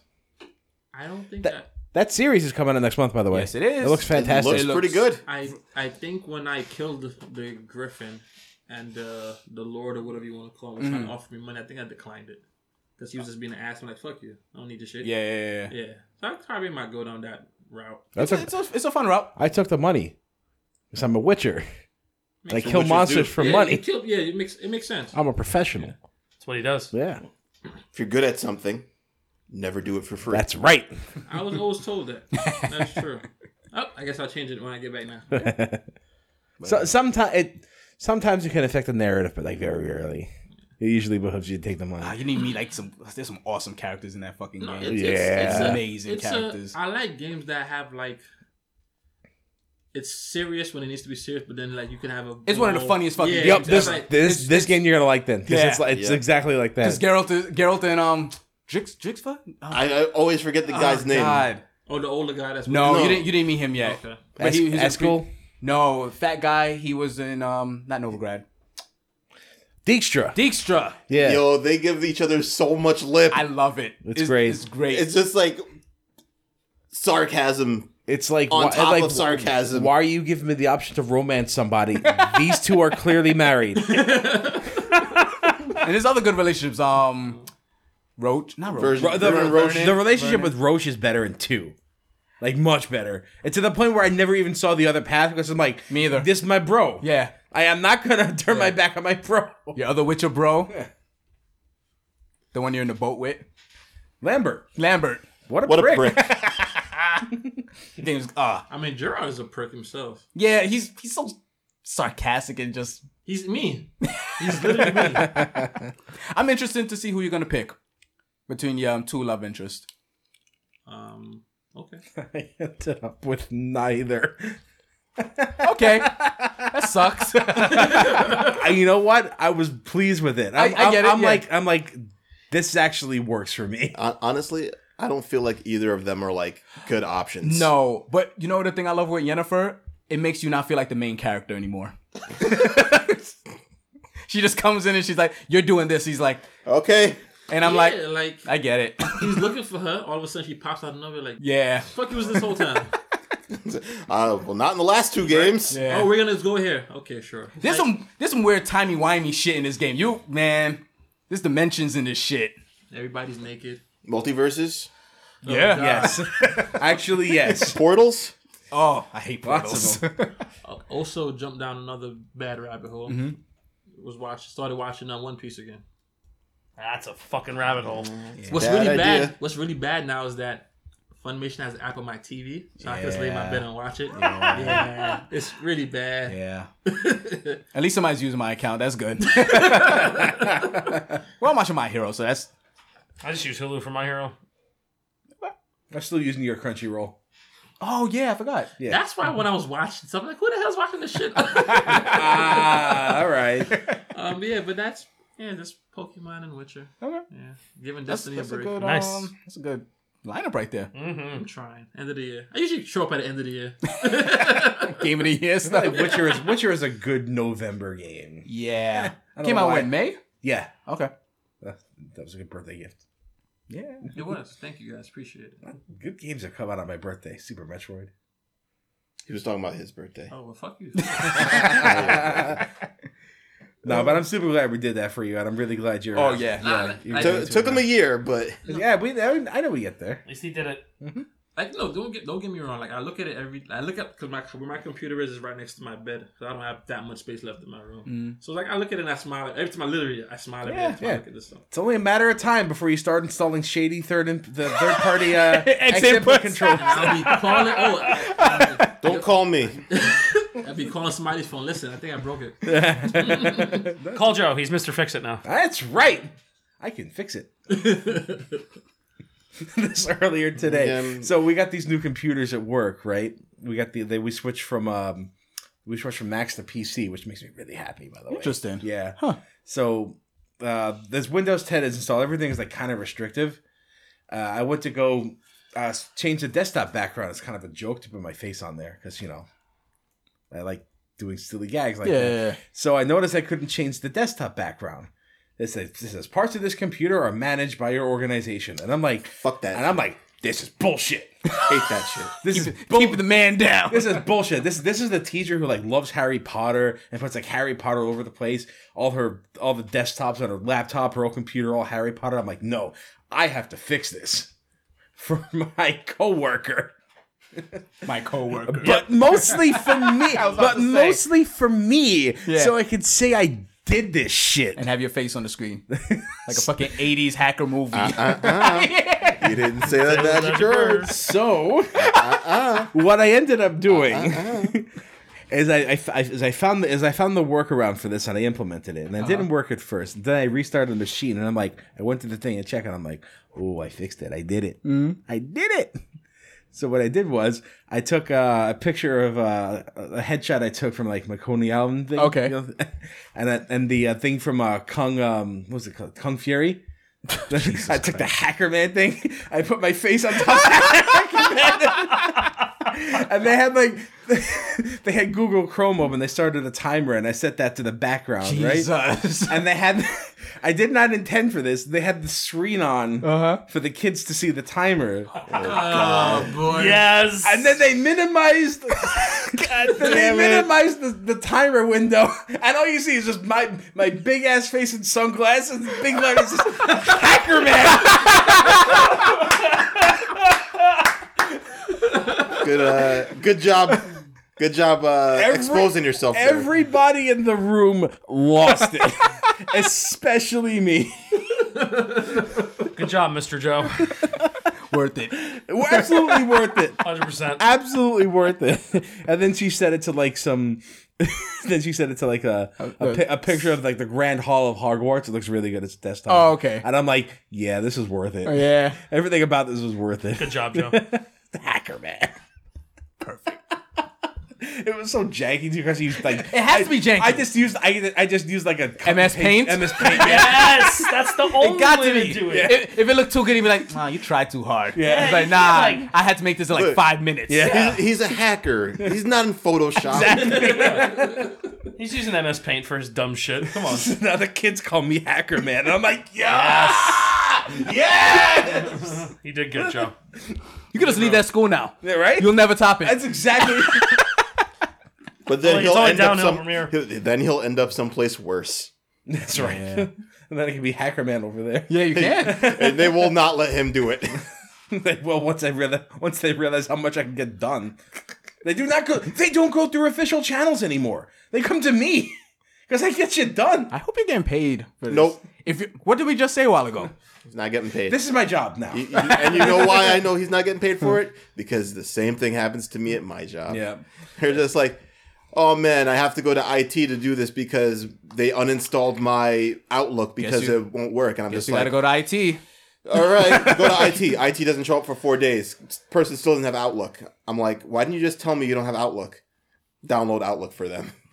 Speaker 6: I don't think
Speaker 5: That- that series is coming out next month, by the way.
Speaker 1: Yes, it is.
Speaker 5: It looks fantastic.
Speaker 2: Looks pretty good.
Speaker 6: I, I I think when I killed the griffin and uh, the lord or whatever you want to call him was
Speaker 5: Mm-hmm.
Speaker 6: trying to offer me money, I think I declined it because he was just being an ass. I'm like, fuck you, I don't need your shit.
Speaker 1: Yeah. yeah, yeah, yeah.
Speaker 6: yeah. So I probably might go down that route.
Speaker 5: That's a,
Speaker 1: It's a it's a fun route.
Speaker 5: I took the money because I'm a Witcher. I
Speaker 6: Makes
Speaker 5: kill
Speaker 2: Witchers
Speaker 5: monsters
Speaker 2: do.
Speaker 5: for
Speaker 6: yeah,
Speaker 5: money. Um,
Speaker 6: it kill- yeah, it makes it makes sense.
Speaker 5: I'm a professional.
Speaker 3: That's what he does.
Speaker 5: Yeah,
Speaker 2: If you're good at something, never do it for free.
Speaker 5: that's right.
Speaker 6: I was always told that. That's true. Oh, I guess I'll change it when I get back now.
Speaker 5: So sometimes it sometimes it can affect the narrative, but like very rarely. It usually behooves you to take the money.
Speaker 1: Ah, you need me like some. There's some awesome characters in that fucking game.
Speaker 6: it's-
Speaker 5: Yeah.
Speaker 6: it's, it's a-
Speaker 1: Amazing
Speaker 6: it's a-
Speaker 1: characters.
Speaker 6: I like games that have like it's serious when it needs to be serious, but then like you can have a.
Speaker 1: It's one of the
Speaker 6: moral-
Speaker 1: funniest fucking
Speaker 6: Yeah,
Speaker 1: games
Speaker 5: Yep, this
Speaker 6: exactly.
Speaker 5: this this game you're gonna like then because
Speaker 1: Yeah.
Speaker 5: it's like, it's
Speaker 2: Yeah.
Speaker 5: exactly like
Speaker 1: Because
Speaker 5: that.
Speaker 1: Geralt, Geralt and um Drix Drixva? Oh,
Speaker 2: I, I always forget the guy's name.
Speaker 1: God.
Speaker 6: Oh, the older guy. That's
Speaker 1: No,
Speaker 2: No.
Speaker 1: you didn't. You didn't meet him yet.
Speaker 6: Okay.
Speaker 1: But he- he's in
Speaker 5: Es- Eskel?
Speaker 1: pre- no, fat guy. He was in um not Novigrad.
Speaker 5: Dijkstra.
Speaker 1: Dijkstra.
Speaker 5: yeah.
Speaker 2: Yo, they give each other so much lip.
Speaker 1: I love it.
Speaker 5: It's great.
Speaker 1: It's great.
Speaker 2: it's just like sarcasm.
Speaker 5: It's like
Speaker 2: On
Speaker 5: why,
Speaker 2: top
Speaker 5: like,
Speaker 2: of sarcasm.
Speaker 5: Why are you giving me the option to romance somebody? These two are clearly married.
Speaker 1: and there's other good relationships. Um, Roach, not Roach.
Speaker 2: Version,
Speaker 5: the,
Speaker 2: Vernon Roche-
Speaker 5: the relationship with Roche is better in two. Like much better. And to the point where I never even saw the other path because I'm like,
Speaker 1: Me either.
Speaker 5: This is my bro.
Speaker 1: Yeah,
Speaker 5: I am not gonna turn my back on my bro.
Speaker 1: your other Witcher bro, the one you're in the boat with,
Speaker 5: Lambert.
Speaker 1: Lambert.
Speaker 5: What a
Speaker 2: what a
Speaker 5: prick.
Speaker 2: brick.
Speaker 1: His name's ah.
Speaker 6: I mean, Gerard is a prick himself.
Speaker 1: yeah, he's he's so sarcastic and just.
Speaker 6: He's me. He's literally me.
Speaker 1: I'm interested to see who you're gonna pick between your um, two love interests.
Speaker 6: Um, okay.
Speaker 5: I ended up with neither.
Speaker 1: Okay, that sucks.
Speaker 5: I- you know what? I was pleased with it. I'm,
Speaker 1: I get it,
Speaker 5: I'm- I'm
Speaker 1: yeah.
Speaker 5: like I'm like this actually works for me.
Speaker 2: Hon- Honestly, I don't feel like either of them are like good options.
Speaker 1: no, but you know the thing I love with Yennefer, it makes you not feel like the main character anymore. she just comes in and she's like, "You're doing this." He's like,
Speaker 2: Okay.
Speaker 1: and I'm like,
Speaker 6: yeah, like
Speaker 1: I get it.
Speaker 6: he's looking for her. All of a sudden, she pops out of nowhere. Like,
Speaker 1: yeah.
Speaker 6: fuck you was this whole time.
Speaker 2: Uh, well, not in the last two games.
Speaker 1: Yeah.
Speaker 6: oh, we're gonna go here. Okay, sure.
Speaker 1: There's some there's some weird timey wimey shit in this game. You man, there's dimensions in this shit.
Speaker 6: Everybody's naked.
Speaker 2: Multiverses,
Speaker 6: Oh,
Speaker 1: yeah.
Speaker 5: Yes. actually, yes.
Speaker 2: portals.
Speaker 1: Oh, I hate
Speaker 5: Lots
Speaker 1: portals.
Speaker 5: of them.
Speaker 6: Uh, also, jumped down another bad rabbit hole.
Speaker 1: Mm-hmm.
Speaker 6: Was watch started watching uh, One Piece again.
Speaker 3: That's a fucking rabbit hole.
Speaker 6: What's
Speaker 2: Bad
Speaker 6: really
Speaker 2: idea.
Speaker 6: bad? What's really bad now is that Funimation has an app on my TV, so I can just lay in my bed and watch it. Yeah, it's really bad.
Speaker 1: yeah. At least somebody's using my account. That's good. well, I'm watching My Hero, so that's
Speaker 3: I just use Hulu for my hero.
Speaker 5: I'm still using your Crunchyroll.
Speaker 1: Oh yeah, I forgot. Yeah.
Speaker 6: That's why when I was watching something, like, who the hell's watching this shit?
Speaker 5: Ah, all right.
Speaker 6: um, yeah, but that's yeah, that's Pokemon and Witcher.
Speaker 1: Okay.
Speaker 6: Yeah, giving
Speaker 1: That's,
Speaker 6: Destiny
Speaker 1: that's
Speaker 6: a
Speaker 1: a
Speaker 6: break.
Speaker 1: good
Speaker 3: Nice.
Speaker 1: um, that's a good lineup right there.
Speaker 6: I'm trying. End of the year. I usually show up at the end of the year.
Speaker 1: Game of the year stuff.
Speaker 5: Witcher is Witcher is a good November game.
Speaker 1: yeah.
Speaker 5: don't
Speaker 1: Came
Speaker 5: know
Speaker 1: out
Speaker 5: why.
Speaker 1: when May?
Speaker 5: Yeah,
Speaker 1: Okay.
Speaker 5: that, that was a good birthday gift.
Speaker 1: Yeah.
Speaker 6: it was. Thank you guys. Appreciate it.
Speaker 5: Good games that come out on my birthday. Super Metroid.
Speaker 2: He was talking about his birthday.
Speaker 6: Oh well, fuck you.
Speaker 5: No, but I'm super glad we did that for you, and I'm really glad you're.
Speaker 1: Oh yeah. Yeah.
Speaker 5: you're
Speaker 6: I-
Speaker 5: doing
Speaker 2: Took- took him a year, but
Speaker 5: Yeah, we. I know we get there.
Speaker 3: At least he did it.
Speaker 6: like no, don't get don't get me wrong. Like I look at it every. I look up because my where my computer is is right next to my bed. So I don't have that much space left in my room. So like I look at it and I smile. Every time I literally I smile every
Speaker 5: Yeah,
Speaker 6: time I
Speaker 5: yeah.
Speaker 6: look at this stuff.
Speaker 5: It's only a matter of time before you start installing shady third and the third party uh,
Speaker 1: Exit
Speaker 5: exit
Speaker 1: inputs.
Speaker 5: control.
Speaker 6: I'll be calling. Oh, I,
Speaker 2: don't call me.
Speaker 6: will be calling somebody's phone. Listen, I think I broke it.
Speaker 3: Call Joe. He's Mr. Fix It now.
Speaker 5: That's right. I can fix it. this earlier today.
Speaker 2: Yeah.
Speaker 5: So we got these new computers at work, right? We got the they, we switched from um we switched from Macs to PC, which makes me really happy by the way.
Speaker 1: Interesting.
Speaker 5: Yeah.
Speaker 1: Huh.
Speaker 5: So uh this Windows 10 is installed. Everything is like kind of restrictive. Uh, I went to go uh, s- change the desktop background. It's kind of a joke to put my face on there because you know I like doing silly gags like
Speaker 1: Yeah.
Speaker 5: that.
Speaker 1: yeah,
Speaker 5: So I noticed I couldn't change the desktop background. It says, this says parts of this computer are managed by your organization, and I'm like,
Speaker 2: Fuck that.
Speaker 5: and I'm like, this is bullshit.
Speaker 2: hate that shit.
Speaker 5: This is
Speaker 1: yeah. Keep the man down.
Speaker 5: this is bullshit. This this is the teacher who like loves Harry Potter and puts like Harry Potter all over the place. All her all the desktops on her laptop, her old computer, all Harry Potter. I'm like, no, I have to fix this for my coworker.
Speaker 1: My coworker.
Speaker 5: but mostly for me.
Speaker 1: about
Speaker 5: but
Speaker 1: to say.
Speaker 5: mostly for me,
Speaker 1: Yeah.
Speaker 5: so I could say I did this shit.
Speaker 1: and have your face on the screen like a fucking 80s hacker movie.
Speaker 2: You didn't say that magic word.
Speaker 5: So, uh-uh. what I ended up doing is I, I, I- is I found the, is I found the workaround for this and I implemented it and it didn't work at first. Then I restarted the machine and I'm like, I went to the thing and check and I'm like, oh, I fixed it. I did it. I did it. So what I did was I took uh, a picture of uh, a headshot I took from like my Coney Island thing,
Speaker 1: Okay.
Speaker 5: you know, and uh, and the uh, thing from uh, Kung um, what was it called Kung Fury I took the hacker man thing. I put my face on top of Hacker Man. and they had like they had Google Chrome open. They started a timer and I set that to the background, right?
Speaker 11: Jesus.
Speaker 5: And they had I did not intend for this. They had the screen on
Speaker 1: Uh.
Speaker 11: Uh-huh.
Speaker 5: for the kids to see the timer.
Speaker 6: Oh boy.
Speaker 3: Yes.
Speaker 5: And then they minimized then they minimized the, the timer window, and all you see is just my my big ass face and sunglasses, and big letters, just, hacker man.
Speaker 2: Good, uh, good job, good job uh,
Speaker 5: Every-
Speaker 2: exposing yourself. there.
Speaker 5: Everybody in the room lost it, especially me.
Speaker 3: Good job, Mr. Joe.
Speaker 11: Worth it.
Speaker 5: Absolutely worth it.
Speaker 3: 100%.
Speaker 5: Absolutely worth it. And then she said it to like some. then she said it to like a
Speaker 11: Uh,
Speaker 5: a, pi- a picture of like the Grand Hall of Hogwarts. It looks really good. It's desktop.
Speaker 11: Oh, okay. Oh,
Speaker 5: And I'm like, yeah, this is worth it.
Speaker 11: Yeah.
Speaker 5: Everything about this was worth it.
Speaker 3: Good job, Joe.
Speaker 5: hacker man. Perfect. it was so janky too because he used like
Speaker 1: It has to be janky.
Speaker 5: I just used I, I just used like a cut
Speaker 11: MS
Speaker 5: and paste-
Speaker 11: Paint?
Speaker 5: MS Paint. Yeah.
Speaker 3: yes, that's the only
Speaker 1: got
Speaker 3: way
Speaker 1: to
Speaker 3: to,
Speaker 1: be.
Speaker 3: do it.
Speaker 1: if, if it looked too good, he'd be like, "Nah, you tried too hard."
Speaker 5: Yeah.
Speaker 1: it's
Speaker 3: Yeah,
Speaker 1: like,
Speaker 3: you
Speaker 1: nah,
Speaker 3: can't, like-
Speaker 1: I had to make this in like
Speaker 2: Look.
Speaker 1: five minutes.
Speaker 2: He's, he's a hacker. He's not in Photoshop.
Speaker 3: He's using MS Paint for his dumb shit. Come on.
Speaker 5: now the kids call me hacker man. And I'm like, yeah.
Speaker 3: He did good, Joe.
Speaker 1: You could just leave that school now.
Speaker 5: Yeah, right?
Speaker 1: You'll never top it.
Speaker 5: That's exactly
Speaker 2: But then
Speaker 5: Oh,
Speaker 3: Well, it's
Speaker 2: he'll
Speaker 3: only
Speaker 2: end up
Speaker 3: downhill
Speaker 2: some,
Speaker 3: from here.
Speaker 2: he'll- Then he'll end up someplace worse,
Speaker 5: That's right. and then it can be hacker man over there.
Speaker 1: yeah, you can.
Speaker 2: and they will not let him do it.
Speaker 5: well, once I realize once they realize how much I can get done. They do not go they don't go through official channels anymore. They come to me. Because I get shit done.
Speaker 1: I hope you're getting paid. For this.
Speaker 2: Nope.
Speaker 1: If you, what did we just say a while ago?
Speaker 2: He's not getting paid.
Speaker 5: This is my job now.
Speaker 2: You- you- and you know why I know he's not getting paid for it? Because the same thing happens to me at my job.
Speaker 5: Yeah.
Speaker 2: They're just like, oh man, I have to go to IT to do this because they uninstalled my Outlook because
Speaker 1: you-
Speaker 2: it won't work. And I'm just
Speaker 1: you gotta
Speaker 2: like,
Speaker 1: go to IT.
Speaker 2: all right, go to IT. IT doesn't show up for four days. Person still doesn't have Outlook. I'm like, why didn't you just tell me you don't have Outlook? Download Outlook for them.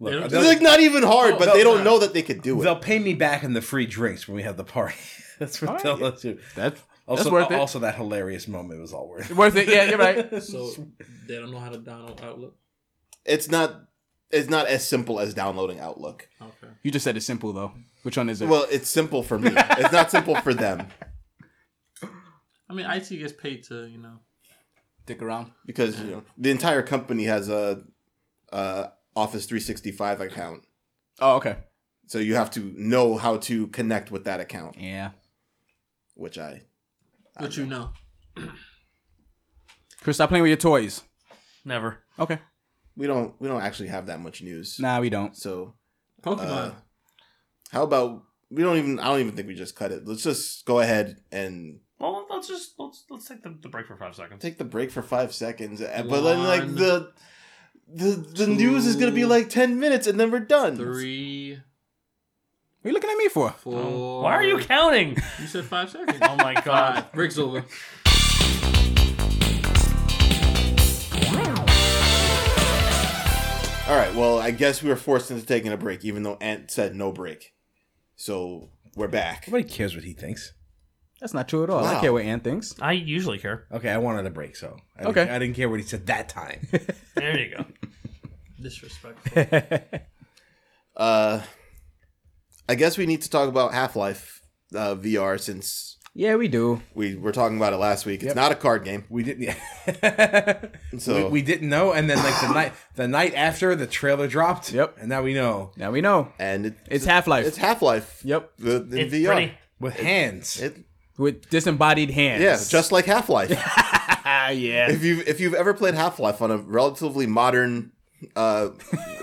Speaker 5: Look,
Speaker 2: It's like not even hard, but
Speaker 5: no,
Speaker 2: they don't
Speaker 5: no.
Speaker 2: know that they could do it.
Speaker 5: They'll pay me back in the free drinks when we have the party. That's what they'll do.
Speaker 1: That's
Speaker 5: Also,
Speaker 1: that's worth it.
Speaker 5: also that hilarious moment was all worth. it.
Speaker 1: worth it. Yeah, you're right.
Speaker 6: So they don't know how to download Outlook.
Speaker 2: It's not. It's not as simple as downloading Outlook.
Speaker 6: Okay.
Speaker 1: You just said it's simple though. Which one is it?
Speaker 2: Well, it's simple for me. It's not simple for them
Speaker 6: I mean, IT gets paid to you know.
Speaker 1: Dick around.
Speaker 2: because you know the entire company has a, uh Office 365 account,
Speaker 1: Oh, okay.
Speaker 2: so you have to know how to connect with that account,
Speaker 1: Yeah.
Speaker 2: which I
Speaker 6: But you know,
Speaker 1: Chris, stop playing with your toys.
Speaker 3: Never.
Speaker 1: Okay.
Speaker 2: we don't we don't actually have that much news.
Speaker 1: Nah, we don't.
Speaker 2: So uh,
Speaker 6: Pokemon.
Speaker 2: how about we don't even I don't even think we just cut it. Let's just go ahead and
Speaker 3: Well, let's just let's let's take the, the break for five seconds.
Speaker 2: take the break for five seconds. uh, But then like
Speaker 6: One,
Speaker 2: the the the news is gonna be
Speaker 6: two,
Speaker 2: like ten minutes and then we're done.
Speaker 6: Three,
Speaker 1: What are you looking at me for?
Speaker 6: four.
Speaker 3: Why are you counting?
Speaker 6: You said five seconds.
Speaker 3: Oh my god.
Speaker 6: Alright, break's over.
Speaker 2: All right. Well, I guess we were forced into taking a break, even though Ant said no break. So we're back.
Speaker 5: Nobody cares what he thinks.
Speaker 1: That's not true at all. I
Speaker 2: Wow.
Speaker 1: don't care what Ann thinks.
Speaker 3: I usually care.
Speaker 5: Okay, I wanted a break, so I
Speaker 1: Okay.
Speaker 5: Didn't, I didn't care what he said that time.
Speaker 3: There you go.
Speaker 6: Disrespectful.
Speaker 2: Uh, I guess we need to talk about Half Life uh, VR since
Speaker 1: Yeah, we do.
Speaker 2: we were talking about it last week. It's not a card game,
Speaker 5: we didn't. Yeah.
Speaker 2: so
Speaker 5: we, we didn't know, and then like the night, the night after, the trailer dropped.
Speaker 1: Yep.
Speaker 5: And now we know
Speaker 1: Now we know.
Speaker 2: and it,
Speaker 1: It's Half Life.
Speaker 2: it's Half Life.
Speaker 1: Yep.
Speaker 2: The, in
Speaker 3: It's
Speaker 2: VR.
Speaker 3: pretty.
Speaker 5: with hands.
Speaker 2: It,
Speaker 1: With disembodied hands.
Speaker 2: yeah, just like Half Life.
Speaker 1: ah, yeah.
Speaker 2: if you if you've ever played Half Life on a relatively modern uh,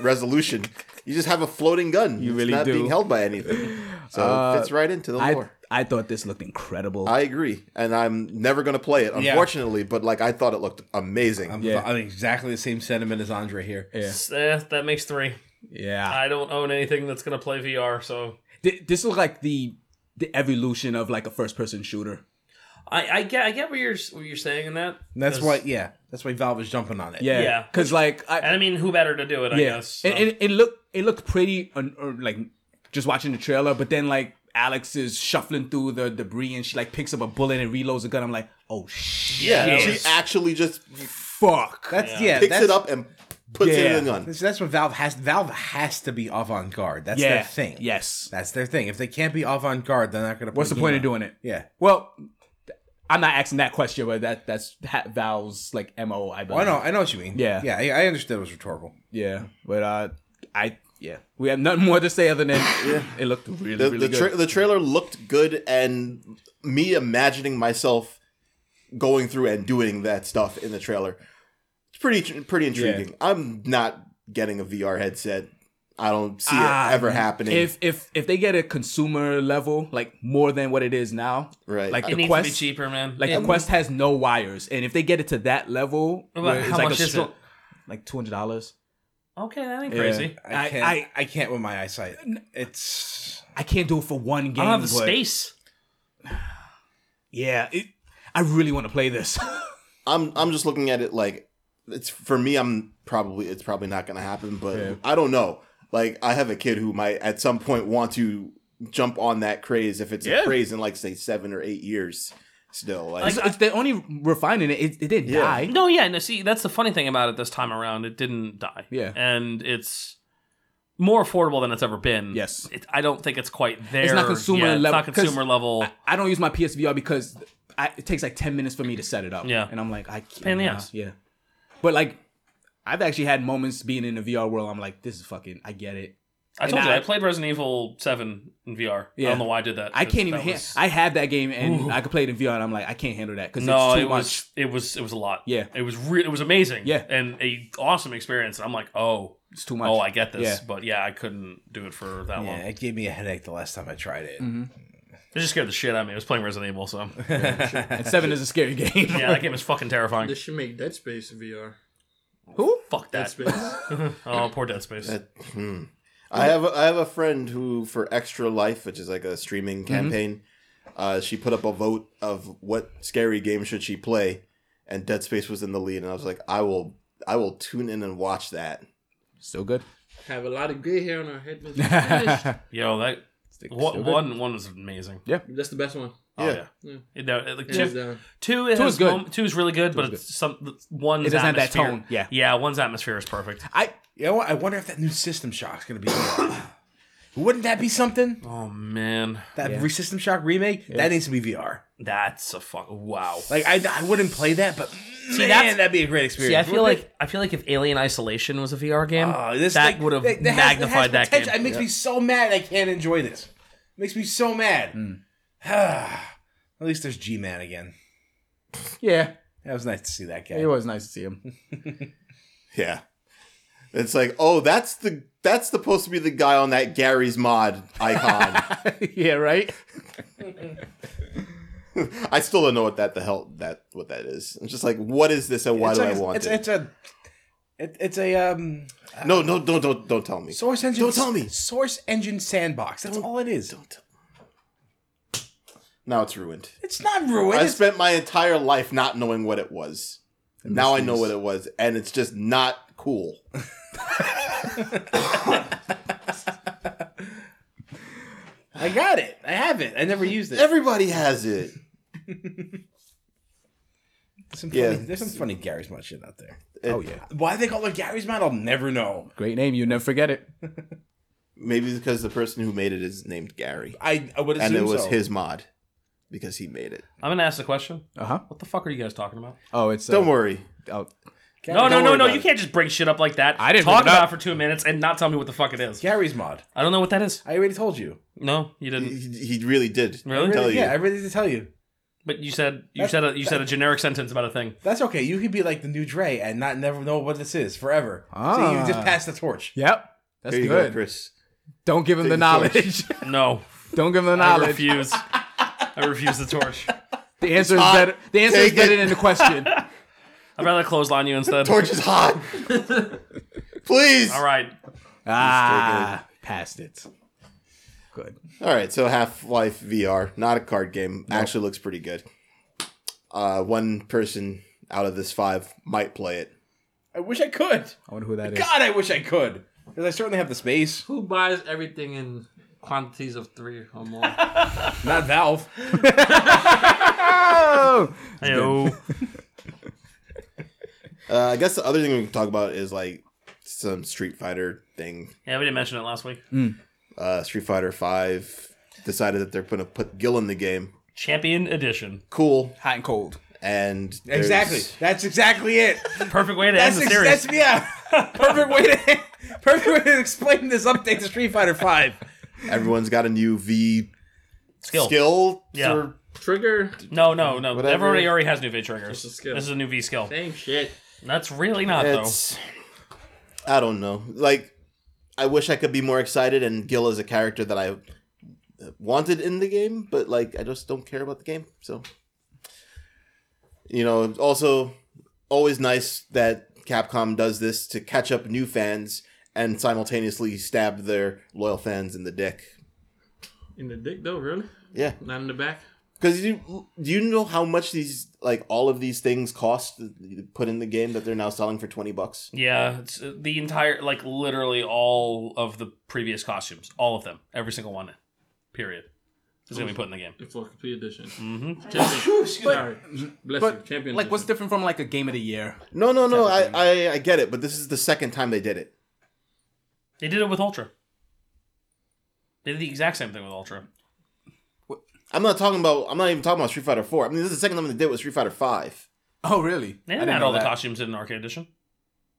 Speaker 2: resolution, you just have a floating gun. You
Speaker 1: really
Speaker 2: not
Speaker 1: do. Uh,
Speaker 2: being held by anything, so it fits right into the
Speaker 1: I,
Speaker 2: lore.
Speaker 1: I thought this looked incredible.
Speaker 2: I agree, and I'm never gonna play it, unfortunately. But like, I thought it looked amazing.
Speaker 5: I'm,
Speaker 1: yeah.
Speaker 5: I'm exactly the same sentiment as Andre here.
Speaker 1: yeah.
Speaker 3: Eh, that makes three.
Speaker 1: Yeah.
Speaker 3: I don't own anything that's gonna play VR, so
Speaker 1: Th- this looked like the the evolution of like a first person shooter.
Speaker 3: I, I get I get what you're what you're saying in that.
Speaker 5: And that's
Speaker 3: 'cause-
Speaker 5: why, yeah, that's why Valve is jumping on it.
Speaker 1: Yeah.
Speaker 3: Yeah.
Speaker 1: Because like I,
Speaker 3: And I mean, who better to do it? I
Speaker 1: yeah,
Speaker 3: guess. uh, so.
Speaker 1: it, it, it looked it looked pretty un, or like just watching the trailer, but then like Alex is shuffling through the debris and she like picks up a bullet and reloads the gun. I'm like, oh shit,
Speaker 3: Yeah,
Speaker 2: And
Speaker 3: that
Speaker 2: She
Speaker 3: was-
Speaker 2: actually just
Speaker 1: fuck.
Speaker 5: That's yeah.
Speaker 2: picks
Speaker 5: that's,
Speaker 2: it up and puts it
Speaker 1: Yeah.
Speaker 2: in the gun.
Speaker 5: That's, that's what Valve has. Valve has to be avant garde. That's
Speaker 1: yeah,
Speaker 5: their thing.
Speaker 1: Yes.
Speaker 5: that's their thing. If they can't be avant garde, they're not gonna. put
Speaker 1: What's the
Speaker 5: a
Speaker 1: point
Speaker 5: game
Speaker 1: of
Speaker 5: out.
Speaker 1: doing it?
Speaker 5: Yeah.
Speaker 1: Well, th- I'm not asking that question, but that that's Ha- Val's like mo. I
Speaker 5: Oh, I
Speaker 1: believe.
Speaker 5: know. I know what you mean.
Speaker 1: Yeah.
Speaker 5: Yeah. I, I understood it was rhetorical.
Speaker 1: Yeah, but uh, I yeah, we have nothing more to say other than it looked really
Speaker 2: The,
Speaker 1: really
Speaker 2: the,
Speaker 1: good.
Speaker 2: tra- the trailer looked good, and me imagining myself going through and doing that stuff in the trailer, it's pretty pretty intriguing. I'm not getting a VR headset. I don't see
Speaker 1: Ah,
Speaker 2: it ever happening.
Speaker 1: if if if they get a consumer level like more than what it is now,
Speaker 2: Right.
Speaker 1: Like
Speaker 2: It
Speaker 3: It
Speaker 1: the
Speaker 3: needs
Speaker 1: quest,
Speaker 3: to be cheaper, man.
Speaker 1: like the quest has no wires, and if they get it to that level,
Speaker 3: Well,
Speaker 1: where it's
Speaker 3: how
Speaker 1: like
Speaker 3: much
Speaker 1: a
Speaker 3: is
Speaker 1: strong-
Speaker 3: it?
Speaker 1: Like two hundred dollars.
Speaker 3: okay, that ain't crazy.
Speaker 5: I
Speaker 1: I-
Speaker 5: can't. I,
Speaker 1: I-
Speaker 5: can't with my eyesight. It's
Speaker 1: I can't do it for one
Speaker 3: I
Speaker 1: game.
Speaker 3: don't have the
Speaker 1: but-
Speaker 3: space.
Speaker 1: Yeah, it, I really want to play this.
Speaker 2: I'm I'm just looking at it like it's for me. I'm probably it's probably not going to happen, but I don't know. Like I have a kid who might at some point want to jump on that craze if it's a craze in like say seven or eight years. Still, like,
Speaker 1: it's, it's the only refining it. It, it didn't
Speaker 2: Yeah.
Speaker 1: die.
Speaker 3: No, yeah, no. See, that's the funny thing about it this time around. It didn't die.
Speaker 1: Yeah.
Speaker 3: and it's more affordable than it's ever been.
Speaker 1: Yes.
Speaker 3: it, I don't think it's quite there.
Speaker 1: It's not consumer
Speaker 3: yet. It's
Speaker 1: level-
Speaker 3: not consumer
Speaker 1: 'cause
Speaker 3: level.
Speaker 1: I- I don't use my PSVR because I, it takes like ten minutes for me to set it up.
Speaker 3: Yeah.
Speaker 1: and I'm like, I can't.
Speaker 3: in the
Speaker 1: yeah,
Speaker 3: ass.
Speaker 1: yeah. But like, I've actually had moments being in the VR world. I'm like, this is fucking. I get it.
Speaker 3: I told
Speaker 1: and
Speaker 3: you, I,
Speaker 1: I-
Speaker 3: played Resident Evil Seven in VR. I
Speaker 1: Yeah.
Speaker 3: don't know why I did that.
Speaker 1: I can't even.
Speaker 3: That
Speaker 1: Ha-
Speaker 3: was-
Speaker 1: I have that game and I could play it in VR, and I'm like, I can't handle that because it's
Speaker 3: no,
Speaker 1: too much.
Speaker 3: it was it was it was a lot.
Speaker 1: Yeah.
Speaker 3: it was re- it was amazing.
Speaker 1: Yeah.
Speaker 3: and a awesome experience. I'm like, oh,
Speaker 1: it's too much.
Speaker 3: oh, I get this,
Speaker 1: Yeah.
Speaker 3: but yeah, I couldn't do it for that
Speaker 5: yeah.
Speaker 3: long.
Speaker 5: It gave me a headache the last time I tried it.
Speaker 3: Mm, It just scared the shit out of me. I was playing Resident Evil, so
Speaker 1: And Seven is a scary game.
Speaker 3: yeah, that game is fucking terrifying.
Speaker 6: This should make Dead Space VR.
Speaker 1: Who?
Speaker 3: Fuck
Speaker 6: Dead
Speaker 3: that.
Speaker 6: Space.
Speaker 3: oh, poor Dead Space.
Speaker 2: that- hmm. I have a, I have a friend who for Extra Life, which is like a streaming
Speaker 5: Mm-hmm.
Speaker 2: campaign, uh, she put up a vote of what scary game should she play, and Dead Space was in the lead, and I was like, I will I will tune in and watch that.
Speaker 1: Still good.
Speaker 6: Have a lot of gray hair on our head. when we finish.
Speaker 3: Yo, that
Speaker 1: so
Speaker 3: one
Speaker 1: good.
Speaker 3: one one was amazing.
Speaker 6: That's the best one.
Speaker 3: Oh yeah.
Speaker 6: Yeah.
Speaker 3: It- no, it- like,
Speaker 6: Hands
Speaker 3: two,
Speaker 6: down.
Speaker 3: two, it
Speaker 1: Two
Speaker 3: has
Speaker 1: is good.
Speaker 3: mom- two is really good, but
Speaker 1: is
Speaker 3: it's some one's
Speaker 1: It doesn't have that
Speaker 3: atmosphere-
Speaker 1: tone, yeah.
Speaker 3: yeah, one's atmosphere is perfect.
Speaker 5: I you know what? I wonder if that new System Shock's gonna be. Wouldn't that be something?
Speaker 3: Oh man,
Speaker 5: That re System Shock remake that needs to be VR.
Speaker 3: that's a fuck. Wow.
Speaker 5: Like I, I wouldn't play that, but man,
Speaker 3: that's-
Speaker 5: that'd be a great experience.
Speaker 3: See, I feel
Speaker 5: wouldn't it?
Speaker 3: like I feel like if Alien Isolation was a VR game,
Speaker 5: Oh, this
Speaker 3: that
Speaker 5: thing-
Speaker 3: would have
Speaker 5: that- that has- that has
Speaker 3: magnified that game.
Speaker 5: potential. It makes me so mad I can't enjoy this. makes me so mad.
Speaker 3: Mm.
Speaker 5: At least there's G Man again.
Speaker 1: Yeah,
Speaker 5: That was nice to see that guy.
Speaker 1: it was nice to see him.
Speaker 2: Yeah. It's like, oh, that's the that's supposed to be the guy on that Gary's mod icon.
Speaker 1: yeah, right.
Speaker 2: I still don't know what that the hell that what that is. I'm just like, what is this and why
Speaker 5: it's
Speaker 2: do
Speaker 5: like-
Speaker 2: I want
Speaker 5: it's,
Speaker 2: it?
Speaker 5: It's a, it, it's a um
Speaker 2: no, no, don't don't don't tell me.
Speaker 5: source engine.
Speaker 2: Don't tell me.
Speaker 5: Source engine sandbox. That's all it is.
Speaker 2: Now it's ruined.
Speaker 5: It's not ruined.
Speaker 2: I
Speaker 5: It's-
Speaker 2: spent my entire life not knowing what it was. Now I know what it was, and it's just not cool.
Speaker 5: I got it. I have it. I never used it.
Speaker 2: Everybody has it.
Speaker 5: Some funny,
Speaker 2: Yeah.
Speaker 5: There's some funny Gary's Mod shit out there.
Speaker 2: It-
Speaker 1: Oh yeah,
Speaker 5: Why they call it Gary's Mod, I'll never know.
Speaker 1: great name. You will never forget it.
Speaker 2: Maybe because the person who made it is named Gary,
Speaker 5: I, I would assume
Speaker 2: and it was
Speaker 5: so.
Speaker 2: his mod because he made it.
Speaker 3: I'm gonna ask the question.
Speaker 1: Uh huh.
Speaker 3: What the fuck are you guys talking about?
Speaker 1: Oh, it's uh,
Speaker 2: Don't worry.
Speaker 1: Oh,
Speaker 3: No, no, no,
Speaker 2: worry
Speaker 3: no!
Speaker 2: about
Speaker 3: You
Speaker 2: it.
Speaker 3: can't just bring shit up like that.
Speaker 1: I didn't
Speaker 3: talk
Speaker 1: bring it up.
Speaker 3: about it for two minutes and not tell me what the fuck it is.
Speaker 5: Gary's Mod.
Speaker 3: I don't know what that is.
Speaker 5: I already told you.
Speaker 3: No,
Speaker 2: He,
Speaker 3: you didn't.
Speaker 2: he really did.
Speaker 3: Really?
Speaker 2: Tell you.
Speaker 5: yeah, I really did tell you.
Speaker 3: But you said you said a, you said a generic sentence about a thing.
Speaker 5: That's okay. You could be like the new Dre and not never know what this is forever. So
Speaker 1: Ah.
Speaker 5: you just pass the torch.
Speaker 1: yep. That's
Speaker 2: Here you
Speaker 1: good.
Speaker 2: go, Chris.
Speaker 1: Don't give him the
Speaker 2: the torch.
Speaker 1: knowledge.
Speaker 3: No,
Speaker 1: Don't give him the
Speaker 3: I
Speaker 1: knowledge.
Speaker 3: refuse. I refuse the torch.
Speaker 1: The answer is
Speaker 2: hot.
Speaker 1: better. The answer is
Speaker 2: Take
Speaker 1: better
Speaker 2: it.
Speaker 1: than the question.
Speaker 3: I'd rather clothesline you instead.
Speaker 2: Torch is hot. Please.
Speaker 3: All right.
Speaker 1: ah, passed it. Good.
Speaker 2: All right, so Half Life VR, not a card game, actually looks pretty good. Uh, one person out of this five might play it.
Speaker 5: I wish I could.
Speaker 2: Oh,
Speaker 1: I wonder who that is.
Speaker 5: God, I wish I could. Because I certainly have the space.
Speaker 6: Who buys everything in quantities of three or more.
Speaker 5: Not Valve.
Speaker 3: Hello.
Speaker 2: Uh, I guess the other thing we can talk about is like some Street Fighter thing.
Speaker 3: yeah, we didn't mention it last week.
Speaker 2: Uh, Street Fighter Five decided that they're going to put Gil in the game.
Speaker 3: Champion edition.
Speaker 2: Cool.
Speaker 1: Hot and cold.
Speaker 2: And there's-
Speaker 5: Exactly. That's exactly it.
Speaker 3: Perfect way to
Speaker 5: That's,
Speaker 3: end the
Speaker 5: ex-
Speaker 3: series.
Speaker 5: that's yeah. Perfect way to perfect way to explain this update to Street Fighter Five.
Speaker 2: everyone's got a new V
Speaker 3: skill.
Speaker 2: skill
Speaker 3: Yeah.
Speaker 2: for
Speaker 6: Trigger.
Speaker 3: No, no, no.
Speaker 2: Whatever.
Speaker 3: Everybody already has new V triggers.
Speaker 6: It's a skill.
Speaker 3: This is a new V skill.
Speaker 6: Same shit.
Speaker 3: That's really not
Speaker 2: It's I don't know. Like I wish I could be more excited and Gil is a character that I wanted in the game, but like I just don't care about the game. So you know, also always nice that Capcom does this to catch up new fans and simultaneously stab their loyal fans in the dick.
Speaker 6: In the dick though, really?
Speaker 2: Yeah.
Speaker 6: Not in the back.
Speaker 2: Cuz you do you know how much these like all of these things cost that you put in the game that they're now selling for 20 bucks?
Speaker 3: though. Yeah, it's uh, the entire like literally all of the previous costumes, all of them, every single one. Period. Is gonna be put in the game.
Speaker 6: For a complete edition.
Speaker 3: Mm-hmm.
Speaker 6: Champion. Sorry. Bless you. Champion.
Speaker 1: Like, what's
Speaker 6: edition.
Speaker 1: different from like a game of the year?
Speaker 2: No, no, no. I, I I get it, but this is the second time they did it.
Speaker 3: They did it with Ultra. They did the exact same thing with Ultra.
Speaker 2: I'm not talking about. I'm not even talking about Street Fighter Four. I mean, this is the second time they did with Street Fighter Five.
Speaker 1: Oh, really?
Speaker 3: They
Speaker 1: I
Speaker 3: didn't add
Speaker 1: know
Speaker 3: all the
Speaker 1: that.
Speaker 3: costumes in an arcade edition.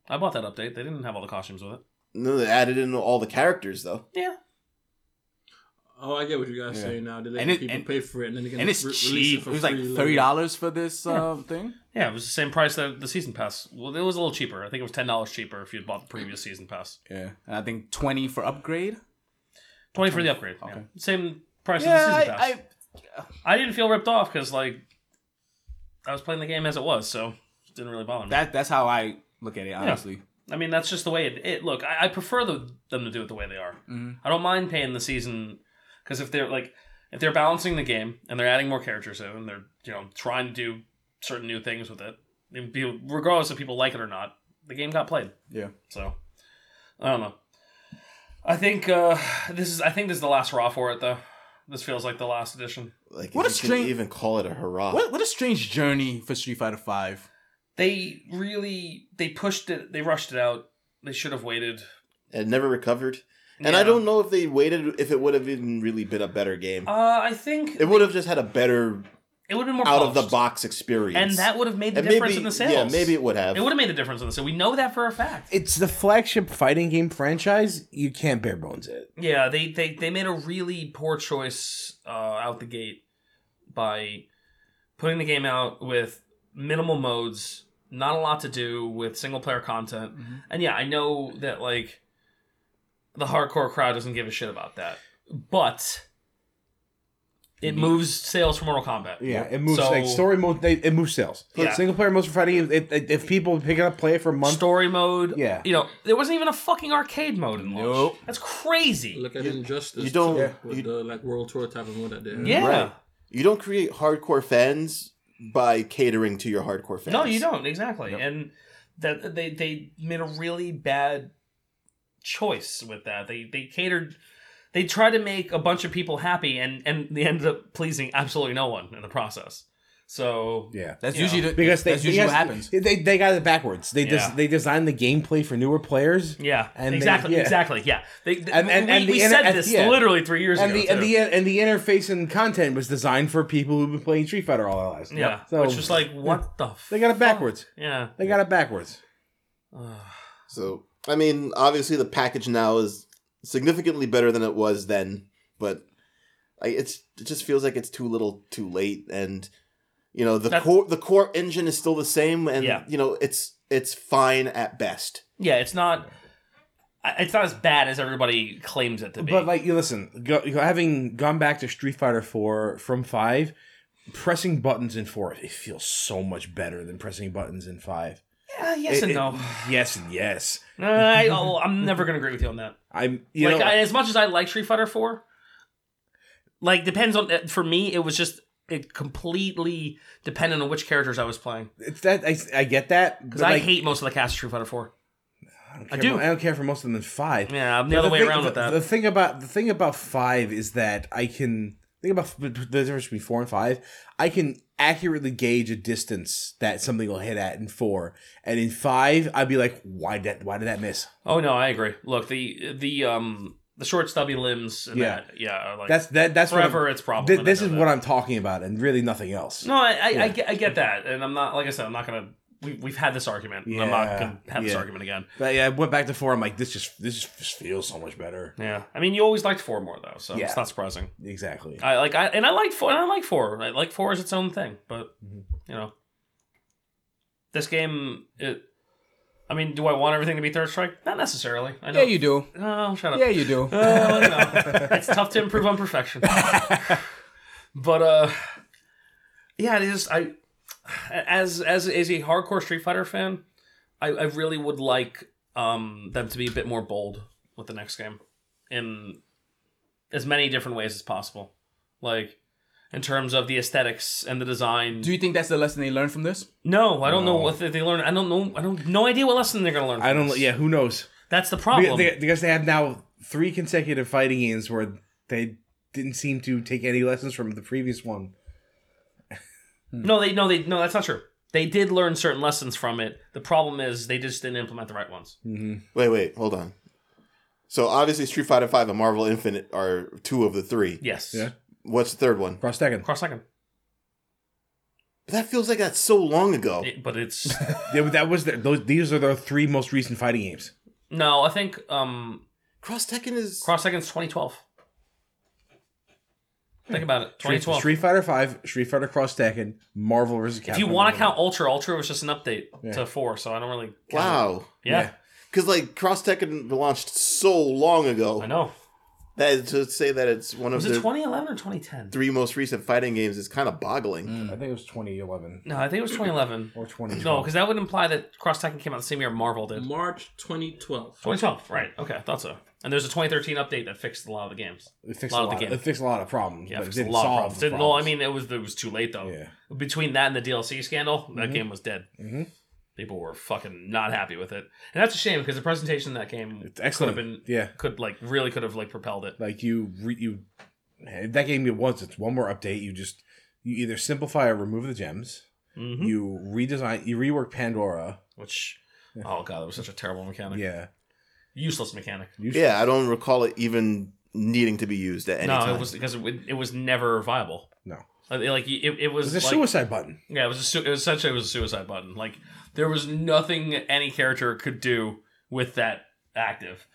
Speaker 3: I bought that update. They didn't have all the costumes with it.
Speaker 2: No, they added in all the characters though.
Speaker 3: Yeah.
Speaker 6: Oh, I get what you guys say saying now. They let
Speaker 1: And it-
Speaker 6: people
Speaker 1: and-
Speaker 6: pay for it, and then they can
Speaker 1: And it's
Speaker 6: re- release
Speaker 1: cheap.
Speaker 6: it
Speaker 1: It
Speaker 6: for
Speaker 1: was like
Speaker 6: free
Speaker 1: thirty
Speaker 6: later.
Speaker 1: dollars for this uh, thing.
Speaker 3: Yeah, it was the same price that the season pass. Well, it was a little cheaper. I think it was ten dollars cheaper if you had bought the previous season pass.
Speaker 1: Yeah, and I think twenty for upgrade.
Speaker 3: Twenty for the upgrade. yeah. Same price as the
Speaker 1: Yeah,
Speaker 3: season pass.
Speaker 1: I,
Speaker 3: I, didn't feel ripped off because like I was playing the game as it was, so it didn't really bother me.
Speaker 1: that that's how I look at it. Honestly,
Speaker 3: I mean, that's just the way it. it look, I, I prefer the, them to do it the way they are.
Speaker 2: Mm-hmm.
Speaker 1: Mhm.
Speaker 3: I don't mind paying the season because if they're like if they're balancing the game and they're adding more characters in and they're you know trying to do certain new things with it, it'd be- regardless if people like it or not, the game got played.
Speaker 1: Yeah.
Speaker 3: So I don't know. I think uh, this is I think this is the last raw for it though. This feels like the last edition.
Speaker 2: Like,
Speaker 1: What
Speaker 2: what
Speaker 1: a
Speaker 2: if you
Speaker 1: strange-
Speaker 2: can even call it a hurrah.
Speaker 1: what what a strange journey for Street Fighter Five.
Speaker 3: They really they pushed it. They rushed it out. They should have waited.
Speaker 2: It never recovered, and I
Speaker 3: Yeah.
Speaker 2: don't know if they waited if it would have even really been a better game.
Speaker 3: Uh, I think
Speaker 2: it would have just had a better
Speaker 3: it would have been more
Speaker 2: out of the
Speaker 3: polished.
Speaker 2: box experience,
Speaker 3: and that would have made the
Speaker 2: And
Speaker 3: difference
Speaker 2: maybe-
Speaker 3: in the sales.
Speaker 2: Yeah, maybe it would have.
Speaker 3: it would have made the difference in the sales. We know that for a fact.
Speaker 9: It's the flagship fighting game franchise. You can't bare bones it.
Speaker 3: Yeah, they they, they made a really poor choice uh, out the gate by putting the game out with minimal modes, not a lot to do with single player content.
Speaker 2: Mm-hmm.
Speaker 3: And yeah, I know that like the hardcore crowd doesn't give a shit about that, but it moves sales for Mortal Kombat.
Speaker 9: Yeah, it moves
Speaker 3: So-
Speaker 9: like story mode. They, it moves sales. For
Speaker 3: Yeah.
Speaker 9: Single player most fighting games. If, if- if people pick it up, play it for a month.
Speaker 3: Story mode.
Speaker 9: Yeah.
Speaker 3: You know, there wasn't even a fucking arcade mode in launch.
Speaker 1: Nope.
Speaker 3: That's crazy.
Speaker 6: Look at Injustice.
Speaker 2: you don't-
Speaker 6: too,
Speaker 2: Yeah.
Speaker 6: With
Speaker 2: you-
Speaker 6: the like world tour type of mode that they had.
Speaker 3: yeah.
Speaker 2: Right. you don't create hardcore fans by catering to your hardcore fans.
Speaker 3: No, you don't exactly, and that they they made a really bad choice with that. They they catered, they tried to make a bunch of people happy, and and they ended up pleasing absolutely no one in the process. So
Speaker 9: Yeah.
Speaker 1: That's
Speaker 3: Yeah.
Speaker 1: usually the,
Speaker 9: Because they,
Speaker 1: that's usually what
Speaker 9: because
Speaker 1: happens.
Speaker 9: They, they got it backwards. They just
Speaker 3: Yeah.
Speaker 9: they designed the gameplay for newer players.
Speaker 3: yeah,
Speaker 9: And they-
Speaker 3: exactly,
Speaker 9: yeah.
Speaker 3: exactly, yeah. They,
Speaker 9: And- and-
Speaker 3: we,
Speaker 9: and
Speaker 3: we
Speaker 9: the inter-
Speaker 3: said
Speaker 9: and-
Speaker 3: this
Speaker 9: yeah.
Speaker 3: literally three years
Speaker 9: And
Speaker 3: ago.
Speaker 9: the and
Speaker 3: too.
Speaker 9: the and the interface and content was designed for people who've been playing Street Fighter all their lives.
Speaker 3: yeah,
Speaker 9: So
Speaker 3: which was like what the
Speaker 9: they got it
Speaker 3: fuck?
Speaker 9: backwards.
Speaker 3: Yeah,
Speaker 9: They got it backwards.
Speaker 2: So I mean, obviously the package now is significantly better than it was then, but I, it's it just feels like it's too little, too late, and you know the
Speaker 3: That-
Speaker 2: core the core engine is still the same, and
Speaker 3: Yeah.
Speaker 2: you know it's it's fine at best.
Speaker 3: yeah. It's not. It's not as bad as everybody claims it to be.
Speaker 9: But like, you listen, go, having gone back to Street Fighter Four from Five, pressing buttons in Four, it feels so much better than pressing buttons in Five.
Speaker 3: Uh, yes
Speaker 9: It-
Speaker 3: and
Speaker 9: it-
Speaker 3: no.
Speaker 9: Yes and yes.
Speaker 3: Uh, I, oh, I'm never gonna agree with you on that.
Speaker 9: I'm you
Speaker 3: like
Speaker 9: know
Speaker 3: I, as much as I like Street Fighter Four, like depends on uh, for me. It was just it completely dependent on which characters I was playing
Speaker 9: it's that I, I get that
Speaker 3: because
Speaker 9: but
Speaker 3: I
Speaker 9: like,
Speaker 3: hate most of the cast of Street Fighter Four.
Speaker 9: I
Speaker 5: don't
Speaker 3: I
Speaker 5: care
Speaker 3: do.
Speaker 5: mo- I don't care for most of them in five.
Speaker 3: Yeah, I'm the
Speaker 5: But
Speaker 3: other way
Speaker 5: thing-
Speaker 3: around with
Speaker 5: the-
Speaker 3: that.
Speaker 5: The thing about the thing about five is that I can think about f- the difference between four and five. I can accurately gauge a distance that something will hit at in four, and in five, I'd be like, why that? Why did that miss?
Speaker 3: Oh no, I agree. Look, the the um the short stubby limbs. And
Speaker 5: Yeah.
Speaker 3: that, yeah. Are like
Speaker 5: That's that. That's what I'm-
Speaker 3: forever. It's problem. and
Speaker 5: thi-
Speaker 3: I
Speaker 5: this
Speaker 3: know
Speaker 5: is
Speaker 3: that.
Speaker 5: what I'm talking about, and really nothing else.
Speaker 3: No, I I, I, get, I get that, and I'm not like I said. I'm not gonna. We, we've had this argument. I'm not
Speaker 5: Yeah,
Speaker 3: gonna have this
Speaker 5: yeah.
Speaker 3: argument again.
Speaker 5: But yeah, I went back to four. I'm like, this just this just feels so much better.
Speaker 3: Yeah, I mean, you always liked four more though, so
Speaker 5: Yeah.
Speaker 3: it's not surprising.
Speaker 5: Exactly.
Speaker 3: I like I and I like four. And I like four. I like four is its own thing, but
Speaker 12: Mm-hmm.
Speaker 3: you know, this game. It, I mean, do I want everything to be third strike? Not necessarily. I know.
Speaker 12: Yeah, you do.
Speaker 3: Oh, shut up.
Speaker 12: Yeah, you do.
Speaker 1: Uh,
Speaker 3: Oh, no. it's tough to improve on perfection. but uh, yeah, it is. I as as as a hardcore Street Fighter fan, I, I really would like um them to be a bit more bold with the next game in as many different ways as possible, like in terms of the aesthetics and the design.
Speaker 1: Do you think that's the lesson they learned from this?
Speaker 3: no, I don't know what they learn. I don't know. I don't no idea what lesson they're gonna learn.
Speaker 5: I
Speaker 3: from
Speaker 5: don't.
Speaker 3: this.
Speaker 5: Yeah, who knows?
Speaker 3: that's the
Speaker 5: Because
Speaker 3: problem.
Speaker 5: they, because they have now three consecutive fighting games where they didn't seem to take any lessons from the previous one.
Speaker 3: No, they no they no that's not true. They did learn certain lessons from it. The problem is they just didn't implement the right ones.
Speaker 2: Wait, wait, hold on. So obviously, Street Fighter Five and Marvel Infinite are two of the three.
Speaker 3: Yes.
Speaker 5: Yeah.
Speaker 2: What's the third one?
Speaker 5: Cross Tekken.
Speaker 3: Cross second.
Speaker 2: That feels like that's so long ago.
Speaker 3: but it's
Speaker 5: Yeah, but that was their, those. These are their three most recent fighting games.
Speaker 3: no, I think um
Speaker 2: Cross Tekken is
Speaker 3: Cross Second's 2012. Think about it.
Speaker 5: Street,
Speaker 3: 2012.
Speaker 5: Street Fighter Five, Street Fighter Cross Tekken, Marvel vs. Capcom.
Speaker 3: if you want to count Ultra, Ultra was just an update to 4, so I don't really count it.
Speaker 2: wow.
Speaker 3: Yeah,
Speaker 2: Because like Cross Tekken launched so long ago
Speaker 3: I know.
Speaker 2: that is to say Oh. that it's one of
Speaker 3: Was
Speaker 2: the
Speaker 3: it 2011 or 2010?
Speaker 2: three most recent fighting games is kind of boggling.
Speaker 3: Mm.
Speaker 5: I think it was 2011
Speaker 3: No, I think it was 2011.
Speaker 5: or 2012.
Speaker 3: No, because that would imply that Cross Tekken came out the same year Marvel did.
Speaker 6: March 2012.
Speaker 3: 2012, right. Okay, I thought so. And there's a 2013 update that fixed a lot of the games.
Speaker 5: it fixed
Speaker 3: a
Speaker 5: a
Speaker 3: lot
Speaker 5: lot.
Speaker 3: of the game.
Speaker 5: it fixed a lot of problems.
Speaker 3: Yeah,
Speaker 5: but
Speaker 3: fixed
Speaker 5: it
Speaker 3: a
Speaker 5: didn't
Speaker 3: lot of
Speaker 5: solve
Speaker 3: problems.
Speaker 5: the
Speaker 3: Didn't- No, I
Speaker 5: problems.
Speaker 3: mean it was it was too late though.
Speaker 5: Yeah.
Speaker 3: Between that and the DLC scandal, that game was dead.
Speaker 5: Mhm.
Speaker 3: People were fucking not happy with it, and that's a shame because the presentation of that game
Speaker 5: It's excellent.
Speaker 3: could have been
Speaker 5: yeah,
Speaker 3: could like really could have like propelled it.
Speaker 5: like you, re, you that game you once. It's one more update. You just you either simplify or remove the gems.
Speaker 3: Mhm.
Speaker 5: You redesign. You rework Pandora.
Speaker 3: Which oh god, that was such a terrible mechanic.
Speaker 5: Yeah.
Speaker 3: Useless mechanic.
Speaker 2: Yeah, I don't recall it even needing to be used at any
Speaker 3: no,
Speaker 2: time.
Speaker 3: it was because it, it was never viable.
Speaker 5: No.
Speaker 3: Like, like it, it was
Speaker 5: It's a
Speaker 3: like,
Speaker 5: suicide button.
Speaker 3: Yeah, it was a su- it was essentially it was a suicide button. Like there was nothing any character could do with that active.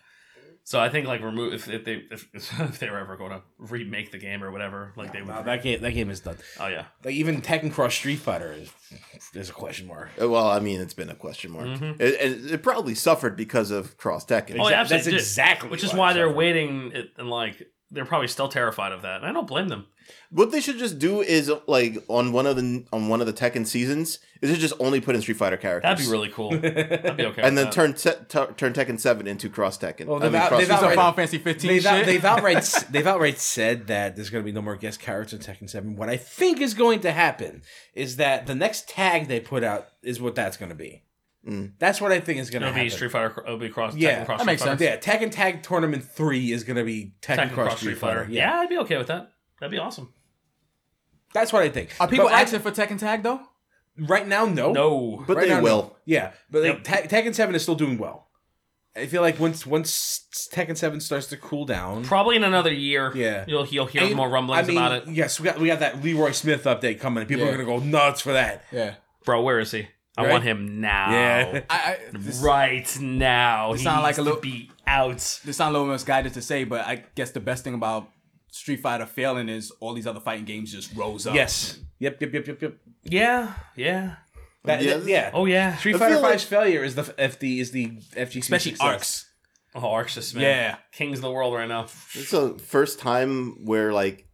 Speaker 3: So I think like remove if, if they if, if they were ever going to remake the game or whatever, like they would.
Speaker 5: Wow, that game that game is done.
Speaker 3: oh yeah,
Speaker 5: Like even Tekken Cross Street Fighter is there's a question mark.
Speaker 2: Uh, Well, I mean, it's been a question mark. It, it, it probably suffered because of Cross Tekken.
Speaker 3: Mm-hmm. oh yeah, absolutely
Speaker 5: that's
Speaker 3: did.
Speaker 5: exactly
Speaker 3: Which is
Speaker 5: why
Speaker 3: why
Speaker 5: it's
Speaker 3: they're
Speaker 5: up.
Speaker 3: waiting it, and like they're probably still terrified of that. And I don't blame them.
Speaker 2: What they should just do is uh, like on one of the on one of the Tekken seasons is it just only put in Street Fighter characters.
Speaker 3: That'd be really cool. I'd be okay.
Speaker 2: And
Speaker 3: with
Speaker 2: then
Speaker 3: that.
Speaker 2: turn te- tu- turn Tekken Seven into Cross Tekken.
Speaker 5: Well,
Speaker 2: I mean,
Speaker 5: they've-
Speaker 2: Cross-
Speaker 5: they've
Speaker 1: It's a
Speaker 5: already-
Speaker 1: Final Fantasy 15
Speaker 5: They've, out,
Speaker 1: shit.
Speaker 5: they've outright s- they've outright said that there's going to be no more guest characters in Tekken Seven. What I think is going to happen is that the next tag they put out is what that's going to be. That's what I think is going to
Speaker 3: it'll be
Speaker 5: happen.
Speaker 3: Street Fighter. It'll be cross.
Speaker 5: Yeah,
Speaker 3: Tekken cross
Speaker 5: that
Speaker 3: Street
Speaker 1: makes
Speaker 3: Fighter.
Speaker 1: sense.
Speaker 5: yeah, Tekken Tag Tournament Three is going to be Tekken,
Speaker 3: Tekken
Speaker 5: Cross Street, Fighter.
Speaker 3: Yeah. I'd be okay with that. That'd be awesome.
Speaker 5: that's what I think.
Speaker 1: Are people
Speaker 5: But right-
Speaker 1: asking for Tekken Tag though?
Speaker 5: right now? No,
Speaker 3: No,
Speaker 2: but
Speaker 5: Right
Speaker 2: they
Speaker 5: now,
Speaker 2: will.
Speaker 5: no. Yeah, but like, Tek- Tekken Seven is still doing well. I feel like once once Tekken Seven starts to cool down,
Speaker 3: probably in another year.
Speaker 5: Yeah.
Speaker 3: you'll you'll hear more rumblings about it.
Speaker 5: Yes, we got we got that Leroy Smith update coming. and People
Speaker 1: Yeah.
Speaker 5: are gonna go nuts for that.
Speaker 1: Yeah.
Speaker 3: bro, where is he? I
Speaker 1: Right?
Speaker 3: want him now.
Speaker 5: Yeah.
Speaker 1: I, I this,
Speaker 3: right now. He
Speaker 1: sound
Speaker 3: needs
Speaker 1: like a
Speaker 3: to
Speaker 1: little-
Speaker 3: be out.
Speaker 1: this sound a little misguided to say, but I guess the best thing about Street Fighter failing is all these other fighting games just rose up.
Speaker 5: Yes. Yep. Yep. Yep. Yep. Yep.
Speaker 3: Yeah, yeah.
Speaker 5: That,
Speaker 2: Yeah.
Speaker 5: that- yeah.
Speaker 3: Oh yeah.
Speaker 5: Street
Speaker 2: I
Speaker 5: Fighter
Speaker 2: feel
Speaker 5: V's
Speaker 2: like-
Speaker 5: failure is the FD is the FGC
Speaker 1: Especially
Speaker 5: success.
Speaker 1: arcs.
Speaker 3: Oh, Arxis, man.
Speaker 1: Yeah.
Speaker 3: Kings of the world right now.
Speaker 2: It's the first time where like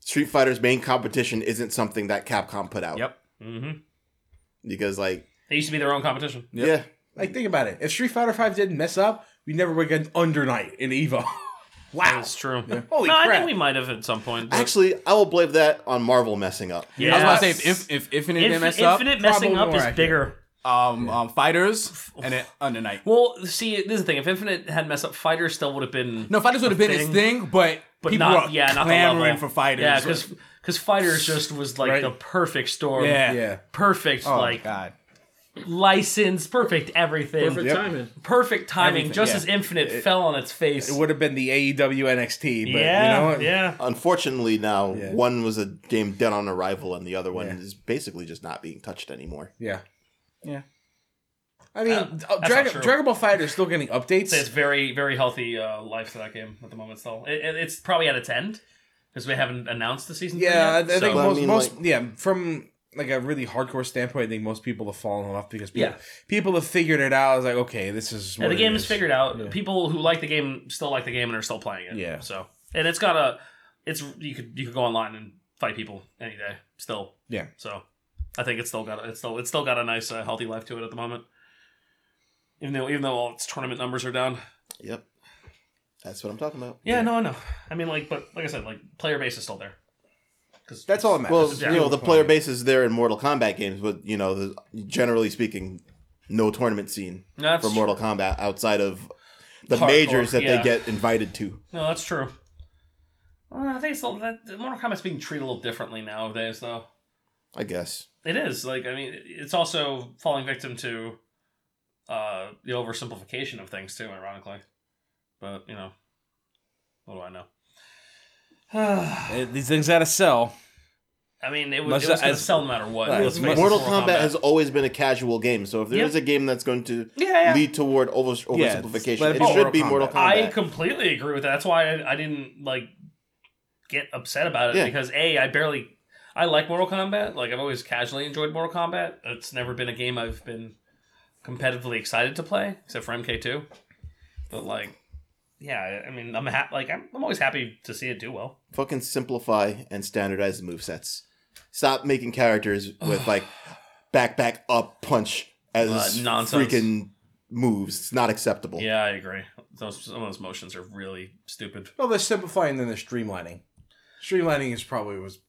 Speaker 2: Street Fighter's main competition isn't something that Capcom put out.
Speaker 1: Yep.
Speaker 3: Mm-hmm.
Speaker 2: Because like
Speaker 3: They used to be their own competition.
Speaker 2: yeah,
Speaker 5: Like think about it. If Street Fighter Five didn't mess up, we never would get an under night in Evo. wow.
Speaker 3: That's true.
Speaker 5: Holy
Speaker 3: no, I
Speaker 5: crap.
Speaker 3: think we might have at some point. but-
Speaker 2: actually, I will blame that on Marvel messing up.
Speaker 3: yeah.
Speaker 1: I was about to say if if, if Infinite
Speaker 3: Inf-
Speaker 1: didn't mess up,
Speaker 3: Infinite messing
Speaker 5: probably
Speaker 3: up
Speaker 5: more
Speaker 3: is
Speaker 5: accurate.
Speaker 3: bigger.
Speaker 1: um, um fighters and then under night.
Speaker 3: Well, see, this is the thing. If Infinite had messed up, Fighter still would have been
Speaker 1: No, fighters would have been his thing, but,
Speaker 3: but
Speaker 1: people
Speaker 3: not
Speaker 1: were
Speaker 3: yeah, not the
Speaker 1: clamoring
Speaker 3: level.
Speaker 1: for fighters.
Speaker 3: Yeah, because Fighters just was like the perfect storm.
Speaker 1: yeah,
Speaker 5: Yeah.
Speaker 3: Perfect,
Speaker 1: Oh,
Speaker 3: like
Speaker 1: God.
Speaker 3: license, perfect everything,
Speaker 6: Perfect timing.
Speaker 3: perfect timing.
Speaker 1: Everything,
Speaker 3: just
Speaker 1: yeah.
Speaker 3: as Infinite fell on its face.
Speaker 5: It would have been the E AEW NXT, but
Speaker 3: yeah,
Speaker 5: you know, what?
Speaker 3: yeah.
Speaker 2: Unfortunately, now one was a game dead on arrival, and the other one is basically just not being touched anymore.
Speaker 5: yeah.
Speaker 1: Yeah.
Speaker 5: I mean, uh,
Speaker 3: Um, not
Speaker 5: Dragon,
Speaker 3: true.
Speaker 5: Dragon Ball Fighter is still getting updates.
Speaker 3: It's very, very healthy uh, life for that game at the moment. Still, it, it- it's probably at its end because we haven't announced the season. three
Speaker 5: Yeah, I
Speaker 3: yet,
Speaker 5: I think
Speaker 3: so-
Speaker 2: Well, I
Speaker 5: most,
Speaker 2: mean,
Speaker 5: most
Speaker 2: like-
Speaker 5: yeah, from like a really hardcore standpoint, I think most people have fallen off because people,
Speaker 3: Yeah.
Speaker 5: people have figured it out. It's like, okay, this is
Speaker 3: Yeah,
Speaker 5: what
Speaker 3: the
Speaker 5: it
Speaker 3: game is
Speaker 5: is.
Speaker 3: figured out. People who like the game still like the game and are still playing it.
Speaker 5: Yeah.
Speaker 3: So and it's got a, it's you could you could go online and fight people any day still.
Speaker 5: Yeah.
Speaker 3: So I think it's still got a, it's still it's still got a nice uh, healthy life to it at the moment. Even though even though all its tournament numbers are down.
Speaker 2: Yep, that's what I'm talking about.
Speaker 3: Yeah, no, I know. I mean, like, but like I said, like player base is still there. Because
Speaker 5: That's all that matters.
Speaker 2: Well,
Speaker 3: Yeah.
Speaker 2: you know, the player base is there in Mortal Kombat games, but you know, the, generally speaking, no tournament scene
Speaker 3: That's
Speaker 2: for Mortal Kombat outside of the
Speaker 3: Hardcore,
Speaker 2: majors that
Speaker 3: yeah.
Speaker 2: they get invited to.
Speaker 3: No, that's true. Well, I think it's all, that Mortal Kombat's being treated a little differently nowadays, though.
Speaker 2: I guess.
Speaker 3: It is like I mean, it's also falling victim to uh, the oversimplification of things too, ironically. But you know, what do I know?
Speaker 9: Uh, These things gotta sell.
Speaker 3: I mean, it was,
Speaker 9: Must-
Speaker 3: it was going to
Speaker 9: as-
Speaker 3: sell no matter what.
Speaker 9: Right.
Speaker 3: Let's face it,
Speaker 2: Mortal Kombat, has always been a casual game, so if there is
Speaker 3: Yep.
Speaker 2: a game that's going to
Speaker 3: Yeah, yeah.
Speaker 2: lead toward over,
Speaker 9: Yeah,
Speaker 2: oversimplification,
Speaker 9: let
Speaker 2: it
Speaker 9: it be
Speaker 2: should be Mortal
Speaker 9: Mortal Kombat.
Speaker 3: I
Speaker 2: Kombat.
Speaker 3: completely agree with that. That's why I, I didn't like get upset about it
Speaker 2: Yeah.
Speaker 3: because a I barely I like Mortal Kombat. Like I've always casually enjoyed Mortal Kombat. It's never been a game I've been competitively excited to play, except for MK two. But like, yeah, I I mean, I'm ha- like I'm, I'm always happy to see it do well.
Speaker 2: Fucking simplify and standardize the movesets. Stop making characters with like back, back, up, punch as
Speaker 3: Uh, nonsense.
Speaker 2: freaking moves. It's not acceptable.
Speaker 3: Yeah, I agree. Those some of those motions are really stupid.
Speaker 5: Well, they're simplifying and they're streamlining. Streamlining is probably was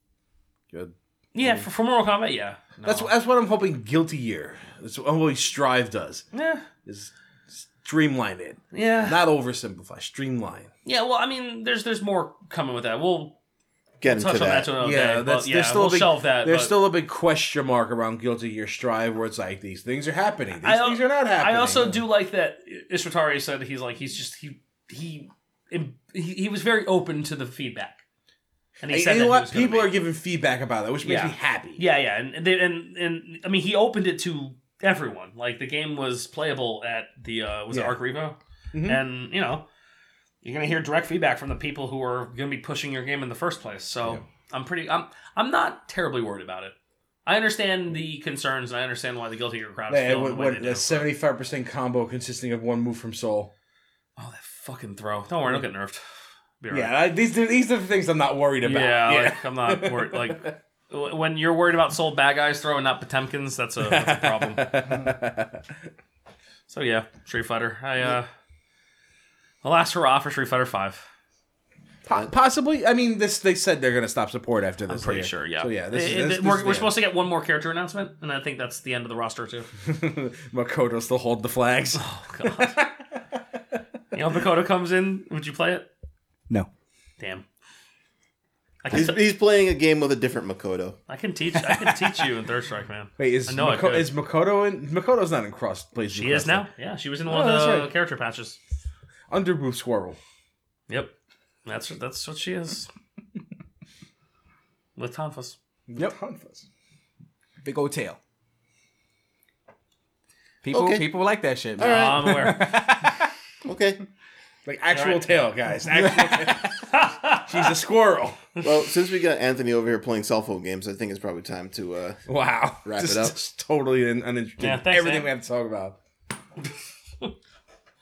Speaker 5: good.
Speaker 3: Yeah, for, for Mortal Kombat, yeah. No.
Speaker 5: That's that's what I'm hoping. Guilty Year. That's what always Strive does
Speaker 3: yeah,
Speaker 5: is streamline it,
Speaker 3: yeah,
Speaker 5: not oversimplify. Streamline.
Speaker 3: yeah. Well, I mean, there's there's more coming with that. We'll
Speaker 2: Get into
Speaker 3: touch on that
Speaker 2: that.
Speaker 3: to another
Speaker 5: yeah,
Speaker 3: day. but
Speaker 5: that's
Speaker 3: yeah,
Speaker 5: there's still
Speaker 3: Oh, we'll
Speaker 5: a big,
Speaker 3: shelve that.
Speaker 5: There's
Speaker 3: but
Speaker 5: still a big question mark around Guilty Gear Strive, where it's like these things are happening, these
Speaker 3: I al-
Speaker 5: things are not happening.
Speaker 3: I also do like that Ishvatari said he's like he's just he he he, he was very open to the feedback, and he
Speaker 5: And
Speaker 3: said
Speaker 5: you know
Speaker 3: that
Speaker 5: what?
Speaker 3: he was gonna
Speaker 5: People
Speaker 3: be.
Speaker 5: are giving feedback about that, which makes
Speaker 3: Yeah.
Speaker 5: me happy.
Speaker 3: yeah yeah and they, and and I mean he opened it to everyone like the game was playable at the uh, was it
Speaker 5: Yeah.
Speaker 3: Arc Revo
Speaker 5: Mhm.
Speaker 3: and you know you're gonna hear direct feedback from the people who are gonna be pushing your game in the first place so
Speaker 5: Yeah.
Speaker 3: I'm pretty I'm I'm not terribly worried about it. I understand the concerns and I understand why the guilty gear crowd is
Speaker 5: Yeah,
Speaker 3: feeling
Speaker 5: what,
Speaker 3: the way
Speaker 5: what,
Speaker 3: they do.
Speaker 5: a seventy-five percent combo consisting of one move from Soul.
Speaker 3: Oh, that fucking throw. Don't worry, don't get nerfed. Be all right.
Speaker 5: Yeah, I, these are- these are the things I'm not worried about.
Speaker 3: Yeah, like, I'm not worried. Like, w- when you're worried about sold bad guys throwing, not Potemkins, that's a, that's a problem. so, yeah, Street Fighter. I, uh, the last hurrah for Street Fighter 5.
Speaker 5: Po- possibly. I mean, this they said they're going to stop support after this.
Speaker 3: I'm pretty
Speaker 5: year.
Speaker 3: sure, yeah.
Speaker 5: So yeah, this,
Speaker 3: It-
Speaker 5: is-
Speaker 3: it-
Speaker 5: this, this
Speaker 3: we're
Speaker 5: is
Speaker 3: we're
Speaker 5: the
Speaker 3: supposed to get one more character announcement, and I think that's the end of the roster, too.
Speaker 5: end. Makoto still hold the flags.
Speaker 3: Oh, God. you know, Dakota comes in. Would you play it?
Speaker 8: No.
Speaker 3: Damn. I
Speaker 2: He's,
Speaker 3: can,
Speaker 2: he's playing a game with a different Makoto.
Speaker 3: I can teach I can teach you in Third Strike, man.
Speaker 5: Wait, is
Speaker 3: I know I
Speaker 5: Mako-
Speaker 3: could.
Speaker 5: is Makoto in? Makoto's not in Cross Plays.
Speaker 3: She is now. Yeah, she was in one
Speaker 5: Oh,
Speaker 3: of
Speaker 5: that's
Speaker 3: the
Speaker 5: right.
Speaker 3: character patches.
Speaker 5: Underboob Squirrel.
Speaker 3: Yep, that's that's what she is. With Tonfus.
Speaker 5: Yep.
Speaker 1: Big old tail. People
Speaker 2: Okay.
Speaker 1: people like that shit, man.
Speaker 3: Uh, I'm aware.
Speaker 2: Okay.
Speaker 5: Like actual
Speaker 3: All right.
Speaker 5: tail, guys. Actual tail. She's a squirrel.
Speaker 2: Well, since we got Anthony over here playing cell phone games, I think it's probably time to. Uh,
Speaker 5: Wow.
Speaker 2: Wrap
Speaker 5: Just-
Speaker 2: it up.
Speaker 5: just totally un- uninteresting.
Speaker 3: Yeah, thanks,
Speaker 5: Everything
Speaker 3: man.
Speaker 5: we have to talk about.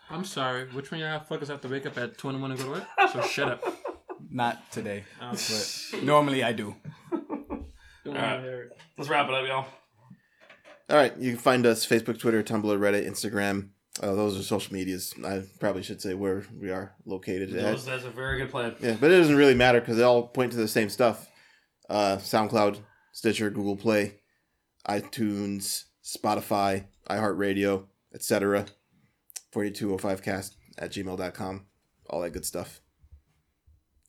Speaker 6: I'm sorry. Which one of y'all fuckers have to wake up at 21 and go to work? So shut up.
Speaker 1: Not today.
Speaker 3: Oh.
Speaker 1: But normally I do.
Speaker 6: Don't
Speaker 3: All
Speaker 6: wanna
Speaker 3: right.
Speaker 6: hear it.
Speaker 3: Let's wrap it up, y'all.
Speaker 2: all right, you can find us Facebook, Twitter, Tumblr, Reddit, Instagram. Uh, those are social medias. I probably should say where we are located. at.
Speaker 3: Those- that's a very good plan.
Speaker 2: Yeah, but it doesn't really matter because they all point to the same stuff: uh, SoundCloud, Stitcher, Google Play, iTunes, Spotify, iHeartRadio, etc. 4205cast at gmail.com. All that good stuff.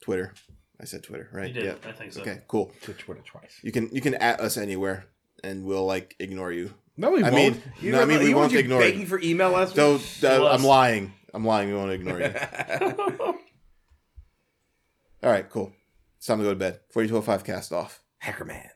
Speaker 2: Twitter. I said Twitter, right?
Speaker 3: You did, I think so.
Speaker 2: Okay, cool.
Speaker 9: Twitch Twitter twice.
Speaker 2: You can you can at us anywhere and we'll like ignore you.
Speaker 9: No, we
Speaker 2: I
Speaker 9: won't.
Speaker 2: mean,
Speaker 9: You
Speaker 2: no, I mean,
Speaker 9: remember-
Speaker 2: we
Speaker 9: you
Speaker 2: won't
Speaker 9: you
Speaker 2: ignore it.
Speaker 9: begging for email last week.
Speaker 2: So uh,
Speaker 3: Plus.
Speaker 2: I'm lying. I'm lying. We won't ignore you. All right, cool. It's time to go to bed. 4205 cast off.
Speaker 9: Hacker man.